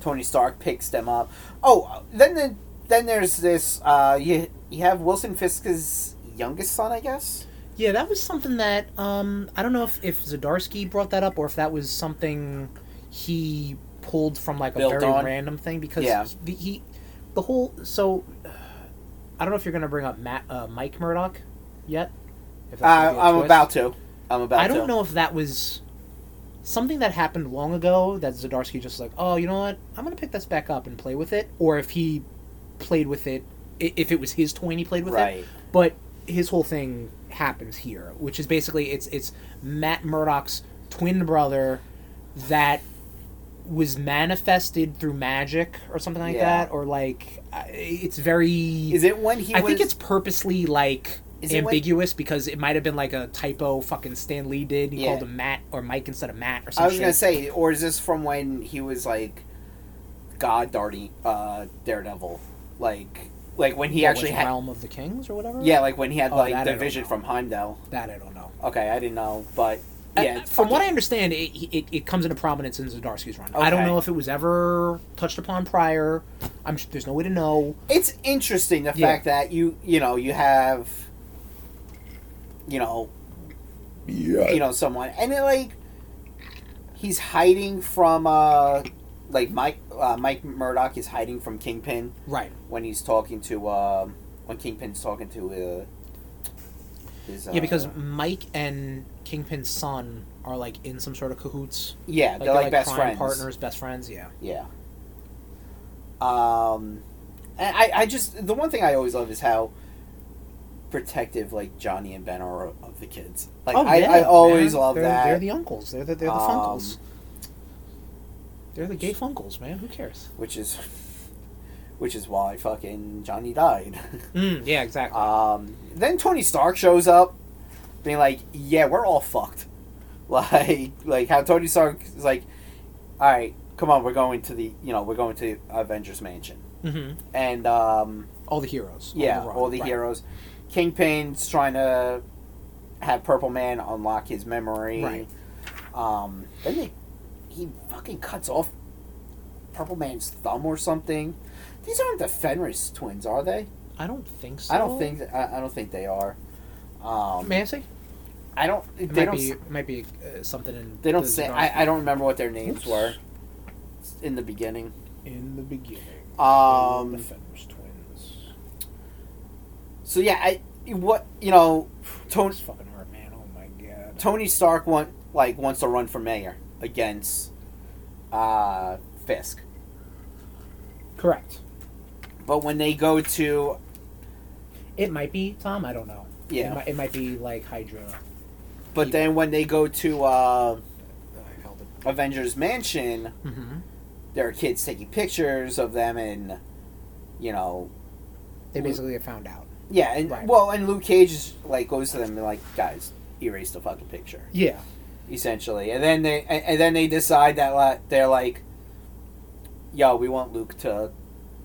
S2: Tony Stark picks them up. Oh, then the, then there's this. Uh, you you have Wilson Fisk's youngest son, I guess.
S1: Yeah, that was something that um, I don't know if if Zadarsky brought that up or if that was something he pulled from like a
S2: Built
S1: very
S2: on.
S1: random thing because
S2: Yeah.
S1: the, he the whole so I don't know if you're gonna bring up Matt, uh, Mike Murdoch yet. If that's gonna
S2: Uh,
S1: be a
S2: I'm
S1: twist.
S2: about to. I'm about.
S1: I don't
S2: to.
S1: know if that was something that happened long ago that Zadarsky just like, oh, you know what? I'm gonna pick this back up and play with it, or if he played with it, i- if it was his toy and he played with it.
S2: Right.
S1: But his whole thing happens here, which is basically it's it's Matt Murdock's twin brother that was manifested through magic or something like
S2: Yeah.
S1: that, or like I- it's very.
S2: Is it when he?
S1: I
S2: was,
S1: think it's purposely like
S2: Is it when-
S1: ambiguous because it might have been like a typo fucking Stan Lee did. He
S2: Yeah.
S1: called him Matt or Mike instead of Matt or something.
S2: I was gonna say, or is this from when he was like God Darty uh Daredevil? Like like when he actually had
S1: Realm of the Kings or whatever.
S2: Yeah, like when he had
S1: Oh, that
S2: like
S1: I
S2: the
S1: don't
S2: vision
S1: know.
S2: from Heimdall.
S1: that I don't know.
S2: Okay, I didn't know, but yeah.
S1: Uh, from
S2: fuck
S1: what
S2: it.
S1: I understand, it, it, it comes into prominence in Zdarsky's run. I don't
S2: Okay.
S1: know if it was ever touched upon prior. I'm sh- there's no way to know.
S2: it's interesting the
S1: Yeah.
S2: fact that you you know, you have you know you know, someone and it like he's hiding from uh like Mike uh, Mike Murdoch is hiding from Kingpin
S1: Right.
S2: when he's talking to um when Kingpin's talking to uh his, uh,
S1: Yeah, because Mike and Kingpin's son are like in some sort of cahoots.
S2: Yeah,
S1: Like,
S2: they're like, best
S1: crime
S2: friends.
S1: partners, best friends. Yeah.
S2: Yeah. Um, and I, I just the one thing I always love is how protective like Johnny and Ben are of the kids. Like I,
S1: Oh, yeah,
S2: I always
S1: man.
S2: love
S1: they're,
S2: that.
S1: They're the uncles. They're the, they're the
S2: Um,
S1: funkles. They're the gay funkles, man. Who cares?
S2: which is, which is why fucking Johnny died.
S1: Mm, yeah, exactly.
S2: um, then Tony Stark shows up, being like, "Yeah, we're all fucked." Like, like how Tony Stark is like, "All right, come on, we're going to the, you know, we're going to Avengers Mansion,"
S1: hmm
S2: and um.
S1: All the heroes.
S2: Yeah,
S1: all the, run,
S2: all the
S1: right.
S2: heroes. Kingpin's trying to have Purple Man unlock his memory.
S1: Right.
S2: Um, then they, he fucking cuts off Purple Man's thumb or something. These aren't the Fenris twins, are they?
S1: I don't think so.
S2: I don't think I, I don't think they are. Um,
S1: May I say?
S2: I don't.
S1: It
S2: They
S1: might
S2: don't.
S1: be.
S2: s-
S1: It might be uh, something in.
S2: They don't
S1: the
S2: say.
S1: Zdarsky
S2: I, I don't remember what their names
S1: Oops.
S2: were in the beginning.
S1: in the beginning. Oh,
S2: Um,
S1: Fenris twins.
S2: so yeah, I what you know, Tony
S1: fucking hard, man. Oh my god.
S2: Tony Stark want like wants to run for mayor against uh, Fisk,
S1: Correct.
S2: but when they go to
S1: It might be Tom. I don't know. It
S2: yeah,
S1: might, it might be like Hydra.
S2: but then when they go to uh,
S1: I held it.
S2: Avengers Mansion,
S1: Mm-hmm.
S2: there are kids taking pictures of them, and you know,
S1: They basically get found out.
S2: yeah, and
S1: Right.
S2: well, and Luke Cage is, like goes to them and like, guys, erase the fucking picture,
S1: Yeah.
S2: essentially, and then they and, and then they decide that like, they're like, yo, we want Luke to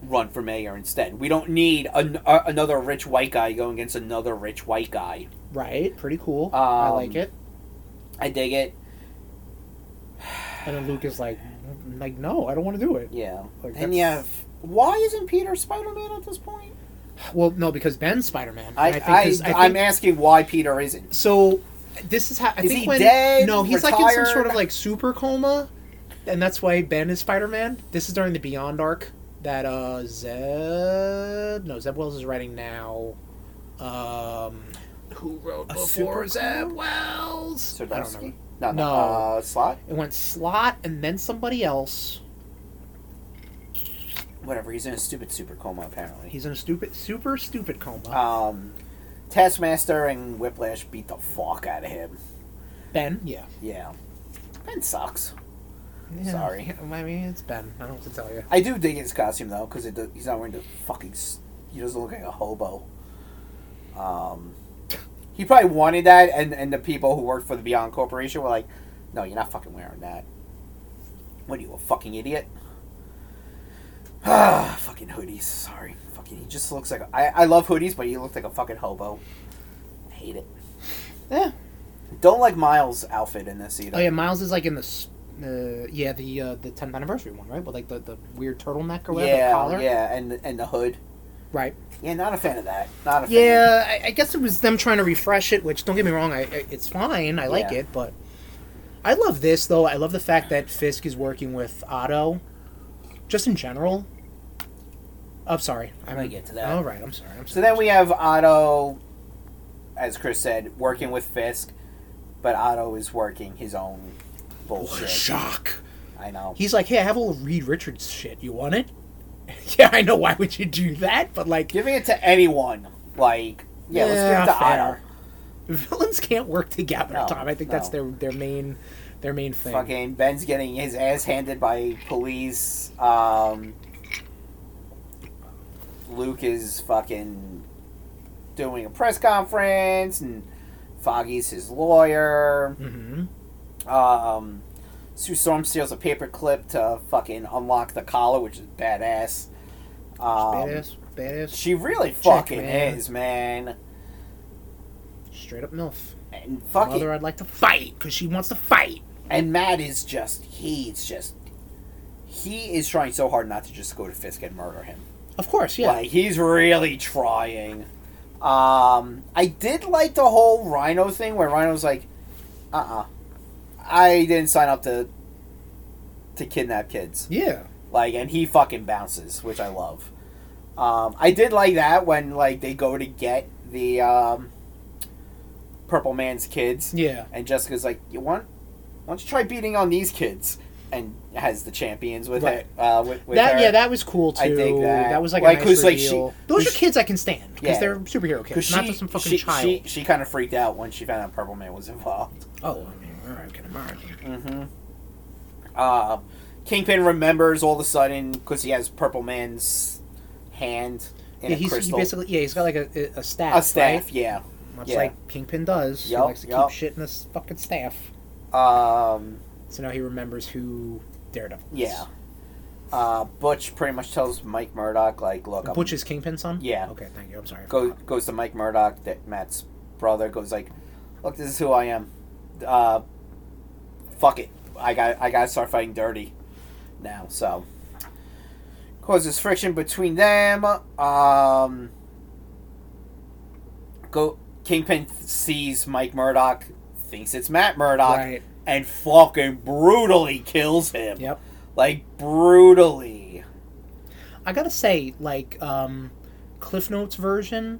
S2: run for mayor instead. We don't need an, a, another rich white guy going against another rich white guy.
S1: Right. Pretty cool. I
S2: Um,
S1: like it.
S2: I dig it.
S1: And then Luke is like, like, no, I don't want to do it.
S2: Yeah.
S1: Like,
S2: and
S1: that's-
S2: you have why isn't Peter Spider Man at this point?
S1: Well, no, because Ben's Spider Man.
S2: I, I, I, am asking why Peter isn't.
S1: so. This is how I
S2: Is
S1: think
S2: he
S1: when
S2: dead?
S1: no, he's like in some sort
S2: Retired?
S1: of like super coma, and that's why Ben is Spider Man. This is during the Beyond arc that uh Zeb no Zeb Wells is writing now. Um, who wrote
S2: A
S1: before
S2: super
S1: Zeb
S2: coma?
S1: Wells? I don't
S2: Sardarsky?
S1: remember.
S2: No, no.
S1: No.
S2: Uh, slot?
S1: It went Slot and then somebody else.
S2: Whatever, he's in a stupid super coma apparently.
S1: He's in a stupid, super stupid coma.
S2: Um Taskmaster and Whiplash beat the fuck out of him.
S1: ben, yeah.
S2: Yeah. Ben sucks.
S1: Yeah,
S2: Sorry.
S1: I mean, it's Ben. I don't have to tell you.
S2: I do dig his costume though, because he's not wearing the fucking. s- He doesn't look like a hobo. Um, he probably wanted that, and and the people who worked for the Beyond Corporation were like, "No, you're not fucking wearing that. What are you, a fucking idiot?" Ah, fucking hoodies. Sorry, fucking. He just looks like a, I. I love hoodies, but he looked like a fucking hobo. I hate it.
S1: Yeah.
S2: Don't like Miles' outfit in this either.
S1: Oh yeah, Miles is like in the, s- uh, yeah, the uh, the 10th anniversary one, right? With like the, the weird turtleneck or whatever the
S2: yeah,
S1: collar.
S2: yeah, and and the hood.
S1: Right.
S2: Yeah, not a fan of that. Not a fan.
S1: Yeah, I, I guess it was them trying to refresh it, which don't get me wrong, I, I it's fine. I like
S2: Yeah.
S1: it, but I love this though. I love the fact that Fisk is working with Otto, just in general. I'm sorry.
S2: I'm gonna get to that.
S1: All right. I'm sorry. I'm
S2: So
S1: sorry.
S2: then we have Otto, as Chris said, working with Fisk, but Otto is working his own
S1: What a
S2: bullshit.
S1: Oh, shock.
S2: I know.
S1: He's like, hey, I have all of Reed Richards shit. You want it? yeah, I know. Why would you do that? But like,
S2: Giving it to anyone, like yeah,
S1: Yeah,
S2: let's give it to
S1: fair.
S2: Otto.
S1: villains can't work together,
S2: No,
S1: Tom. I think that's their
S2: no.
S1: their main their main thing.
S2: Fucking Ben's getting his ass handed by police. Um, Luke is fucking doing a press conference, and Foggy's his lawyer.
S1: hmm
S2: Um, Sue Storm steals a paperclip to fucking unlock the collar, which is badass. Um,
S1: badass, badass,
S2: She really
S1: Chick,
S2: fucking
S1: man.
S2: is, man.
S1: straight up milf.
S2: And fucking
S1: Mother, I'd like to fight because she wants to fight.
S2: and Matt is just he's just he is trying so hard not to just go to Fisk and murder him.
S1: Of course, yeah.
S2: Like he's really trying. Um, I did like the whole Rhino thing where Rhino's like, "Uh, uh I didn't sign up to to kidnap kids."
S1: yeah.
S2: like and he fucking bounces which i love um, i did like that when like they go to get the um, purple man's kids
S1: Yeah.
S2: and jessica's like you want why don't you try beating on these kids and has the champions with
S1: Right.
S2: it uh, with, with
S1: that
S2: her.
S1: yeah, that was cool too.
S2: I dig that.
S1: was like,
S2: Like,
S1: a
S2: 'cause,
S1: nice
S2: like, she-
S1: reveal. Those are
S2: she-
S1: kids I can stand because
S2: Yeah.
S1: they're superhero kids,
S2: 'Cause
S1: not just some fucking
S2: she,
S1: child.
S2: she she kind of freaked out when she found out purple man was involved
S1: oh, I mean, all right, okay, all right.
S2: mm-hmm. uh, kingpin remembers all of a sudden because he has purple man's hand in
S1: Yeah,
S2: a
S1: he's he
S2: crystal
S1: basically yeah, he's got like a, a staff.
S2: a staff
S1: right?
S2: yeah
S1: much
S2: yeah.
S1: like Kingpin does.
S2: Yup,
S1: he likes to
S2: yup.
S1: keep shit in his fucking staff.
S2: Um,
S1: So now he remembers who Daredevil. is.
S2: yeah. Uh, Butch pretty much tells Mike Murdoch, like, look, I'm-
S1: Butch is Kingpin's son.
S2: Yeah.
S1: Okay, thank you. I'm sorry.
S2: Go, goes to Mike Murdoch, that Matt's brother, goes like, look, this is who I am. Uh, fuck it, I got, I gotta start fighting dirty now. So causes friction between them. Um, go Kingpin sees Mike Murdoch, thinks it's Matt Murdoch,
S1: Right.
S2: and fucking brutally kills him.
S1: Yep.
S2: like brutally.
S1: I gotta say, like, um, Cliff Notes version,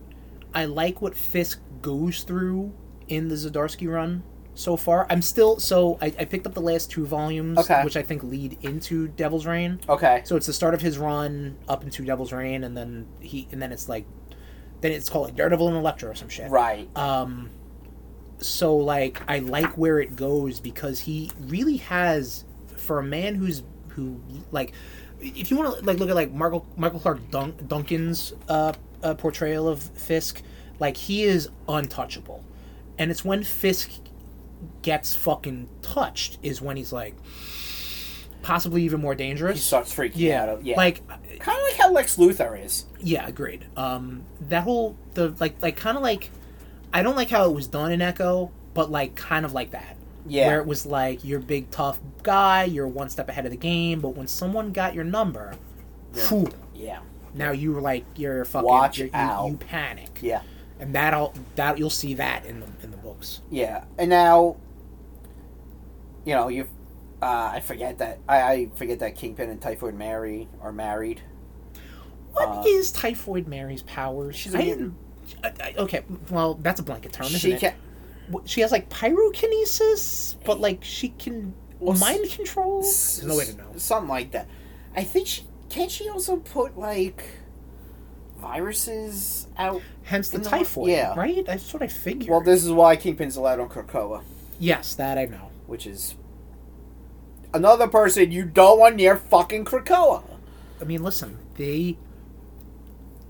S1: I like what Fisk goes through in the Zadarsky run so far. I'm still so I, I picked up the last two volumes,
S2: Okay.
S1: which I think lead into Devil's Reign.
S2: Okay.
S1: So it's the start of his run up into Devil's Reign, and then he and then it's like, then it's called like Daredevil and Elektra or some shit.
S2: Right.
S1: Um, so like I like where it goes because he really has for a man who's who like if you want to like look at like Michael Michael Clark Dun- Duncan's uh, uh, portrayal of Fisk, like he is untouchable, and it's when Fisk gets fucking touched is when he's like possibly even more
S2: He
S1: dangerous.
S2: starts freaking
S1: Yeah,
S2: out. Yeah.
S1: like
S2: kind of like how Lex Luthor is.
S1: yeah, agreed. Um, that whole the like like kind of like I don't like how it was done in Echo, but like kind of like that.
S2: Yeah.
S1: Where it was like you're a big tough guy, you're one step ahead of the game, but when someone got your number,
S2: Yeah.
S1: phew,
S2: yeah.
S1: now you were like you're fucking
S2: Watch
S1: you're,
S2: out.
S1: You, you panic.
S2: Yeah.
S1: And that'll that you'll see that in the in the books.
S2: Yeah. And now, you know, you. Uh, I forget that. I, I forget that Kingpin and Typhoid Mary are married. Uh,
S1: What is Typhoid Mary's powers?
S2: she's a
S1: I
S2: mutant.
S1: didn't- I- I- okay, well that's a blanket term, isn't
S2: She
S1: it?
S2: can.
S1: Wh- she has like pyrokinesis, but like she can
S2: Well, s-
S1: mind control.
S2: s-
S1: no way to know.
S2: Something like that. I think she can't. She also put like viruses out.
S1: Hence the
S2: in the-
S1: typhoid,
S2: yeah.
S1: right? That's what I figured.
S2: Well, this is why Kingpin's allowed on Krakoa.
S1: yes, that I know.
S2: which is another person you don't want near fucking Krakoa.
S1: I mean, listen, they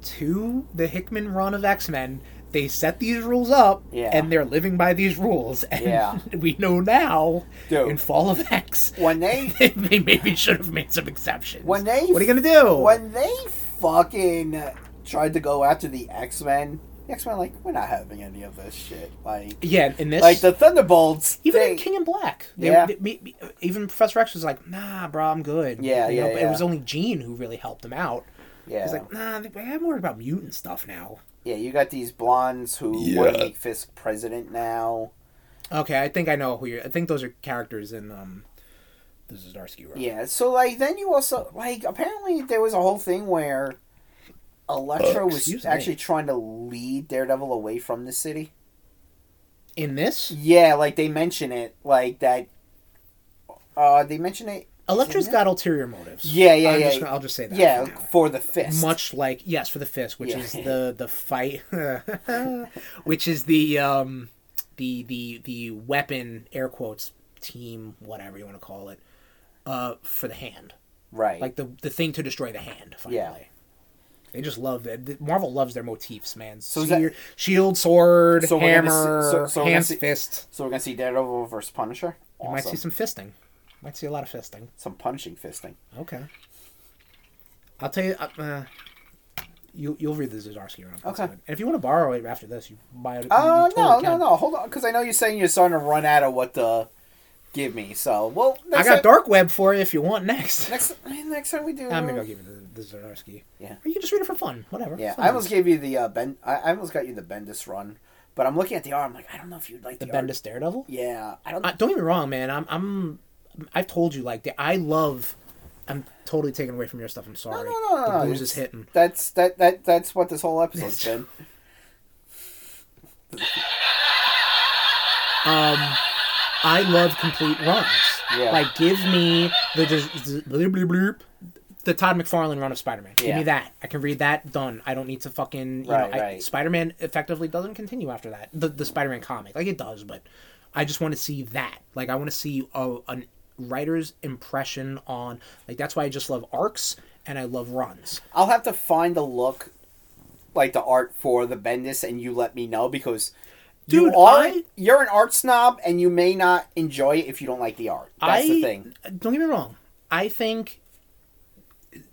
S1: to the Hickman run of X Men, they set these rules up,
S2: Yeah.
S1: and they're living by these rules. And
S2: Yeah.
S1: we know now
S2: Dude.
S1: in Fall of X,
S2: When they
S1: they, they maybe should have made some exceptions.
S2: When they-
S1: what are you gonna do?
S2: when they fucking tried to go after the X Men, the X Men like we're not having any of this shit. Like
S1: yeah, in this,
S2: like the Thunderbolts,
S1: Even
S2: they-
S1: in King and Black, they,
S2: Yeah.
S1: they- me- me- even Professor X was like, "Nah, bro, I'm good."
S2: Yeah, yeah,
S1: but
S2: yeah.
S1: It was only Jean who really helped him out.
S2: Yeah.
S1: He's like, nah, I'm worried about mutant stuff now.
S2: yeah, you got these blondes who want to
S4: Yeah.
S2: make Fisk president now.
S1: Okay, I think I know who you're. I think those are characters in um, the Zdarsky Road.
S2: Yeah, so like then you also like apparently there was a whole thing where Electra
S1: Oh,
S4: Uh,
S1: excuse
S2: was
S1: me.
S2: actually trying to lead Daredevil away from the city.
S1: In this,
S2: Yeah, like they mention it like that. Uh, they mention it.
S1: Electra's
S2: Yeah.
S1: got ulterior motives.
S2: Yeah, yeah,
S1: I'm
S2: yeah.
S1: Just, gonna- I'll just say that.
S2: yeah,
S1: for now.
S2: for the fist.
S1: much like yes for the fist which
S2: Yeah.
S1: is the the fight which is the um the the the weapon air quotes team whatever you want to call it uh for the hand
S2: right.
S1: like the the thing to destroy the hand finally
S2: Yeah.
S1: they just love that the- marvel loves their motifs man
S2: So is that-
S1: Seer- shield sword
S2: So we're gonna
S1: hammer
S2: see- so- so we're gonna
S1: hands
S2: see-
S1: fist
S2: so we're gonna see Daredevil versus Punisher.
S1: you might
S2: Awesome.
S1: see some fisting might see a lot of fisting
S2: some punishing fisting.
S1: okay i'll tell you uh, uh, you, you'll read the Zdarsky run. That's
S2: Okay.
S1: good. And if you want to borrow it after this, you buy it. you
S2: Oh
S1: totally
S2: no, no,
S1: can.
S2: no! Hold on, because I know you're saying you're starting to run out of what to give me. So well,
S1: I
S2: next
S1: got
S2: time,
S1: dark web for you if you want next.
S2: next next time we do.
S1: Ah, maybe I'll give you the, the Zdarsky.
S2: Yeah.
S1: Or you can just read it for fun. Whatever.
S2: Yeah,
S1: Fun.
S2: I almost gave you the uh, Ben. I, I almost got you the Bendis run, but I'm looking at the arm. Like I don't know if you'd like
S1: the
S2: the, art.
S1: Bendis Daredevil.
S2: Yeah, I don't.
S1: Uh, don't get me wrong, man. I'm I'm I've told you like I love. I'm totally taken away from your stuff. I'm
S2: no,
S1: sorry.
S2: no, no, no.
S1: the blues
S2: it's-
S1: is hitting.
S2: That's that that that's what this whole episode's been.
S1: Um, I love complete runs.
S2: Yeah.
S1: Like, give me the just z- bloop, bloop, bloop, the Todd McFarlane run of Spider-Man. Give
S2: Yeah.
S1: me that. I can read that. Done. I don't need to fucking. You
S2: Right,
S1: know, I,
S2: right.
S1: Spider-Man effectively doesn't continue after that. The the Spider-Man comic, like it does, but I just want to see that. Like, I want to see a, an writer's impression on. Like, that's why I just love arcs and I love runs.
S2: I'll have to find the look, like the art for the Bendis, and you let me know because.
S1: Dude,
S2: you are
S1: I-
S2: you're an art snob, and you may not enjoy it if you don't like the art. That's
S1: I,
S2: the thing.
S1: Don't get me wrong. I think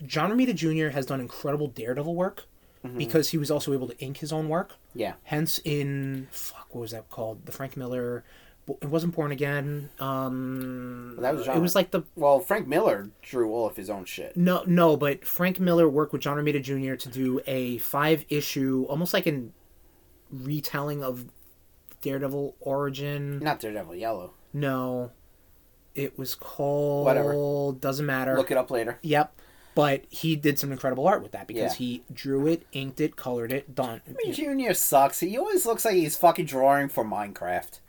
S1: John Romita Jr. has done incredible Daredevil work
S2: Mm-hmm.
S1: because he was also able to ink his own work.
S2: Yeah,
S1: Hence, in fuck, what was that called? The Frank Miller. It wasn't Born Again. Um,
S2: Well, that was
S1: it
S2: genre.
S1: was like the
S2: Well, Frank Miller drew all of his own shit.
S1: no, no, but Frank Miller worked with John Romita Jr. to do a five issue, almost like an retelling of Daredevil origin.
S2: Not Daredevil Yellow.
S1: No, it was called Doesn't matter.
S2: Look it up later.
S1: Yep. But he did some incredible art with that because
S2: Yeah.
S1: he drew it, inked it, colored it, done. Yeah.
S2: Junior sucks. He always looks like he's fucking drawing for Minecraft.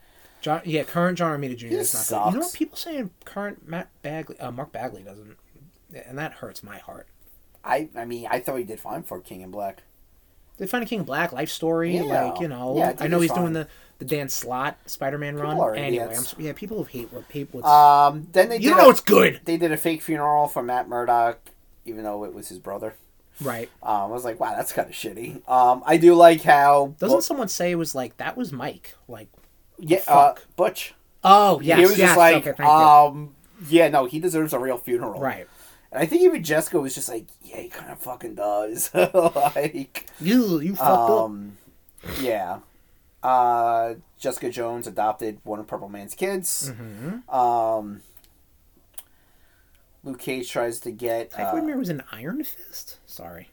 S1: John, yeah, current John Romita Jr. is not good. You know what
S2: sucks.
S1: people saying? Current Matt Bagley, uh, Mark Bagley doesn't, and that hurts my heart.
S2: I I mean, I thought he did fine for King in Black.
S1: They find a King Black life story,
S2: Yeah.
S1: like you know.
S2: Yeah, I think
S1: I know he's
S2: it's
S1: doing
S2: fine.
S1: the, the Dan Slot Spider Man run.
S2: are
S1: anyway,
S2: idiots.
S1: I'm, s- yeah, people hate what people.
S2: Um, then they
S1: you
S2: did
S1: know
S2: a,
S1: it's good,
S2: they did a fake funeral for Matt Murdock, even though it was his brother.
S1: right?
S2: Um, I was like, wow, that's kind of shitty. Um, I do like how
S1: Doesn't
S2: Bu-
S1: someone say it was like that was Mike? Like,
S2: yeah, uh,
S1: fuck.
S2: Butch.
S1: oh yes,
S2: he was
S1: yes,
S2: just like,
S1: okay, thank
S2: um, yeah, no, he deserves a real funeral,
S1: you. right.
S2: And I think even Jessica was just like, yeah, he kind of fucking does, like.
S1: You you fucked up.
S2: Um, yeah. Uh, Jessica Jones adopted one of Purple Man's kids.
S1: Mm-hmm.
S2: Um, Luke Cage tries to get
S1: I
S2: uh,
S1: Mary was an Iron Fist. Sorry.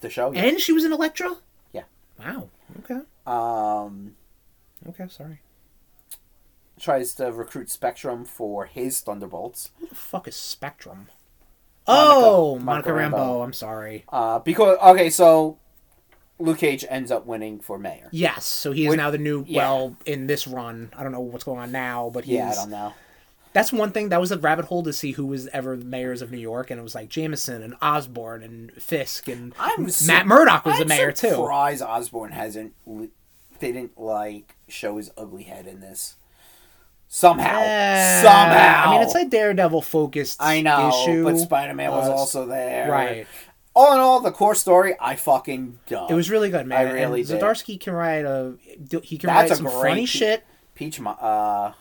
S2: the show. yeah.
S1: And she was in Electra?
S2: Yeah.
S1: Wow. Okay.
S2: Um,
S1: Okay, sorry.
S2: tries to recruit Spectrum for his Thunderbolts.
S1: Who the fuck is Spectrum? oh, Monica,
S2: Monica
S1: Rambeau.
S2: Rambeau.
S1: I'm sorry.
S2: Uh, because okay, so Luke Cage ends up winning for mayor.
S1: Yes, so he is
S2: Which-
S1: now the new,
S2: yeah.
S1: well, in this run. I don't know what's going on now, but he's.
S2: Yeah, I don't know.
S1: That's one thing. That was a rabbit hole to see who was ever the mayors of New York, and it was like Jameson and Osborne and Fisk and
S2: I'm su-
S1: Matt Murdock was
S2: I'm
S1: the mayor, too.
S2: Surprised Osborne hasn't li- didn't like show his ugly head in this. Somehow,
S1: Yeah.
S2: somehow.
S1: I mean, it's a Daredevil focused
S2: I know,
S1: issue.
S2: but Spider Man was
S1: Uh,
S2: also there.
S1: Right.
S2: All in all, the core story, I fucking dug.
S1: It was really good, man.
S2: I really
S1: and
S2: did.
S1: Zdarsky can write a he can write
S2: That's a
S1: some
S2: great
S1: funny
S2: pe-
S1: shit.
S2: Peach. Mo- uh,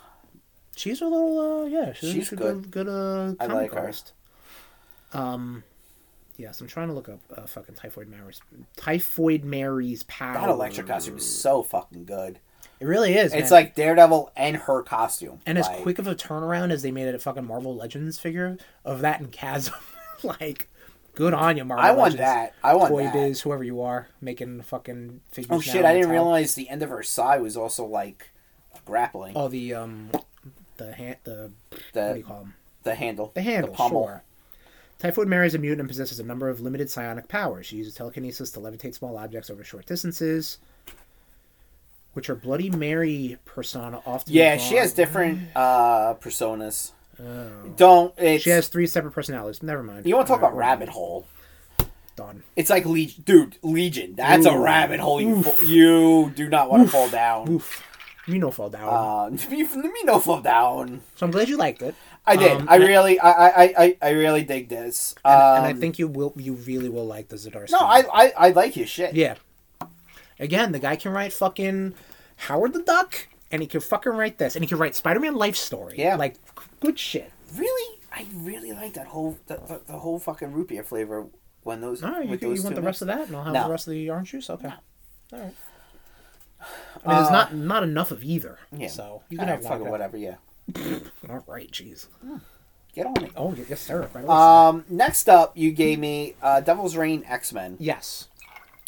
S1: She's a little uh, yeah, she's,
S2: She's
S1: she's a good good uh,
S2: I
S1: comic
S2: like her.
S1: artist. Um, yes, I'm trying to look up uh, fucking Typhoid Mary's Typhoid Mary's power.
S2: that electric costume is so fucking good.
S1: It really is.
S2: It's
S1: man.
S2: like Daredevil and her costume.
S1: and as
S2: Like,
S1: quick of a turnaround as they made it a fucking Marvel Legends figure of that and Chasm, like Good on you, Marvel.
S2: I want
S1: Legends.
S2: that. I want
S1: Toy
S2: that.
S1: Biz, whoever you are, making fucking figures.
S2: Oh
S1: now
S2: shit! I
S1: on
S2: didn't
S1: top.
S2: realize the end of Versailles was also like grappling.
S1: Oh, the um, the hand, the what do
S2: the
S1: you call them?
S2: Uh, the handle.
S1: The handle.
S2: pommel.
S1: Sure. Typhoid Mary is a mutant and possesses a number of limited psionic powers. She uses telekinesis to levitate small objects over short distances, which her Bloody Mary persona often.
S2: Yeah, she
S1: evolve-
S2: has different uh personas.
S1: Oh.
S2: Don't it's,
S1: She has three separate personalities. Never mind.
S2: You want to talk
S1: Alright,
S2: about
S1: we're
S2: rabbit hole?
S1: Done.
S2: It's like Legion, dude. Legion. That's a
S1: Ooh.
S2: rabbit hole. You,
S1: Oof.
S2: fo- you do not want to fall down.
S1: Oof. You know, fall down.
S2: Uh, me, me no fall down.
S1: so I'm glad you liked it,
S2: I did.
S1: Um,
S2: I
S1: and-
S2: really, I, I, I- I, I really dig this. Um,
S1: and, and I think you will. You really will like the Zdarsky.
S2: no, I, I, I like his shit.
S1: Yeah. Again, the guy can write fucking Howard the Duck, and he can fucking write this, and he can write Spider-Man life story.
S2: Yeah.
S1: like good shit.
S2: Really, I really like that whole, the, the, the whole fucking root beer flavor when those.
S1: All right, you,
S2: with
S1: can,
S2: those
S1: you want
S2: two
S1: the rest of that, and I'll have
S2: No.
S1: the rest of the orange juice. Okay. All right. I mean, there's not not enough of either.
S2: Yeah.
S1: So you
S2: You
S1: can have
S2: fucking
S1: whatever.
S2: Ah, whatever. Yeah,
S1: All right, jeez.
S2: get on it.
S1: Oh y- yes, sir. Right, listen.
S2: Um, next up, you gave me uh, Devil's Reign X Men.
S1: yes.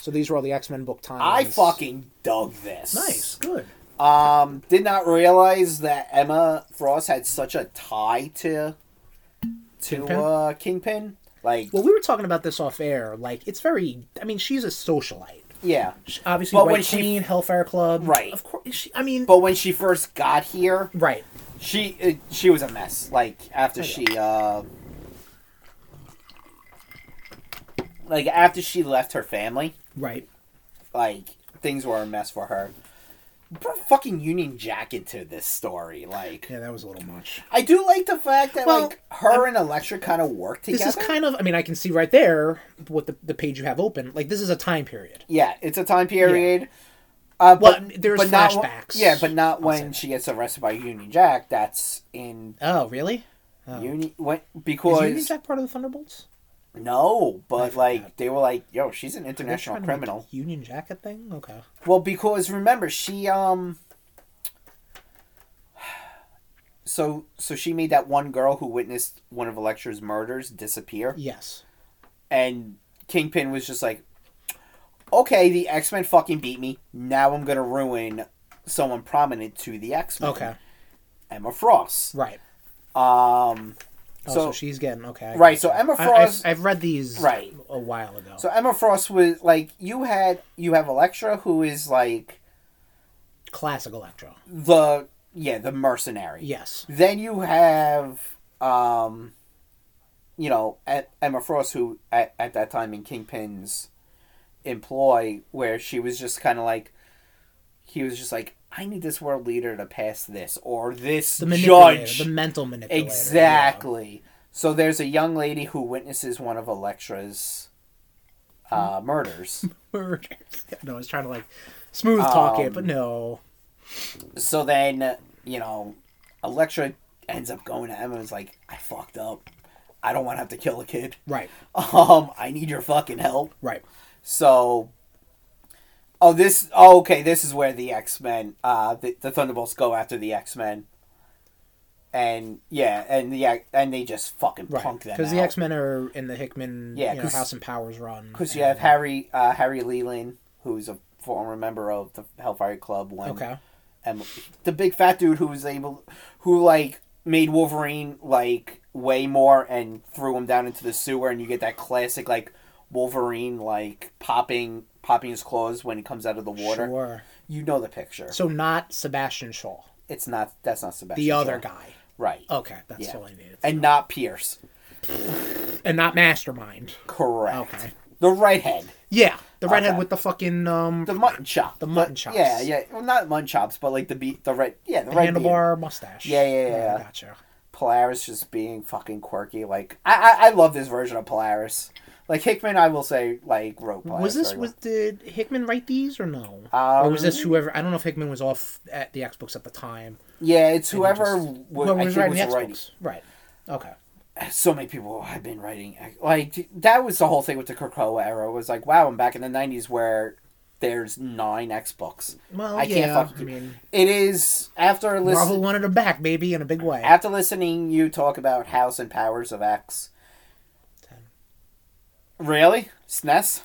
S1: So these were all the X Men book times.
S2: I fucking dug this.
S1: nice, good.
S2: Um, did not realize that Emma Frost had such a tie to to
S1: Kingpin?
S2: uh, Kingpin. Like,
S1: Well, we were talking about this off air. Like, it's very. I mean, she's a socialite.
S2: yeah.
S1: She- Obviously,
S2: But
S1: White
S2: when she-
S1: Queen, Hellfire Club.
S2: Right.
S1: Of course. She, I mean.
S2: But when she first got here,
S1: right.
S2: she it, she was a mess. Like
S1: Oh,
S2: after she uh, like after she left her family,
S1: Right.
S2: like things were a mess for her. Put a fucking Union Jack into this story, like.
S1: Yeah, that was a little much.
S2: I do like the fact that
S1: Well,
S2: like her and Electra kind of work together.
S1: This is kind of. I mean, I can see right there what the, the page you have open. Like, this is a time period.
S2: yeah, it's a time period. Uh,
S1: Well,
S2: but
S1: there's
S2: but not wh-
S1: flashbacks.
S2: yeah, but
S1: I'll
S2: not
S1: say
S2: when
S1: that.
S2: she gets arrested by Union Jack. That's in
S1: Oh, really? Oh.
S2: Union when,
S1: Is
S2: because
S1: Union Jack part of the Thunderbolts?
S2: no, but like
S1: forgot.
S2: they were like, "Yo, she's an
S1: They're
S2: international
S1: trying to make
S2: criminal."
S1: Union Jacket thing? Okay.
S2: Well, because remember she um. So so she made that one girl who witnessed one of Electra's murders disappear.
S1: Yes.
S2: and Kingpin was just like, "Okay, the X Men fucking beat me. Now I'm gonna ruin someone prominent to the X Men."
S1: Okay.
S2: Emma Frost.
S1: Right.
S2: Um,
S1: Oh, so,
S2: so,
S1: she's getting okay. I
S2: Right,
S1: got
S2: so
S1: you.
S2: Emma
S1: I-
S2: Frost-
S1: I've, I've read these
S2: Right.
S1: a while ago.
S2: so Emma Frost was like, you had you have Elektra, who is like
S1: Classic Electro.
S2: the yeah the mercenary.
S1: Yes.
S2: Then you have um, you know E- Emma Frost, who at, at that time in Kingpin's employ, where she was just kind of like, he was just like, I need this world leader to pass this or this
S1: The manipulator.
S2: judge.
S1: The mental manipulator. yeah.
S2: exactly. So there's a young lady who witnesses one of Elektra's
S1: Hmm.
S2: uh, murders.
S1: no, I was trying to like smooth talk it,
S2: Um,
S1: but no.
S2: So then, you know, Elektra ends up going to Emma and is like, I fucked up. I don't want to have to kill a kid.
S1: Right.
S2: Um, I need your fucking help.
S1: Right.
S2: So, oh, this, oh, okay, this is where the X Men, uh, the, the Thunderbolts go after the X Men, and yeah, and the and they just fucking
S1: Right.
S2: punk them
S1: Because the X Men are in the Hickman
S2: Yeah,
S1: you know,
S2: 'cause-
S1: House and Powers run.
S2: Because you have Harry, uh, Harry Leland, who's a former member of the Hellfire Club. When
S1: Okay.
S2: and the big fat dude who was able who like made Wolverine like way more and threw him down into the sewer and you get that classic like Wolverine like popping popping his claws when he comes out of the water.
S1: Sure.
S2: You know the picture.
S1: So not Sebastian Shaw.
S2: It's not that's not Sebastian.
S1: The other
S2: Shaw.
S1: guy. Oh.
S2: Right.
S1: Okay, that's
S2: Yeah.
S1: all I needed.
S2: And not Pierce.
S1: And not Mastermind.
S2: Correct.
S1: Okay.
S2: The right head.
S1: Yeah. The redhead
S2: Okay.
S1: with the fucking um
S2: The mutton chop.
S1: The mutton chops.
S2: Yeah, yeah. Well, not mutton chops, but like the beat the right yeah, the,
S1: the
S2: right beard.
S1: handlebar mustache.
S2: Yeah, yeah, yeah, yeah.
S1: I gotcha.
S2: Polaris just being fucking quirky. Like I, I, I love this version of Polaris. Like Hickman, I will say, like wrote Polaris.
S1: was this
S2: Oh, very
S1: was did Hickman write these or no?
S2: Um,
S1: or was this whoever? I don't know if Hickman was off at the X books at the time.
S2: well. Yeah, it's whoever
S1: just-
S2: wa- I think was
S1: X
S2: writing.
S1: books, right? Okay,
S2: So many people have been writing. Like that was the whole thing with the Krakoa era. It was like, wow, I'm back in the '90s where there's nine X books.
S1: well,
S2: I
S1: yeah.
S2: can't
S1: I
S2: fucking.
S1: mean,
S2: It is after
S1: Marvel
S2: listening
S1: wanted her back, baby, in a big way.
S2: after listening you talk about House and Powers of X. Really? E SNES?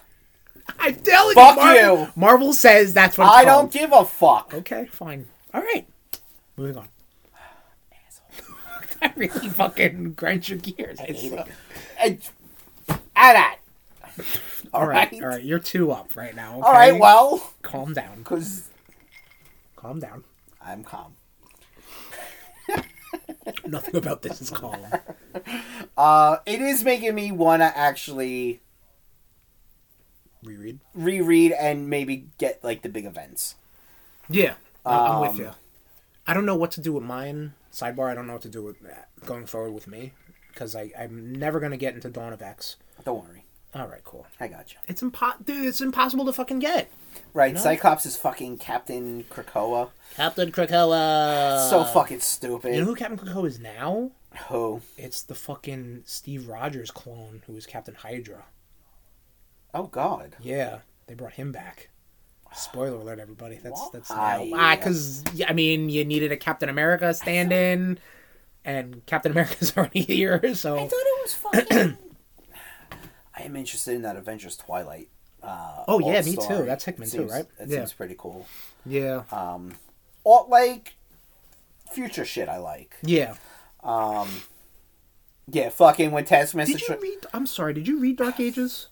S1: I'm telling
S2: Fuck
S1: you, Marvel,
S2: you.
S1: Marvel says that's what it's
S2: I
S1: called.
S2: don't give a fuck.
S1: Okay, fine. All right, moving on. I really fucking grind your gears.
S2: And- At that.
S1: all right, all right. You're two up right now.
S2: All right,
S1: okay?
S2: well,
S1: calm down.
S2: because
S1: Calm down.
S2: I'm calm.
S1: Nothing about this is calm.
S2: Uh, it is making me want to actually
S1: Reread.
S2: reread and maybe get like the big events.
S1: Yeah, I- I'm with
S2: Um,
S1: you. I don't know what to do with mine. Sidebar: I don't know what to do with that going forward with me because I I'm never gonna get into Dawn of X.
S2: Don't worry,
S1: All right, cool.
S2: I got you.
S1: It's impo- dude. It's impossible to fucking get.
S2: Right, Cyclops is fucking Captain Krakoa.
S1: Captain Krakoa.
S2: so fucking stupid.
S1: Uh, You know who Captain Krakoa is now?
S2: who?
S1: It's the fucking Steve Rogers clone who was Captain Hydra.
S2: Oh God.
S1: Yeah, they brought him back. Spoiler alert, everybody. That's that's now.
S2: Why?
S1: Ah, because I mean, you needed a Captain America stand-in, and Captain America's already here, so.
S2: it was fucking. I am interested in that Avengers Twilight. Uh,
S1: Oh, yeah,
S2: alt
S1: me too.
S2: story.
S1: That's Hickman too,
S2: Seems-
S1: right?
S2: That
S1: Yeah.
S2: seems pretty cool.
S1: Yeah.
S2: Um, alt like future shit. I like.
S1: Yeah.
S2: Um, yeah, fucking when
S1: Did
S2: Taskmaster.
S1: you read? I'm sorry. Did you read Dark Ages?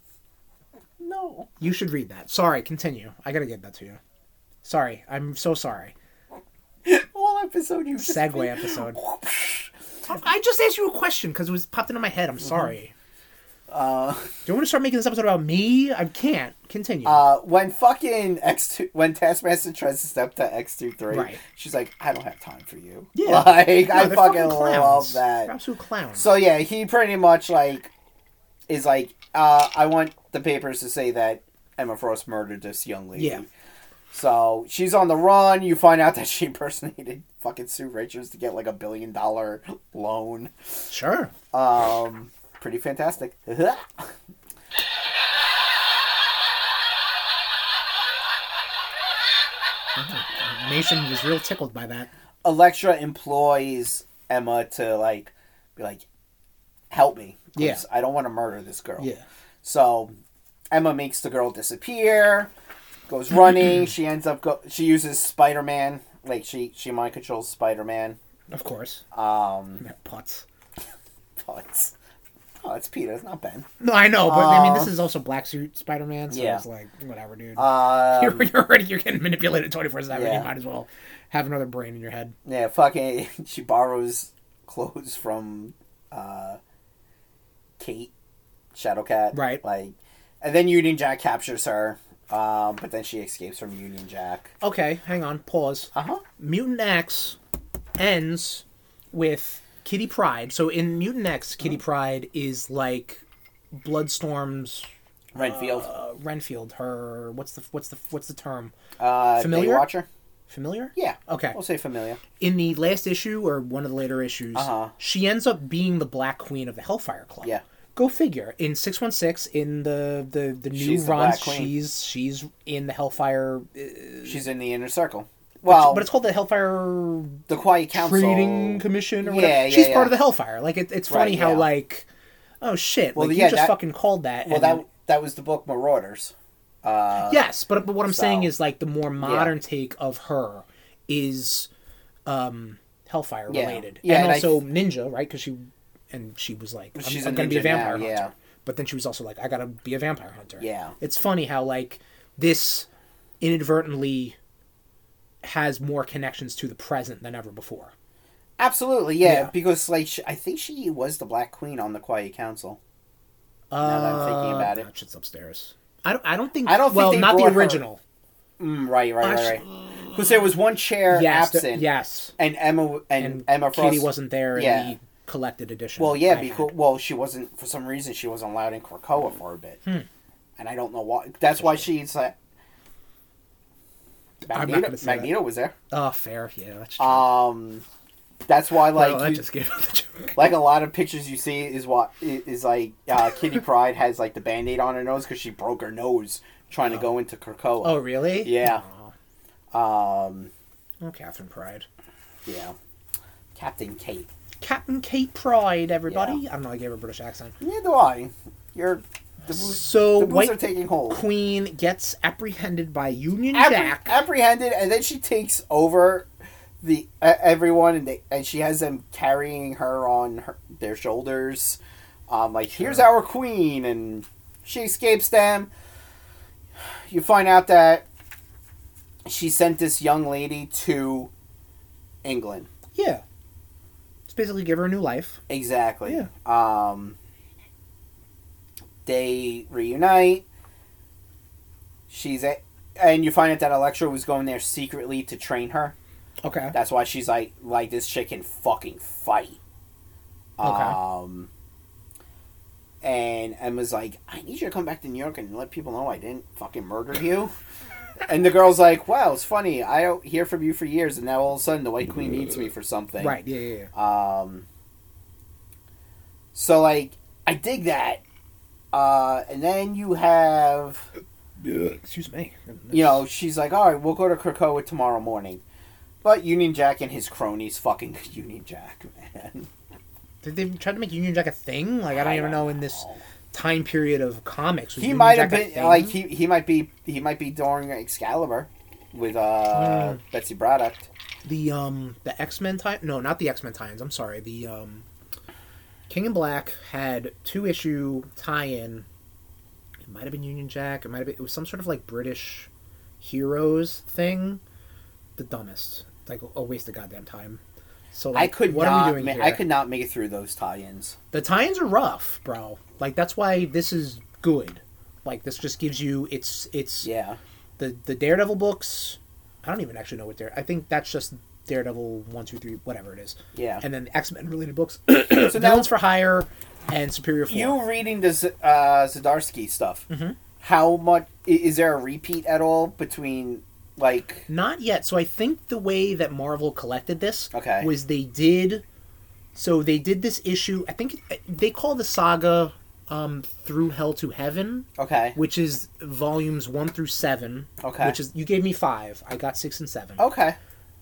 S2: no.
S1: You should read that. Sorry. Continue. I gotta get that to you. Sorry. I'm so sorry.
S2: All episode you just
S1: Segway
S2: been-
S1: episode. I just asked you a question because it was popped into my head. I'm sorry.
S2: Uh,
S1: Do you want to start making this episode about me? I can't. Continue.
S2: uh, when fucking X two, when Taskmaster tries to step to X two three,
S1: Right.
S2: she's like, "I don't have time for you."
S1: Yeah.
S2: like
S1: No,
S2: I
S1: they're
S2: fucking love
S1: clowns.
S2: that.
S1: They're absolute clowns.
S2: So yeah, he pretty much like is like, uh, I want the papers to say that Emma Frost murdered this young lady.
S1: Yeah.
S2: So she's on the run. You find out that she impersonated fucking Sue Richards to get like a billion dollar loan.
S1: sure.
S2: Um, pretty fantastic.
S1: Mason was real tickled by that.
S2: Electra employs Emma to like be like, help me. 'cause
S1: Yeah.
S2: I don't want to murder this girl. So Emma makes the girl disappear, goes running. she ends up go. She uses Spider Man. Like she she mind controls Spider Man.
S1: Of course.
S2: Um,
S1: That putz.
S2: oh, it's oh, it's Peter. It's not Ben.
S1: No, I know, but I mean,
S2: Uh,
S1: this is also black suit Spider-Man, so
S2: yeah.
S1: it's like whatever, dude.
S2: Um,
S1: you're, you're already you're getting manipulated 24 seven.
S2: Yeah.
S1: You might as well have another brain in your head.
S2: yeah, fucking. She borrows clothes from uh, Kate Shadowcat.
S1: Right.
S2: Like, and then Union Jack captures her. Um, but then she escapes from Union Jack.
S1: Okay, hang on. Pause.
S2: Uh huh.
S1: Mutant X ends with Kitty Pride. So in Mutant X, Kitty
S2: Uh-huh.
S1: Pride is like Bloodstorm's
S2: Renfield.
S1: uh, Renfield. Her what's the what's the what's the term?
S2: Uh,
S1: familiar?
S2: Watcher.
S1: Familiar?
S2: Yeah.
S1: Okay.
S2: We'll say familiar.
S1: In the last issue or one of the later issues,
S2: Uh-huh.
S1: she ends up being the Black Queen of the Hellfire Club.
S2: Yeah.
S1: Go figure. In six one six, in the the the new
S2: She's the
S1: runs,
S2: Black Queen.
S1: she's she's in the Hellfire.
S2: She's in the inner circle. Well,
S1: but it's called the Hellfire
S2: the Quiet Council.
S1: Trading Commission or
S2: Yeah,
S1: whatever.
S2: yeah,
S1: She's
S2: yeah.
S1: part of the Hellfire. Like it, it's funny
S2: Right,
S1: how
S2: yeah.
S1: like, oh shit,
S2: Well,
S1: like
S2: yeah,
S1: you just
S2: that-
S1: fucking called that.
S2: Well,
S1: and-
S2: that that was the book Marauders. Uh,
S1: yes, but but what I'm saying
S2: So,
S1: is like the more modern take of her is, um, Hellfire
S2: Yeah.
S1: related,
S2: Yeah,
S1: and,
S2: and I-
S1: also ninja, right? Because she, and she was like, I'm,
S2: She's
S1: I'm
S2: a
S1: gonna be a
S2: ninja now,
S1: vampire
S2: yeah.
S1: hunter. But then she was also like, I gotta be a vampire hunter.
S2: Yeah.
S1: it's funny how like this inadvertently has more connections to the present than ever before.
S2: Absolutely, yeah.
S1: Yeah.
S2: Because like, she, I think she was the Black Queen on the Quiet Council.
S1: Uh,
S2: that I'm thinking about it.
S1: that shit's upstairs. I don't, I don't think.
S2: I don't think
S1: well,
S2: they
S1: not
S2: brought
S1: the
S2: her-
S1: original.
S2: Mm, right, right, right, right. Because there was one chair
S1: Yes, the-
S2: absent,
S1: yes.
S2: and Emma w- and,
S1: And
S2: Emma Frost.
S1: Katie wasn't there in
S2: Yeah.
S1: the collected edition.
S2: Well, yeah,
S1: I
S2: because
S1: had.
S2: well, she wasn't for some reason she wasn't allowed in Krakoa for a bit,
S1: Hmm.
S2: and I don't know why. That's why she's like.
S1: not
S2: Magneto,
S1: gonna say that.
S2: Magneto was there.
S1: oh, fair, yeah, that's true.
S2: Um, that's why like
S1: well, that
S2: you-
S1: just gave up the joke.
S2: like a lot of pictures you see is what i- is like uh, Kitty Pride has like the band aid on her nose because she broke her nose trying to go into
S1: Oh,
S2: Krakoa.
S1: really?
S2: Yeah.
S1: Oh,
S2: Um,
S1: oh, Catherine Pride,
S2: yeah, Captain Kate.
S1: Captain Kate Pride, everybody. I don't know. I gave her a British accent.
S2: Neither do I. You're The moves,
S1: So
S2: the moves
S1: White
S2: are taking hold.
S1: Queen gets apprehended by Union
S2: Appre-
S1: Jack.
S2: apprehended, and then she takes over the uh, everyone, and they and she has them carrying her on her, their shoulders. Um, like here's our queen, and she escapes them. You find out that she sent this young lady to England.
S1: yeah. It's basically give her a new life.
S2: Exactly.
S1: Yeah.
S2: Um, they reunite. She's a, and you find out that Electra was going there secretly to train her.
S1: Okay.
S2: That's why she's like, like this chick can fucking fight.
S1: Okay.
S2: Um, and Emma's like, I need you to come back to New York and let people know I didn't fucking murder you. and the girl's like, Wow, it's funny. I don't hear from you for years, and now all of a sudden the White Queen needs me for something.
S1: Right. Yeah. Yeah. yeah.
S2: Um, so like, I dig that. Uh, and then you have,
S1: Excuse me.
S2: you know, she's like, all right, we'll go to Krakoa tomorrow morning. But Union Jack and his cronies fucking Union Jack, man.
S1: Did they try to make Union Jack a thing? Like I don't even know in this
S2: know.
S1: time period of comics. was
S2: He
S1: Union
S2: might have
S1: Jack a
S2: been
S1: thing?
S2: like he, he might be he might be during Excalibur with
S1: Hmm.
S2: uh Betsy Braddock.
S1: the um the X Men tie no not the X Men tie-ins I'm sorry the um King and Black had two issue tie-in it might have been Union Jack it might have been it was some sort of like British heroes thing the dumbest like a waste of goddamn time so like,
S2: I could
S1: what
S2: not
S1: are we doing
S2: ma-
S1: here?
S2: I could not make it through those tie-ins.
S1: the tie-ins are rough bro like that's why this is good like this just gives you it's it's
S2: Yeah.
S1: the the Daredevil books I don't even actually know what Dare I think that's just Daredevil one two three whatever it is
S2: Yeah.
S1: and then the X Men related books.
S2: so now
S1: Villains for Hire and Superior Four.
S2: You reading the Z- uh, Zadarsky stuff?
S1: Mm-hmm.
S2: How much i- is there a repeat at all between like?
S1: Not yet. So I think the way that Marvel collected this
S2: Okay.
S1: was they did. So they did this issue. I think it- they call the saga um, Through Hell to Heaven,
S2: Okay,
S1: which is volumes one through seven.
S2: Okay.
S1: Which is you gave me five. I got six and seven.
S2: okay,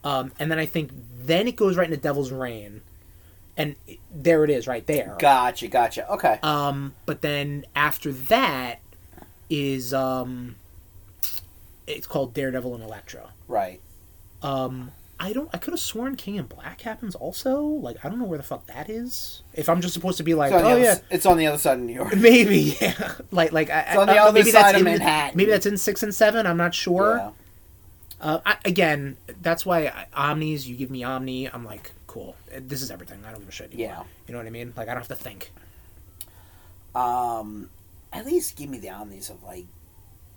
S1: Um, and then I think then it goes right into Devil's Reign, and it- there it is right there.
S2: gotcha, gotcha. Okay,
S1: Um, but then after that is um, it's called Daredevil and Elektra.
S2: right.
S1: Um, I don't. I could have sworn King in Black happens also. Like I don't know where the fuck that is. If I'm just supposed to be like,
S2: It's on, the
S1: oh
S2: other,
S1: yeah,
S2: s- it's on the other side of New York.
S1: maybe yeah. like like I,
S2: It's on
S1: I-
S2: the other
S1: maybe
S2: side
S1: that's
S2: of
S1: in,
S2: Manhattan.
S1: Maybe that's in six and seven. I'm not sure.
S2: Yeah.
S1: Uh, I, again, that's why I, Omnis. You give me Omni. I'm like, cool. This is everything. I don't give a shit. Anymore.
S2: Yeah.
S1: You know what I mean? Like I don't have to think.
S2: Um, at least give me the omnis of like,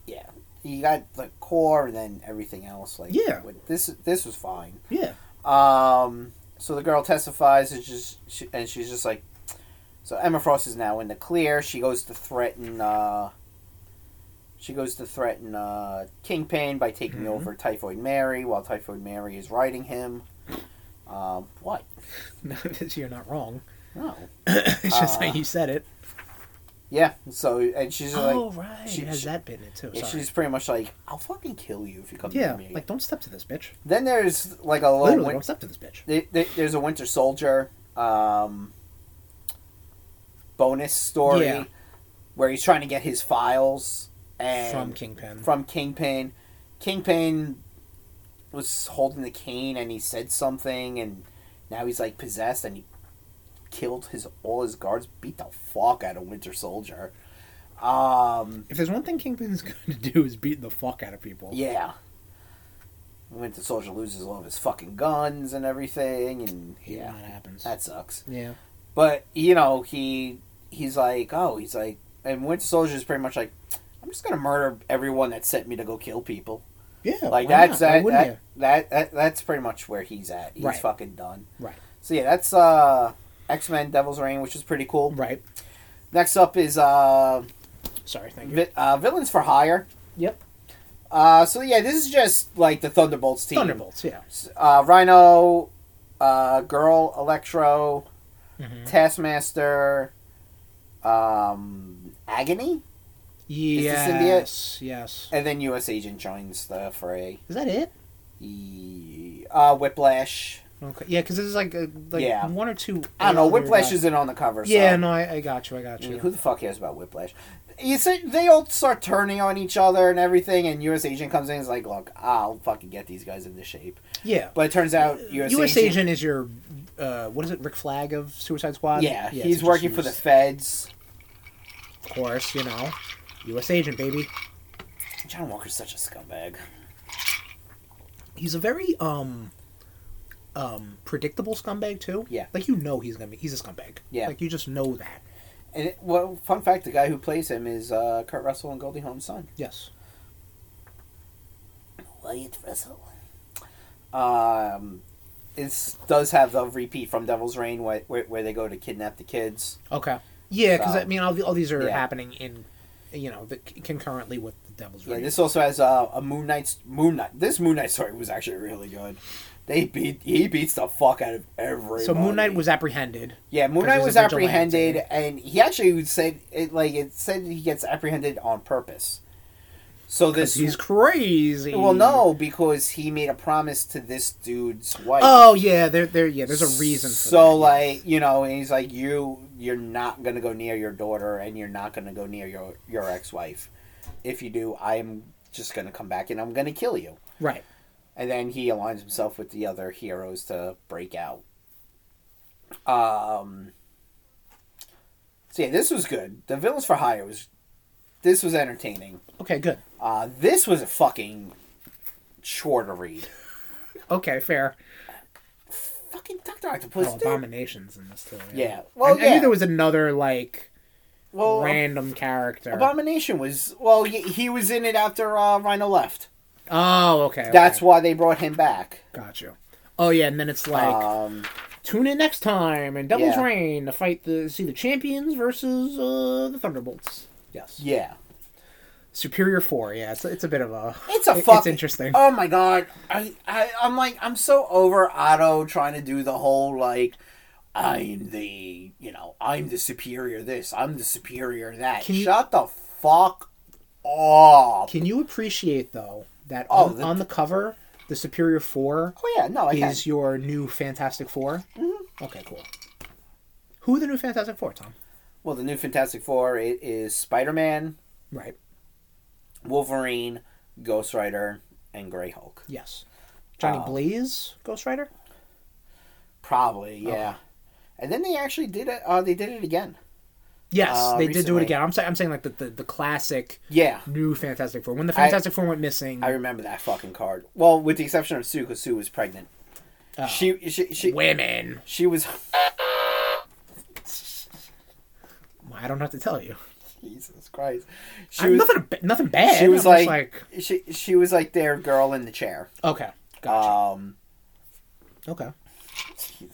S2: yeah. You got the core and then everything else. Like,
S1: Yeah.
S2: with- This this was fine.
S1: Yeah.
S2: Um, so the girl testifies, and she's she, and she's just like, so Emma Frost is now in the clear. She goes to threaten. Uh, she goes to threaten uh, Kingpin by taking
S1: Mhm.
S2: over Typhoid Mary while Typhoid Mary is riding him. Um, what?
S1: You're not wrong.
S2: No.
S1: it's just
S2: Uh,
S1: how you said it.
S2: Yeah. So and she's like,
S1: oh right,
S2: she-
S1: it has
S2: she-
S1: that bit in it too?
S2: yeah,
S1: Sorry.
S2: she's pretty much like, I'll fucking kill you if you come
S1: Yeah,
S2: near me.
S1: like don't step to this bitch.
S2: then there's like a little
S1: Literally,
S2: win-
S1: don't step to this bitch.
S2: There- there- there's a Winter Soldier um, bonus story
S1: Yeah.
S2: where he's trying to get his files and
S1: From Kingpin.
S2: from Kingpin. Kingpin was holding the cane and he said something and now he's like possessed and he killed his all his guards, beat the fuck out of Winter Soldier. Um,
S1: if there's one thing Kingpin's going to do is beat the fuck out of people.
S2: yeah. Winter Soldier loses all of his fucking guns and everything, and
S1: yeah,
S2: yeah,
S1: that happens.
S2: that sucks.
S1: yeah,
S2: But you know, he he's like, oh, he's like, and Winter Soldier is pretty much like, I'm just gonna murder everyone that sent me to go kill people.
S1: yeah.
S2: Like
S1: why
S2: that's
S1: not? Why
S2: that
S1: wouldn't
S2: that, that that that's pretty much where he's at. He's
S1: Right.
S2: fucking done.
S1: Right.
S2: So yeah, that's uh X Men Devil's Reign, which is pretty cool.
S1: you? Right.
S2: Next up is uh,
S1: Sorry, thank you.
S2: vi- uh Villains for Hire.
S1: Yep.
S2: Uh, so yeah, this is just like the Thunderbolts team.
S1: Thunderbolts. Yeah.
S2: Uh, Rhino, uh, Girl, Electro,
S1: Mm-hmm.
S2: Taskmaster, um, Agony,
S1: Yes. Yes.
S2: and then U.S. Agent joins the fray.
S1: Is that it?
S2: He, uh, Whiplash,
S1: Okay. Yeah, because this is like a, like
S2: Yeah.
S1: one or two.
S2: I don't know.
S1: other
S2: Whiplash
S1: guys-
S2: isn't on the cover. so-
S1: Yeah, no, I, I got you. I got
S2: I
S1: you.
S2: mean, who the fuck cares about Whiplash? You see, they all start turning on each other and everything, and U.S. Agent comes in and is like, look, I'll fucking get these guys into shape.
S1: yeah.
S2: But it turns out U.S.
S1: U.S.
S2: Agent,
S1: Agent is your, uh, what is it, Rick Flag of Suicide Squad?
S2: Yeah,
S1: it's
S2: he's
S1: just
S2: working for the
S1: used-
S2: feds.
S1: Of course, you know. U.S. Agent, baby.
S2: John Walker's such a scumbag.
S1: He's a very, um, um, predictable scumbag, too.
S2: Yeah.
S1: Like, you know he's gonna be, he's a scumbag.
S2: Yeah.
S1: Like, you just know that.
S2: And it, well, fun fact: the guy who plays him is uh, Kurt Russell and Goldie Hawn's son,
S1: Yes.
S2: Wyatt Russell. Um, it does have the repeat from Devil's Reign where, where, where they go to kidnap the kids.
S1: Okay. Yeah, because, I
S2: So-
S1: mean, all, the- all these are
S2: Yeah.
S1: happening in, you know, the, concurrently with the Devil's
S2: Yeah,
S1: Reign.
S2: this also has uh, a Moon Knight's Moon Knight. This Moon Knight story was actually really good. They beat he beats the fuck out of everybody.
S1: so Moon Knight was apprehended.
S2: yeah Moon
S1: 'cause
S2: Knight
S1: he's a
S2: was
S1: vigilante.
S2: apprehended, and he actually said it like it said he gets apprehended on purpose. So
S1: 'Cause
S2: this
S1: He's crazy.
S2: well no because he made a promise to this dude's wife.
S1: Oh, yeah, there, there, yeah, there's a reason for
S2: so
S1: that.
S2: like you know, and he's like you you're not gonna go near your daughter, and you're not gonna go near your your ex wife. If you do, I'm just gonna come back and I'm gonna kill you.
S1: Right.
S2: and then he aligns himself with the other heroes to break out. Um. So yeah, this was good. The villains for hire was, this was entertaining.
S1: Okay, good.
S2: Uh, this was a fucking chore to read.
S1: Okay, fair.
S2: Fucking Doctor Octopus,
S1: Oh,
S2: dude.
S1: abominations in this too.
S2: Yeah.
S1: Well, I,
S2: Well,
S1: I
S2: yeah.
S1: knew there was another like
S2: well,
S1: random character.
S2: Abomination was well. He, he was in it after uh, Rhino left.
S1: oh, okay. okay.
S2: That's why they brought him back.
S1: got you. Oh yeah, and then it's like
S2: Um,
S1: tune in next time and Devil's
S2: yeah.
S1: Reign to fight the see the champions versus uh, the Thunderbolts. Yes.
S2: yeah.
S1: Superior Four. Yeah, it's it's a bit of a
S2: It's a
S1: it-
S2: fuck.
S1: It's interesting.
S2: Oh my god, I, I I'm like I'm so over Otto trying to do the whole like I'm the you know I'm the superior this I'm the superior that.
S1: Can you-
S2: Shut the fuck up.
S1: Can you appreciate though that
S2: Oh,
S1: on,
S2: the-
S1: on the cover the Superior Four
S2: oh yeah, no, I can.
S1: is your new Fantastic 4 Mm-hmm. Okay, cool. Who are the new Fantastic Four, Tom?
S2: Well, the new Fantastic Four it is Spider Man,
S1: Right.
S2: Wolverine, Ghost Rider, and Grey Hulk.
S1: Yes. Johnny
S2: Uh,
S1: Blaze, Ghost Rider.
S2: Probably yeah. And then they actually did it. Uh, they did it again.
S1: Yes,
S2: uh,
S1: they did do
S2: recently.
S1: it again. I'm saying, I'm saying like the, the, the classic
S2: Yeah.
S1: new Fantastic Four. When the
S2: I-
S1: Fantastic Four went missing,
S2: I remember that fucking card. Well, with the exception of Sue, because Sue was pregnant.
S1: Oh.
S2: She she she
S1: women.
S2: she was.
S1: Well, I don't have to tell you.
S2: Jesus Christ. She
S1: I,
S2: was
S1: nothing ba- nothing bad.
S2: she was
S1: I'm just
S2: like, she she was like their girl in the chair.
S1: okay, gotcha,
S2: Um,
S1: okay.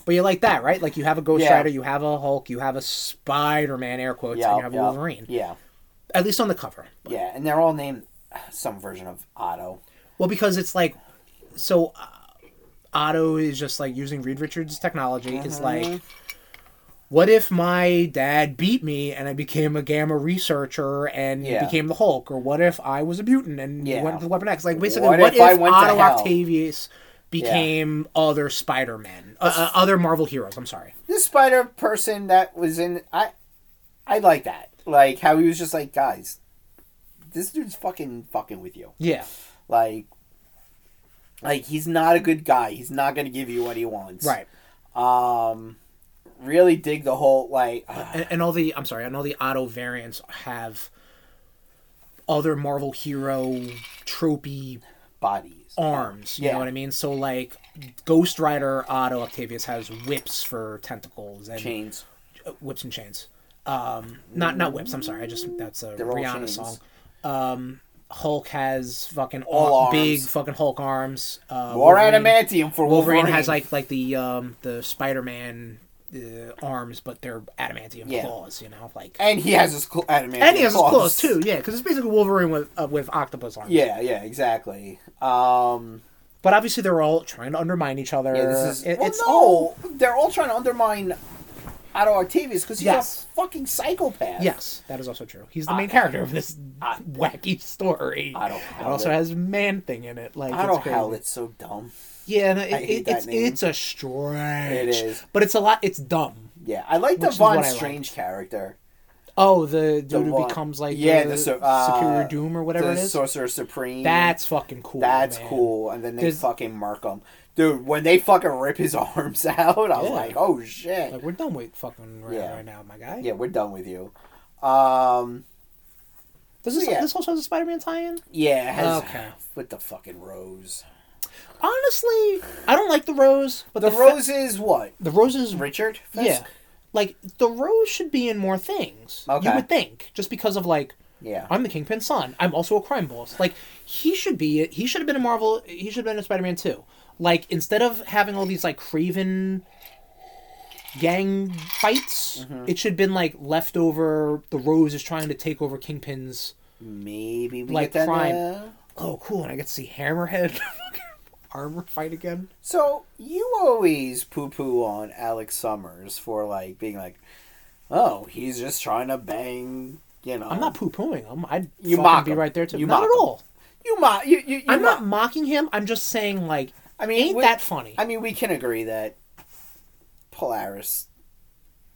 S1: But you like that, right? Like you have a Ghost
S2: Yeah.
S1: Rider, you have a Hulk, you have a Spider Man, air quotes,
S2: yeah,
S1: and you have a
S2: yeah,
S1: Wolverine.
S2: Yeah,
S1: At least on the cover.
S2: yeah, and they're all named some version of Otto.
S1: Well, because it's like, so uh, Otto is just like using Reed Richards' technology.
S2: Uh-huh.
S1: It's like, what if my dad beat me and I became a gamma researcher and
S2: Yeah.
S1: became the Hulk? Or what if I was a mutant and
S2: Yeah.
S1: went to Weapon X? Like, basically,
S2: What
S1: what,
S2: if
S1: if,
S2: I went to
S1: Otto
S2: hell?
S1: Octavius became other Spider Men, uh, uh, other Marvel heroes? I'm sorry.
S2: This spider person that was in I, I like that. Like how he was just like, guys, this dude's fucking fucking with you.
S1: Yeah.
S2: Like, like he's not a good guy. He's not gonna give you what he wants.
S1: Right.
S2: Um, really dig the whole like. ah,
S1: and, and all the I'm sorry, and all the Otto variants have other Marvel hero tropey
S2: bodies.
S1: arms. You
S2: Yeah.
S1: know what I mean? So like Ghost Rider Otto Octavius has whips for tentacles and
S2: Chains.
S1: uh, whips and chains. Um, not not whips. I'm sorry. I just that's a
S2: all
S1: Rihanna
S2: chains.
S1: song. Um, Hulk has fucking
S2: All
S1: all big
S2: arms.
S1: fucking Hulk arms. Uh,
S2: More
S1: Wolverine-
S2: adamantium for Wolverine.
S1: Wolverine, has like like the um the Spider Man. Uh, arms, but they're adamantium
S2: Yeah.
S1: claws. You know, like
S2: and he has his cl- adamantium.
S1: and he has his claws
S2: claws.
S1: too, yeah, because it's basically Wolverine with uh, with octopus arms.
S2: Yeah, yeah, exactly. Um,
S1: But obviously, they're all trying to undermine each other.
S2: yeah, this is.
S1: It-
S2: well,
S1: it's
S2: no,
S1: all
S2: they're Uh, all trying to undermine Otto Octavius because he's
S1: Yes.
S2: a fucking psychopath.
S1: yes, that is also true. He's the main character of this
S2: I-
S1: wacky story.
S2: Otto
S1: It also
S2: Howlett.
S1: has man thing in it. Like
S2: Otto
S1: it's crazy.
S2: Howlett's so dumb.
S1: Yeah, no, it,
S2: hate
S1: it,
S2: that
S1: it's
S2: name.
S1: it's a stretch.
S2: It is.
S1: but it's a lot. It's dumb.
S2: Yeah, I like the
S1: Which is what I
S2: Von
S1: like.
S2: Strange character.
S1: Oh, the dude who
S2: one-
S1: becomes like
S2: yeah,
S1: the,
S2: the sor- uh,
S1: superior doom or whatever
S2: the
S1: it is.
S2: Sorcerer Supreme.
S1: That's fucking cool.
S2: that's
S1: man.
S2: cool. And then they
S1: There's-
S2: fucking mark him, dude. When they fucking rip his arms out, I'm
S1: Yeah.
S2: like, oh shit.
S1: Like we're done with fucking around
S2: Yeah.
S1: right now, my guy.
S2: yeah, we're done with you. Um,
S1: Does this
S2: Yeah.
S1: this also has a Spider-Man tie-in?
S2: yeah, it has,
S1: Okay.
S2: with the fucking rose.
S1: Honestly, I don't like the rose, but
S2: The,
S1: the, fa-
S2: rose is what?
S1: the rose is
S2: Richard?
S1: yeah,
S2: Fisk?
S1: like the rose should be in more things.
S2: Okay.
S1: You would think, just because of like
S2: Yeah.
S1: I'm the Kingpin's son. I'm also a crime boss. Like he should be. He should have been a Marvel. He should have been a Spider-Man too. Like instead of having all these like craven gang fights,
S2: Mm-hmm.
S1: it should have been like leftover. The Rose is trying to take over Kingpin's.
S2: Maybe we
S1: Like
S2: get that.
S1: crime.
S2: now.
S1: Oh, cool! And I get to see Hammerhead armor fight again.
S2: So you always poo poo on Alex Summers for like being like, oh, he's just trying to bang. You know,
S1: I'm not poo-pooing him. I'd
S2: Um, You
S1: fucking
S2: mock
S1: be
S2: him.
S1: right there too.
S2: You
S1: not
S2: mock
S1: at
S2: him.
S1: all.
S2: You might. You, you, you
S1: I'm
S2: mo-
S1: not mocking him. I'm just saying like,
S2: I mean,
S1: ain't
S2: we-
S1: that funny?
S2: I mean, we can agree that Polaris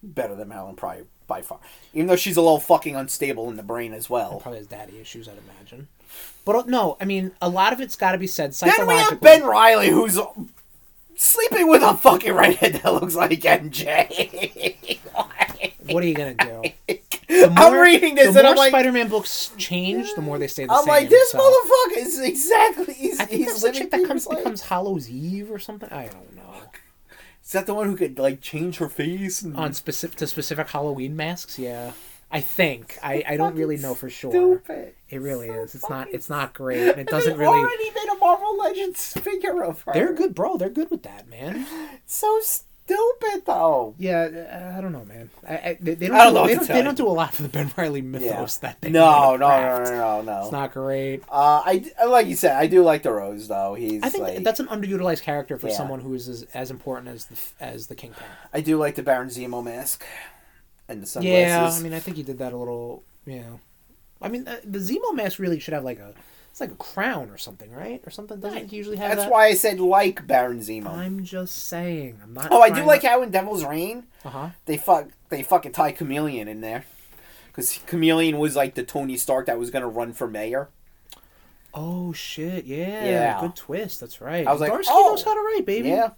S2: better than Madeline Pryor by far, even though she's a little fucking unstable in the brain as well.
S1: Probably has daddy issues, I'd imagine. But uh, no, I mean, a lot of it's got to be said
S2: Then we
S1: psychologically.
S2: have Ben Riley, who's sleeping with a fucking redhead that looks like MJ.
S1: what are you gonna do? The
S2: I'm reading this
S1: the
S2: and
S1: more
S2: I'm like,
S1: Spider-Man books change, the more they stay the
S2: I'm
S1: same.
S2: like, this
S1: so-
S2: motherfucker is exactly. He's,
S1: I think
S2: he's
S1: that's the
S2: living
S1: chick that
S2: through
S1: comes
S2: his life.
S1: becomes Hollow's Eve or something. I don't know.
S2: Is that the one who could like change her face? And...
S1: On specific to specific Halloween masks, yeah. I think I, I don't really know for sure.
S2: Stupid.
S1: It really is. It's not.
S2: fucking
S1: It's not great. And it
S2: And
S1: doesn't
S2: they
S1: really.
S2: already made a Marvel Legends figure of her.
S1: They're good, bro. They're good with that, man.
S2: So stupid though.
S1: Yeah, uh, I- I don't know, man. I, I, they, they don't.
S2: I don't
S1: do,
S2: know what
S1: they,
S2: to
S1: don't
S2: tell
S1: they
S2: you.
S1: don't do a lot for the Ben Riley mythos that they
S2: No, no,
S1: wanna
S2: no,
S1: craft.
S2: no, no, no.
S1: It's not great.
S2: Uh, I I- like you said. I do like the Rose though. He's
S1: I think
S2: like
S1: that's an underutilized character for
S2: Yeah.
S1: someone who is as, as important as the f- as the Kingpin.
S2: I do like the Baron Zemo mask and the sunglasses.
S1: Yeah, I mean, I think he did that a little. You know, I mean, uh, the Zemo mask really should have like a it's like a crown or something, right? Or something. Doesn't he usually have
S2: that's
S1: that?
S2: why I said like Baron Zemo.
S1: I'm just saying. I'm not.
S2: oh, I do like how in Devil's Reign
S1: Uh huh.
S2: they fuck they fucking tie Chameleon in there because Chameleon was like the Tony Stark that was gonna run for mayor.
S1: Oh shit! Yeah,
S2: Yeah.
S1: good twist. That's right.
S2: I was like,
S1: Darsky
S2: oh.
S1: knows how to write, baby.
S2: Yeah,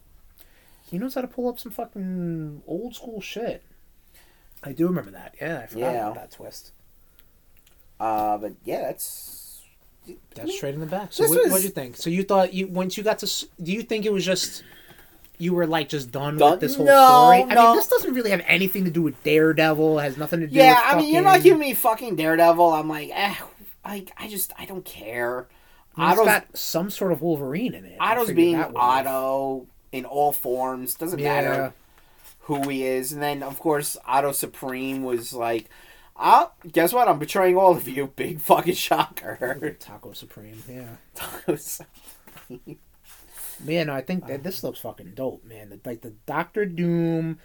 S1: he knows how to pull up some fucking old school shit. I do remember that. Yeah, I forgot
S2: Yeah.
S1: about that twist.
S2: uh, but yeah, that's
S1: That's straight in the back. So
S2: This
S1: what
S2: was-
S1: what'd you think? So you thought you once you got to s- do you think it was just you were like just done,
S2: Done?
S1: with this whole
S2: No,
S1: story? I
S2: no.
S1: mean, this doesn't really have anything to do with Daredevil. It has nothing to do.
S2: Yeah,
S1: with
S2: I mean, you're not
S1: fucking-
S2: giving me fucking Daredevil. I'm like, eh, I, I just, I don't care.
S1: I mean, it's
S2: Otto's,
S1: got some sort of Wolverine in it. I
S2: Otto's
S1: figured
S2: being
S1: that would have-
S2: Otto in all forms. Doesn't
S1: Yeah,
S2: matter who he is. And then, of course, Otto Supreme was like, i guess what? I'm betraying all of you. Big fucking shocker.
S1: Taco Supreme. Yeah.
S2: It was-
S1: Man, no, I think that this looks fucking dope, man. The, like the Doctor Doom,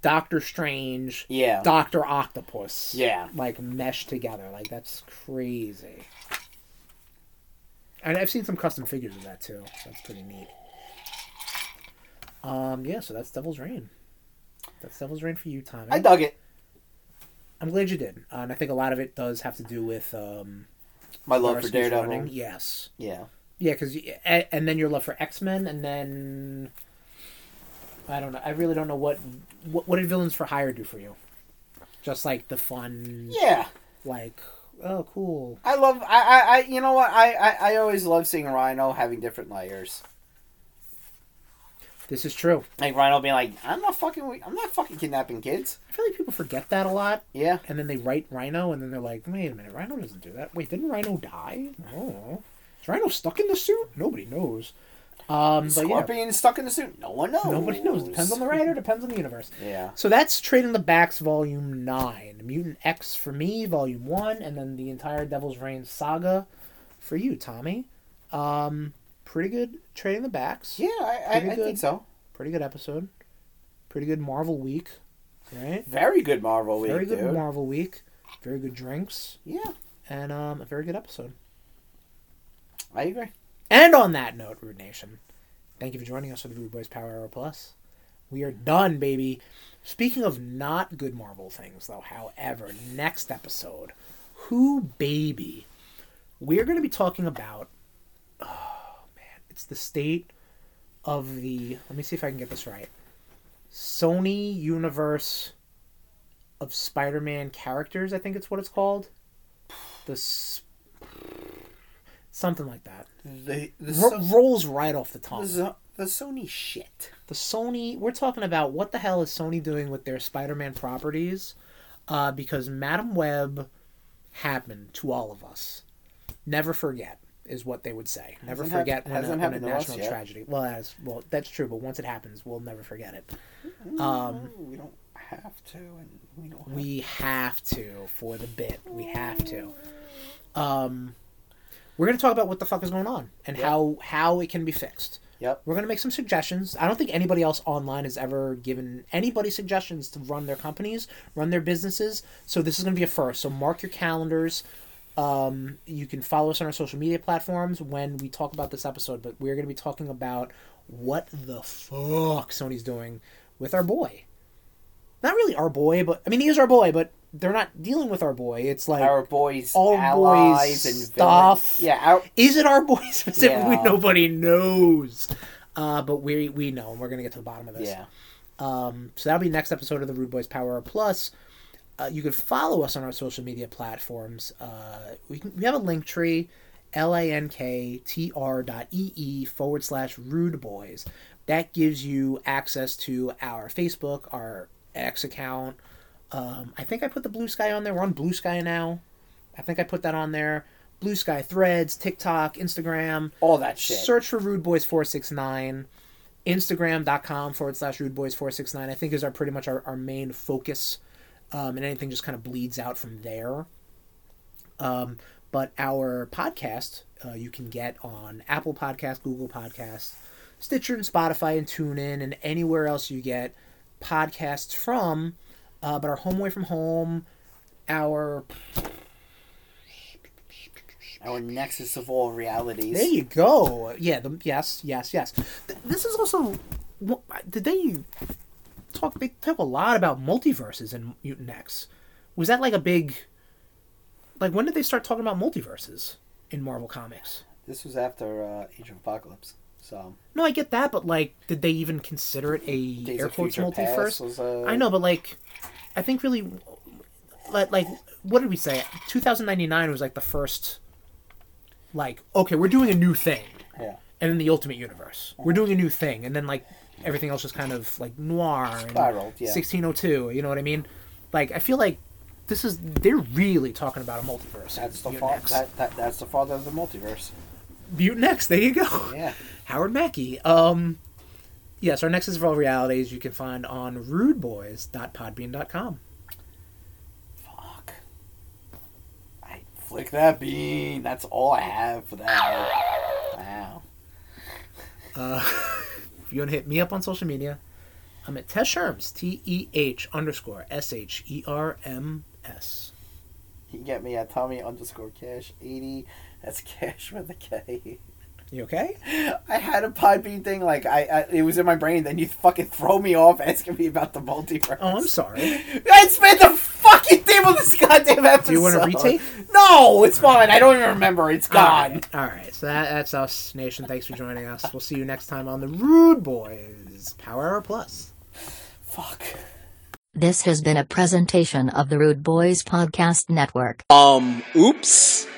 S1: Doctor Strange,
S2: yeah.
S1: Doctor Octopus,
S2: Yeah.
S1: like meshed together. Like that's crazy. And I've seen some custom figures of that too. That's pretty neat. Um, yeah, so that's Devil's Reign. That's Devil's Reign for you, Tommy.
S2: I dug it.
S1: I'm glad you did, uh, and I think a lot of it does have to do with um,
S2: My love for
S1: Darsky's
S2: Daredevil.
S1: running. Yes.
S2: Yeah.
S1: Yeah, because and then your love for X Men, and then I don't know. I really don't know what what what did Villains for Hire do for you? Just like the fun,
S2: Yeah.
S1: like oh cool.
S2: I love, I, I, I you know what? I, I, I always love seeing Rhino having different layers.
S1: This is true.
S2: Like Rhino being like, I'm not fucking, I'm not fucking kidnapping kids.
S1: I feel like people forget that a lot,
S2: Yeah.
S1: and then they write Rhino, and then they're like, wait a minute, Rhino doesn't do that. Wait, didn't Rhino die? Oh, is Rhino stuck in the suit? Nobody knows. Um, but yeah,
S2: Scorpion stuck in the suit. No one knows.
S1: nobody knows. Depends on the writer. Depends on the universe.
S2: Yeah.
S1: So that's Trade in the Backs Volume 9. Mutant X for me, Volume 1, and then the entire Devil's Reign saga for you, Tommy. Um, pretty good Trade in the Backs.
S2: Yeah, I, I,
S1: Pretty
S2: I
S1: good.
S2: think so.
S1: Pretty good episode. Pretty good Marvel week, right?
S2: Very good Marvel week,
S1: very good
S2: dude.
S1: Marvel week. Very good drinks.
S2: yeah,
S1: And um, a very good episode.
S2: I agree.
S1: And on that note, Rude Nation, Thank you for joining us for the Rude Boys Power Hour Plus. We are done, baby. Speaking of not good Marvel things, though, however, next episode, who baby, we're going to be talking about. Oh man, it's the state of the. Let me see if I can get this right. Sony Universe of Spider-Man characters. I think it's what it's called. The s something like that.
S2: The, the,
S1: Ro-
S2: so-
S1: rolls right off the tongue.
S2: the, Zo- the Sony shit.
S1: the Sony. We're talking about what the hell is Sony doing with their Spider-Man properties? Uh, because Madam Web happened to all of us. Never forget is what they would say. Never
S2: Hasn't hap-
S1: forget when, a, when
S2: hasn't
S1: a
S2: happened to us
S1: national
S2: yet.
S1: tragedy. Well, that's well, that's true. But once it happens, we'll never forget it.
S2: Mm, we don't have to, and we don't. Have
S1: Um, We have to for the bit. We have to. Um, we're gonna talk about what the fuck is going on and how how it can be fixed.
S2: Yep.
S1: We're gonna make some suggestions. I don't think anybody else online has ever given anybody suggestions to run their companies, run their businesses. So this is gonna be a first. So mark your calendars. Um, you can follow us on our social media platforms when we talk about this episode. But we're gonna be talking about what the fuck Sony's doing with our boy. Not really our boy, but I mean he is our boy, but they're not dealing with our boy. It's like
S2: Our boys,
S1: All
S2: allies,
S1: boys'
S2: and
S1: stuff.
S2: villains. Yeah, our,
S1: Is it our boy specifically?
S2: Yeah.
S1: Nobody knows. Uh, but we we know, and we're gonna get to the bottom of this.
S2: yeah.
S1: Um, so that'll be next episode of the Rude Boys Power Hour Plus. Uh, you can follow us on our social media platforms. Uh, we can, we have a link tree, l a n k t r dot e e forward slash Rude Boys. That gives you access to our Facebook, our X account. Um, I think I put the Blue Sky on there. We're on Blue Sky now. I think I put that on there. Blue Sky Threads, TikTok, Instagram.
S2: All that shit.
S1: Search for Rude Boys 469. Instagram.com forward slash Rude Boys 469, I think, is our pretty much our, our main focus. Um, and anything just kind of bleeds out from there. Um, but our podcast, uh, you can get on Apple Podcast, Google Podcast, Stitcher, and Spotify, and TuneIn, and anywhere else you get podcasts from. Uh, but our Home Away from Home, our
S2: Our nexus of all realities.
S1: There you go. Yeah. The, yes. Yes. Yes. Th- This is also. wh- Did they talk? They talk a lot about multiverses in Mutant X. Was that like a big? Like when did they start talking about multiverses in Marvel comics?
S2: This was after uh, Age of Apocalypse, so
S1: No, I get that, but like, did they even consider it a
S2: Days
S1: air
S2: of
S1: quotes
S2: Future Past
S1: multiverse?
S2: was, uh,
S1: I know, but like, I think really, like, like, what did we say? Two thousand ninety nine was like the first. Like okay, we're doing a new thing.
S2: Yeah.
S1: and then the Ultimate Universe. We're doing a new thing, and then like everything else just kind of like noir and
S2: Spiraled, yeah.
S1: 1602. You know what I mean? Like I feel like this is they're really talking about a multiverse.
S2: That's the
S1: Mutant
S2: fa-
S1: X.
S2: that, that that's the father of the multiverse.
S1: Mutant X. There you go.
S2: Yeah.
S1: Howard Mackey. Um, yes, our Nexus of All Realities you can find on rudeboys.podbean.com.
S2: Fuck. I flick that bean. That's all I have for that. Wow.
S1: If you want to hit me up on social media, I'm at Tesh Herms, T E H underscore S H E R M S.
S2: You can get me at Tommy underscore cash eighty. That's cash with a K.
S1: You okay?
S2: I had a Podbean thing like I, I it was in my brain. Then you fucking throw me off asking me about the multiverse.
S1: Oh, I'm sorry.
S2: I spent the fucking day with this goddamn episode.
S1: Do you wanna retake?
S2: No, it's fine. I don't even remember. It's gone.
S1: All right, so that, that's us, Nation. Thanks for joining us. We'll see you next time on the Rude Boys Power Hour Plus.
S2: Fuck.
S4: This has been a presentation of the Rude Boys Podcast Network.
S5: Um, oops.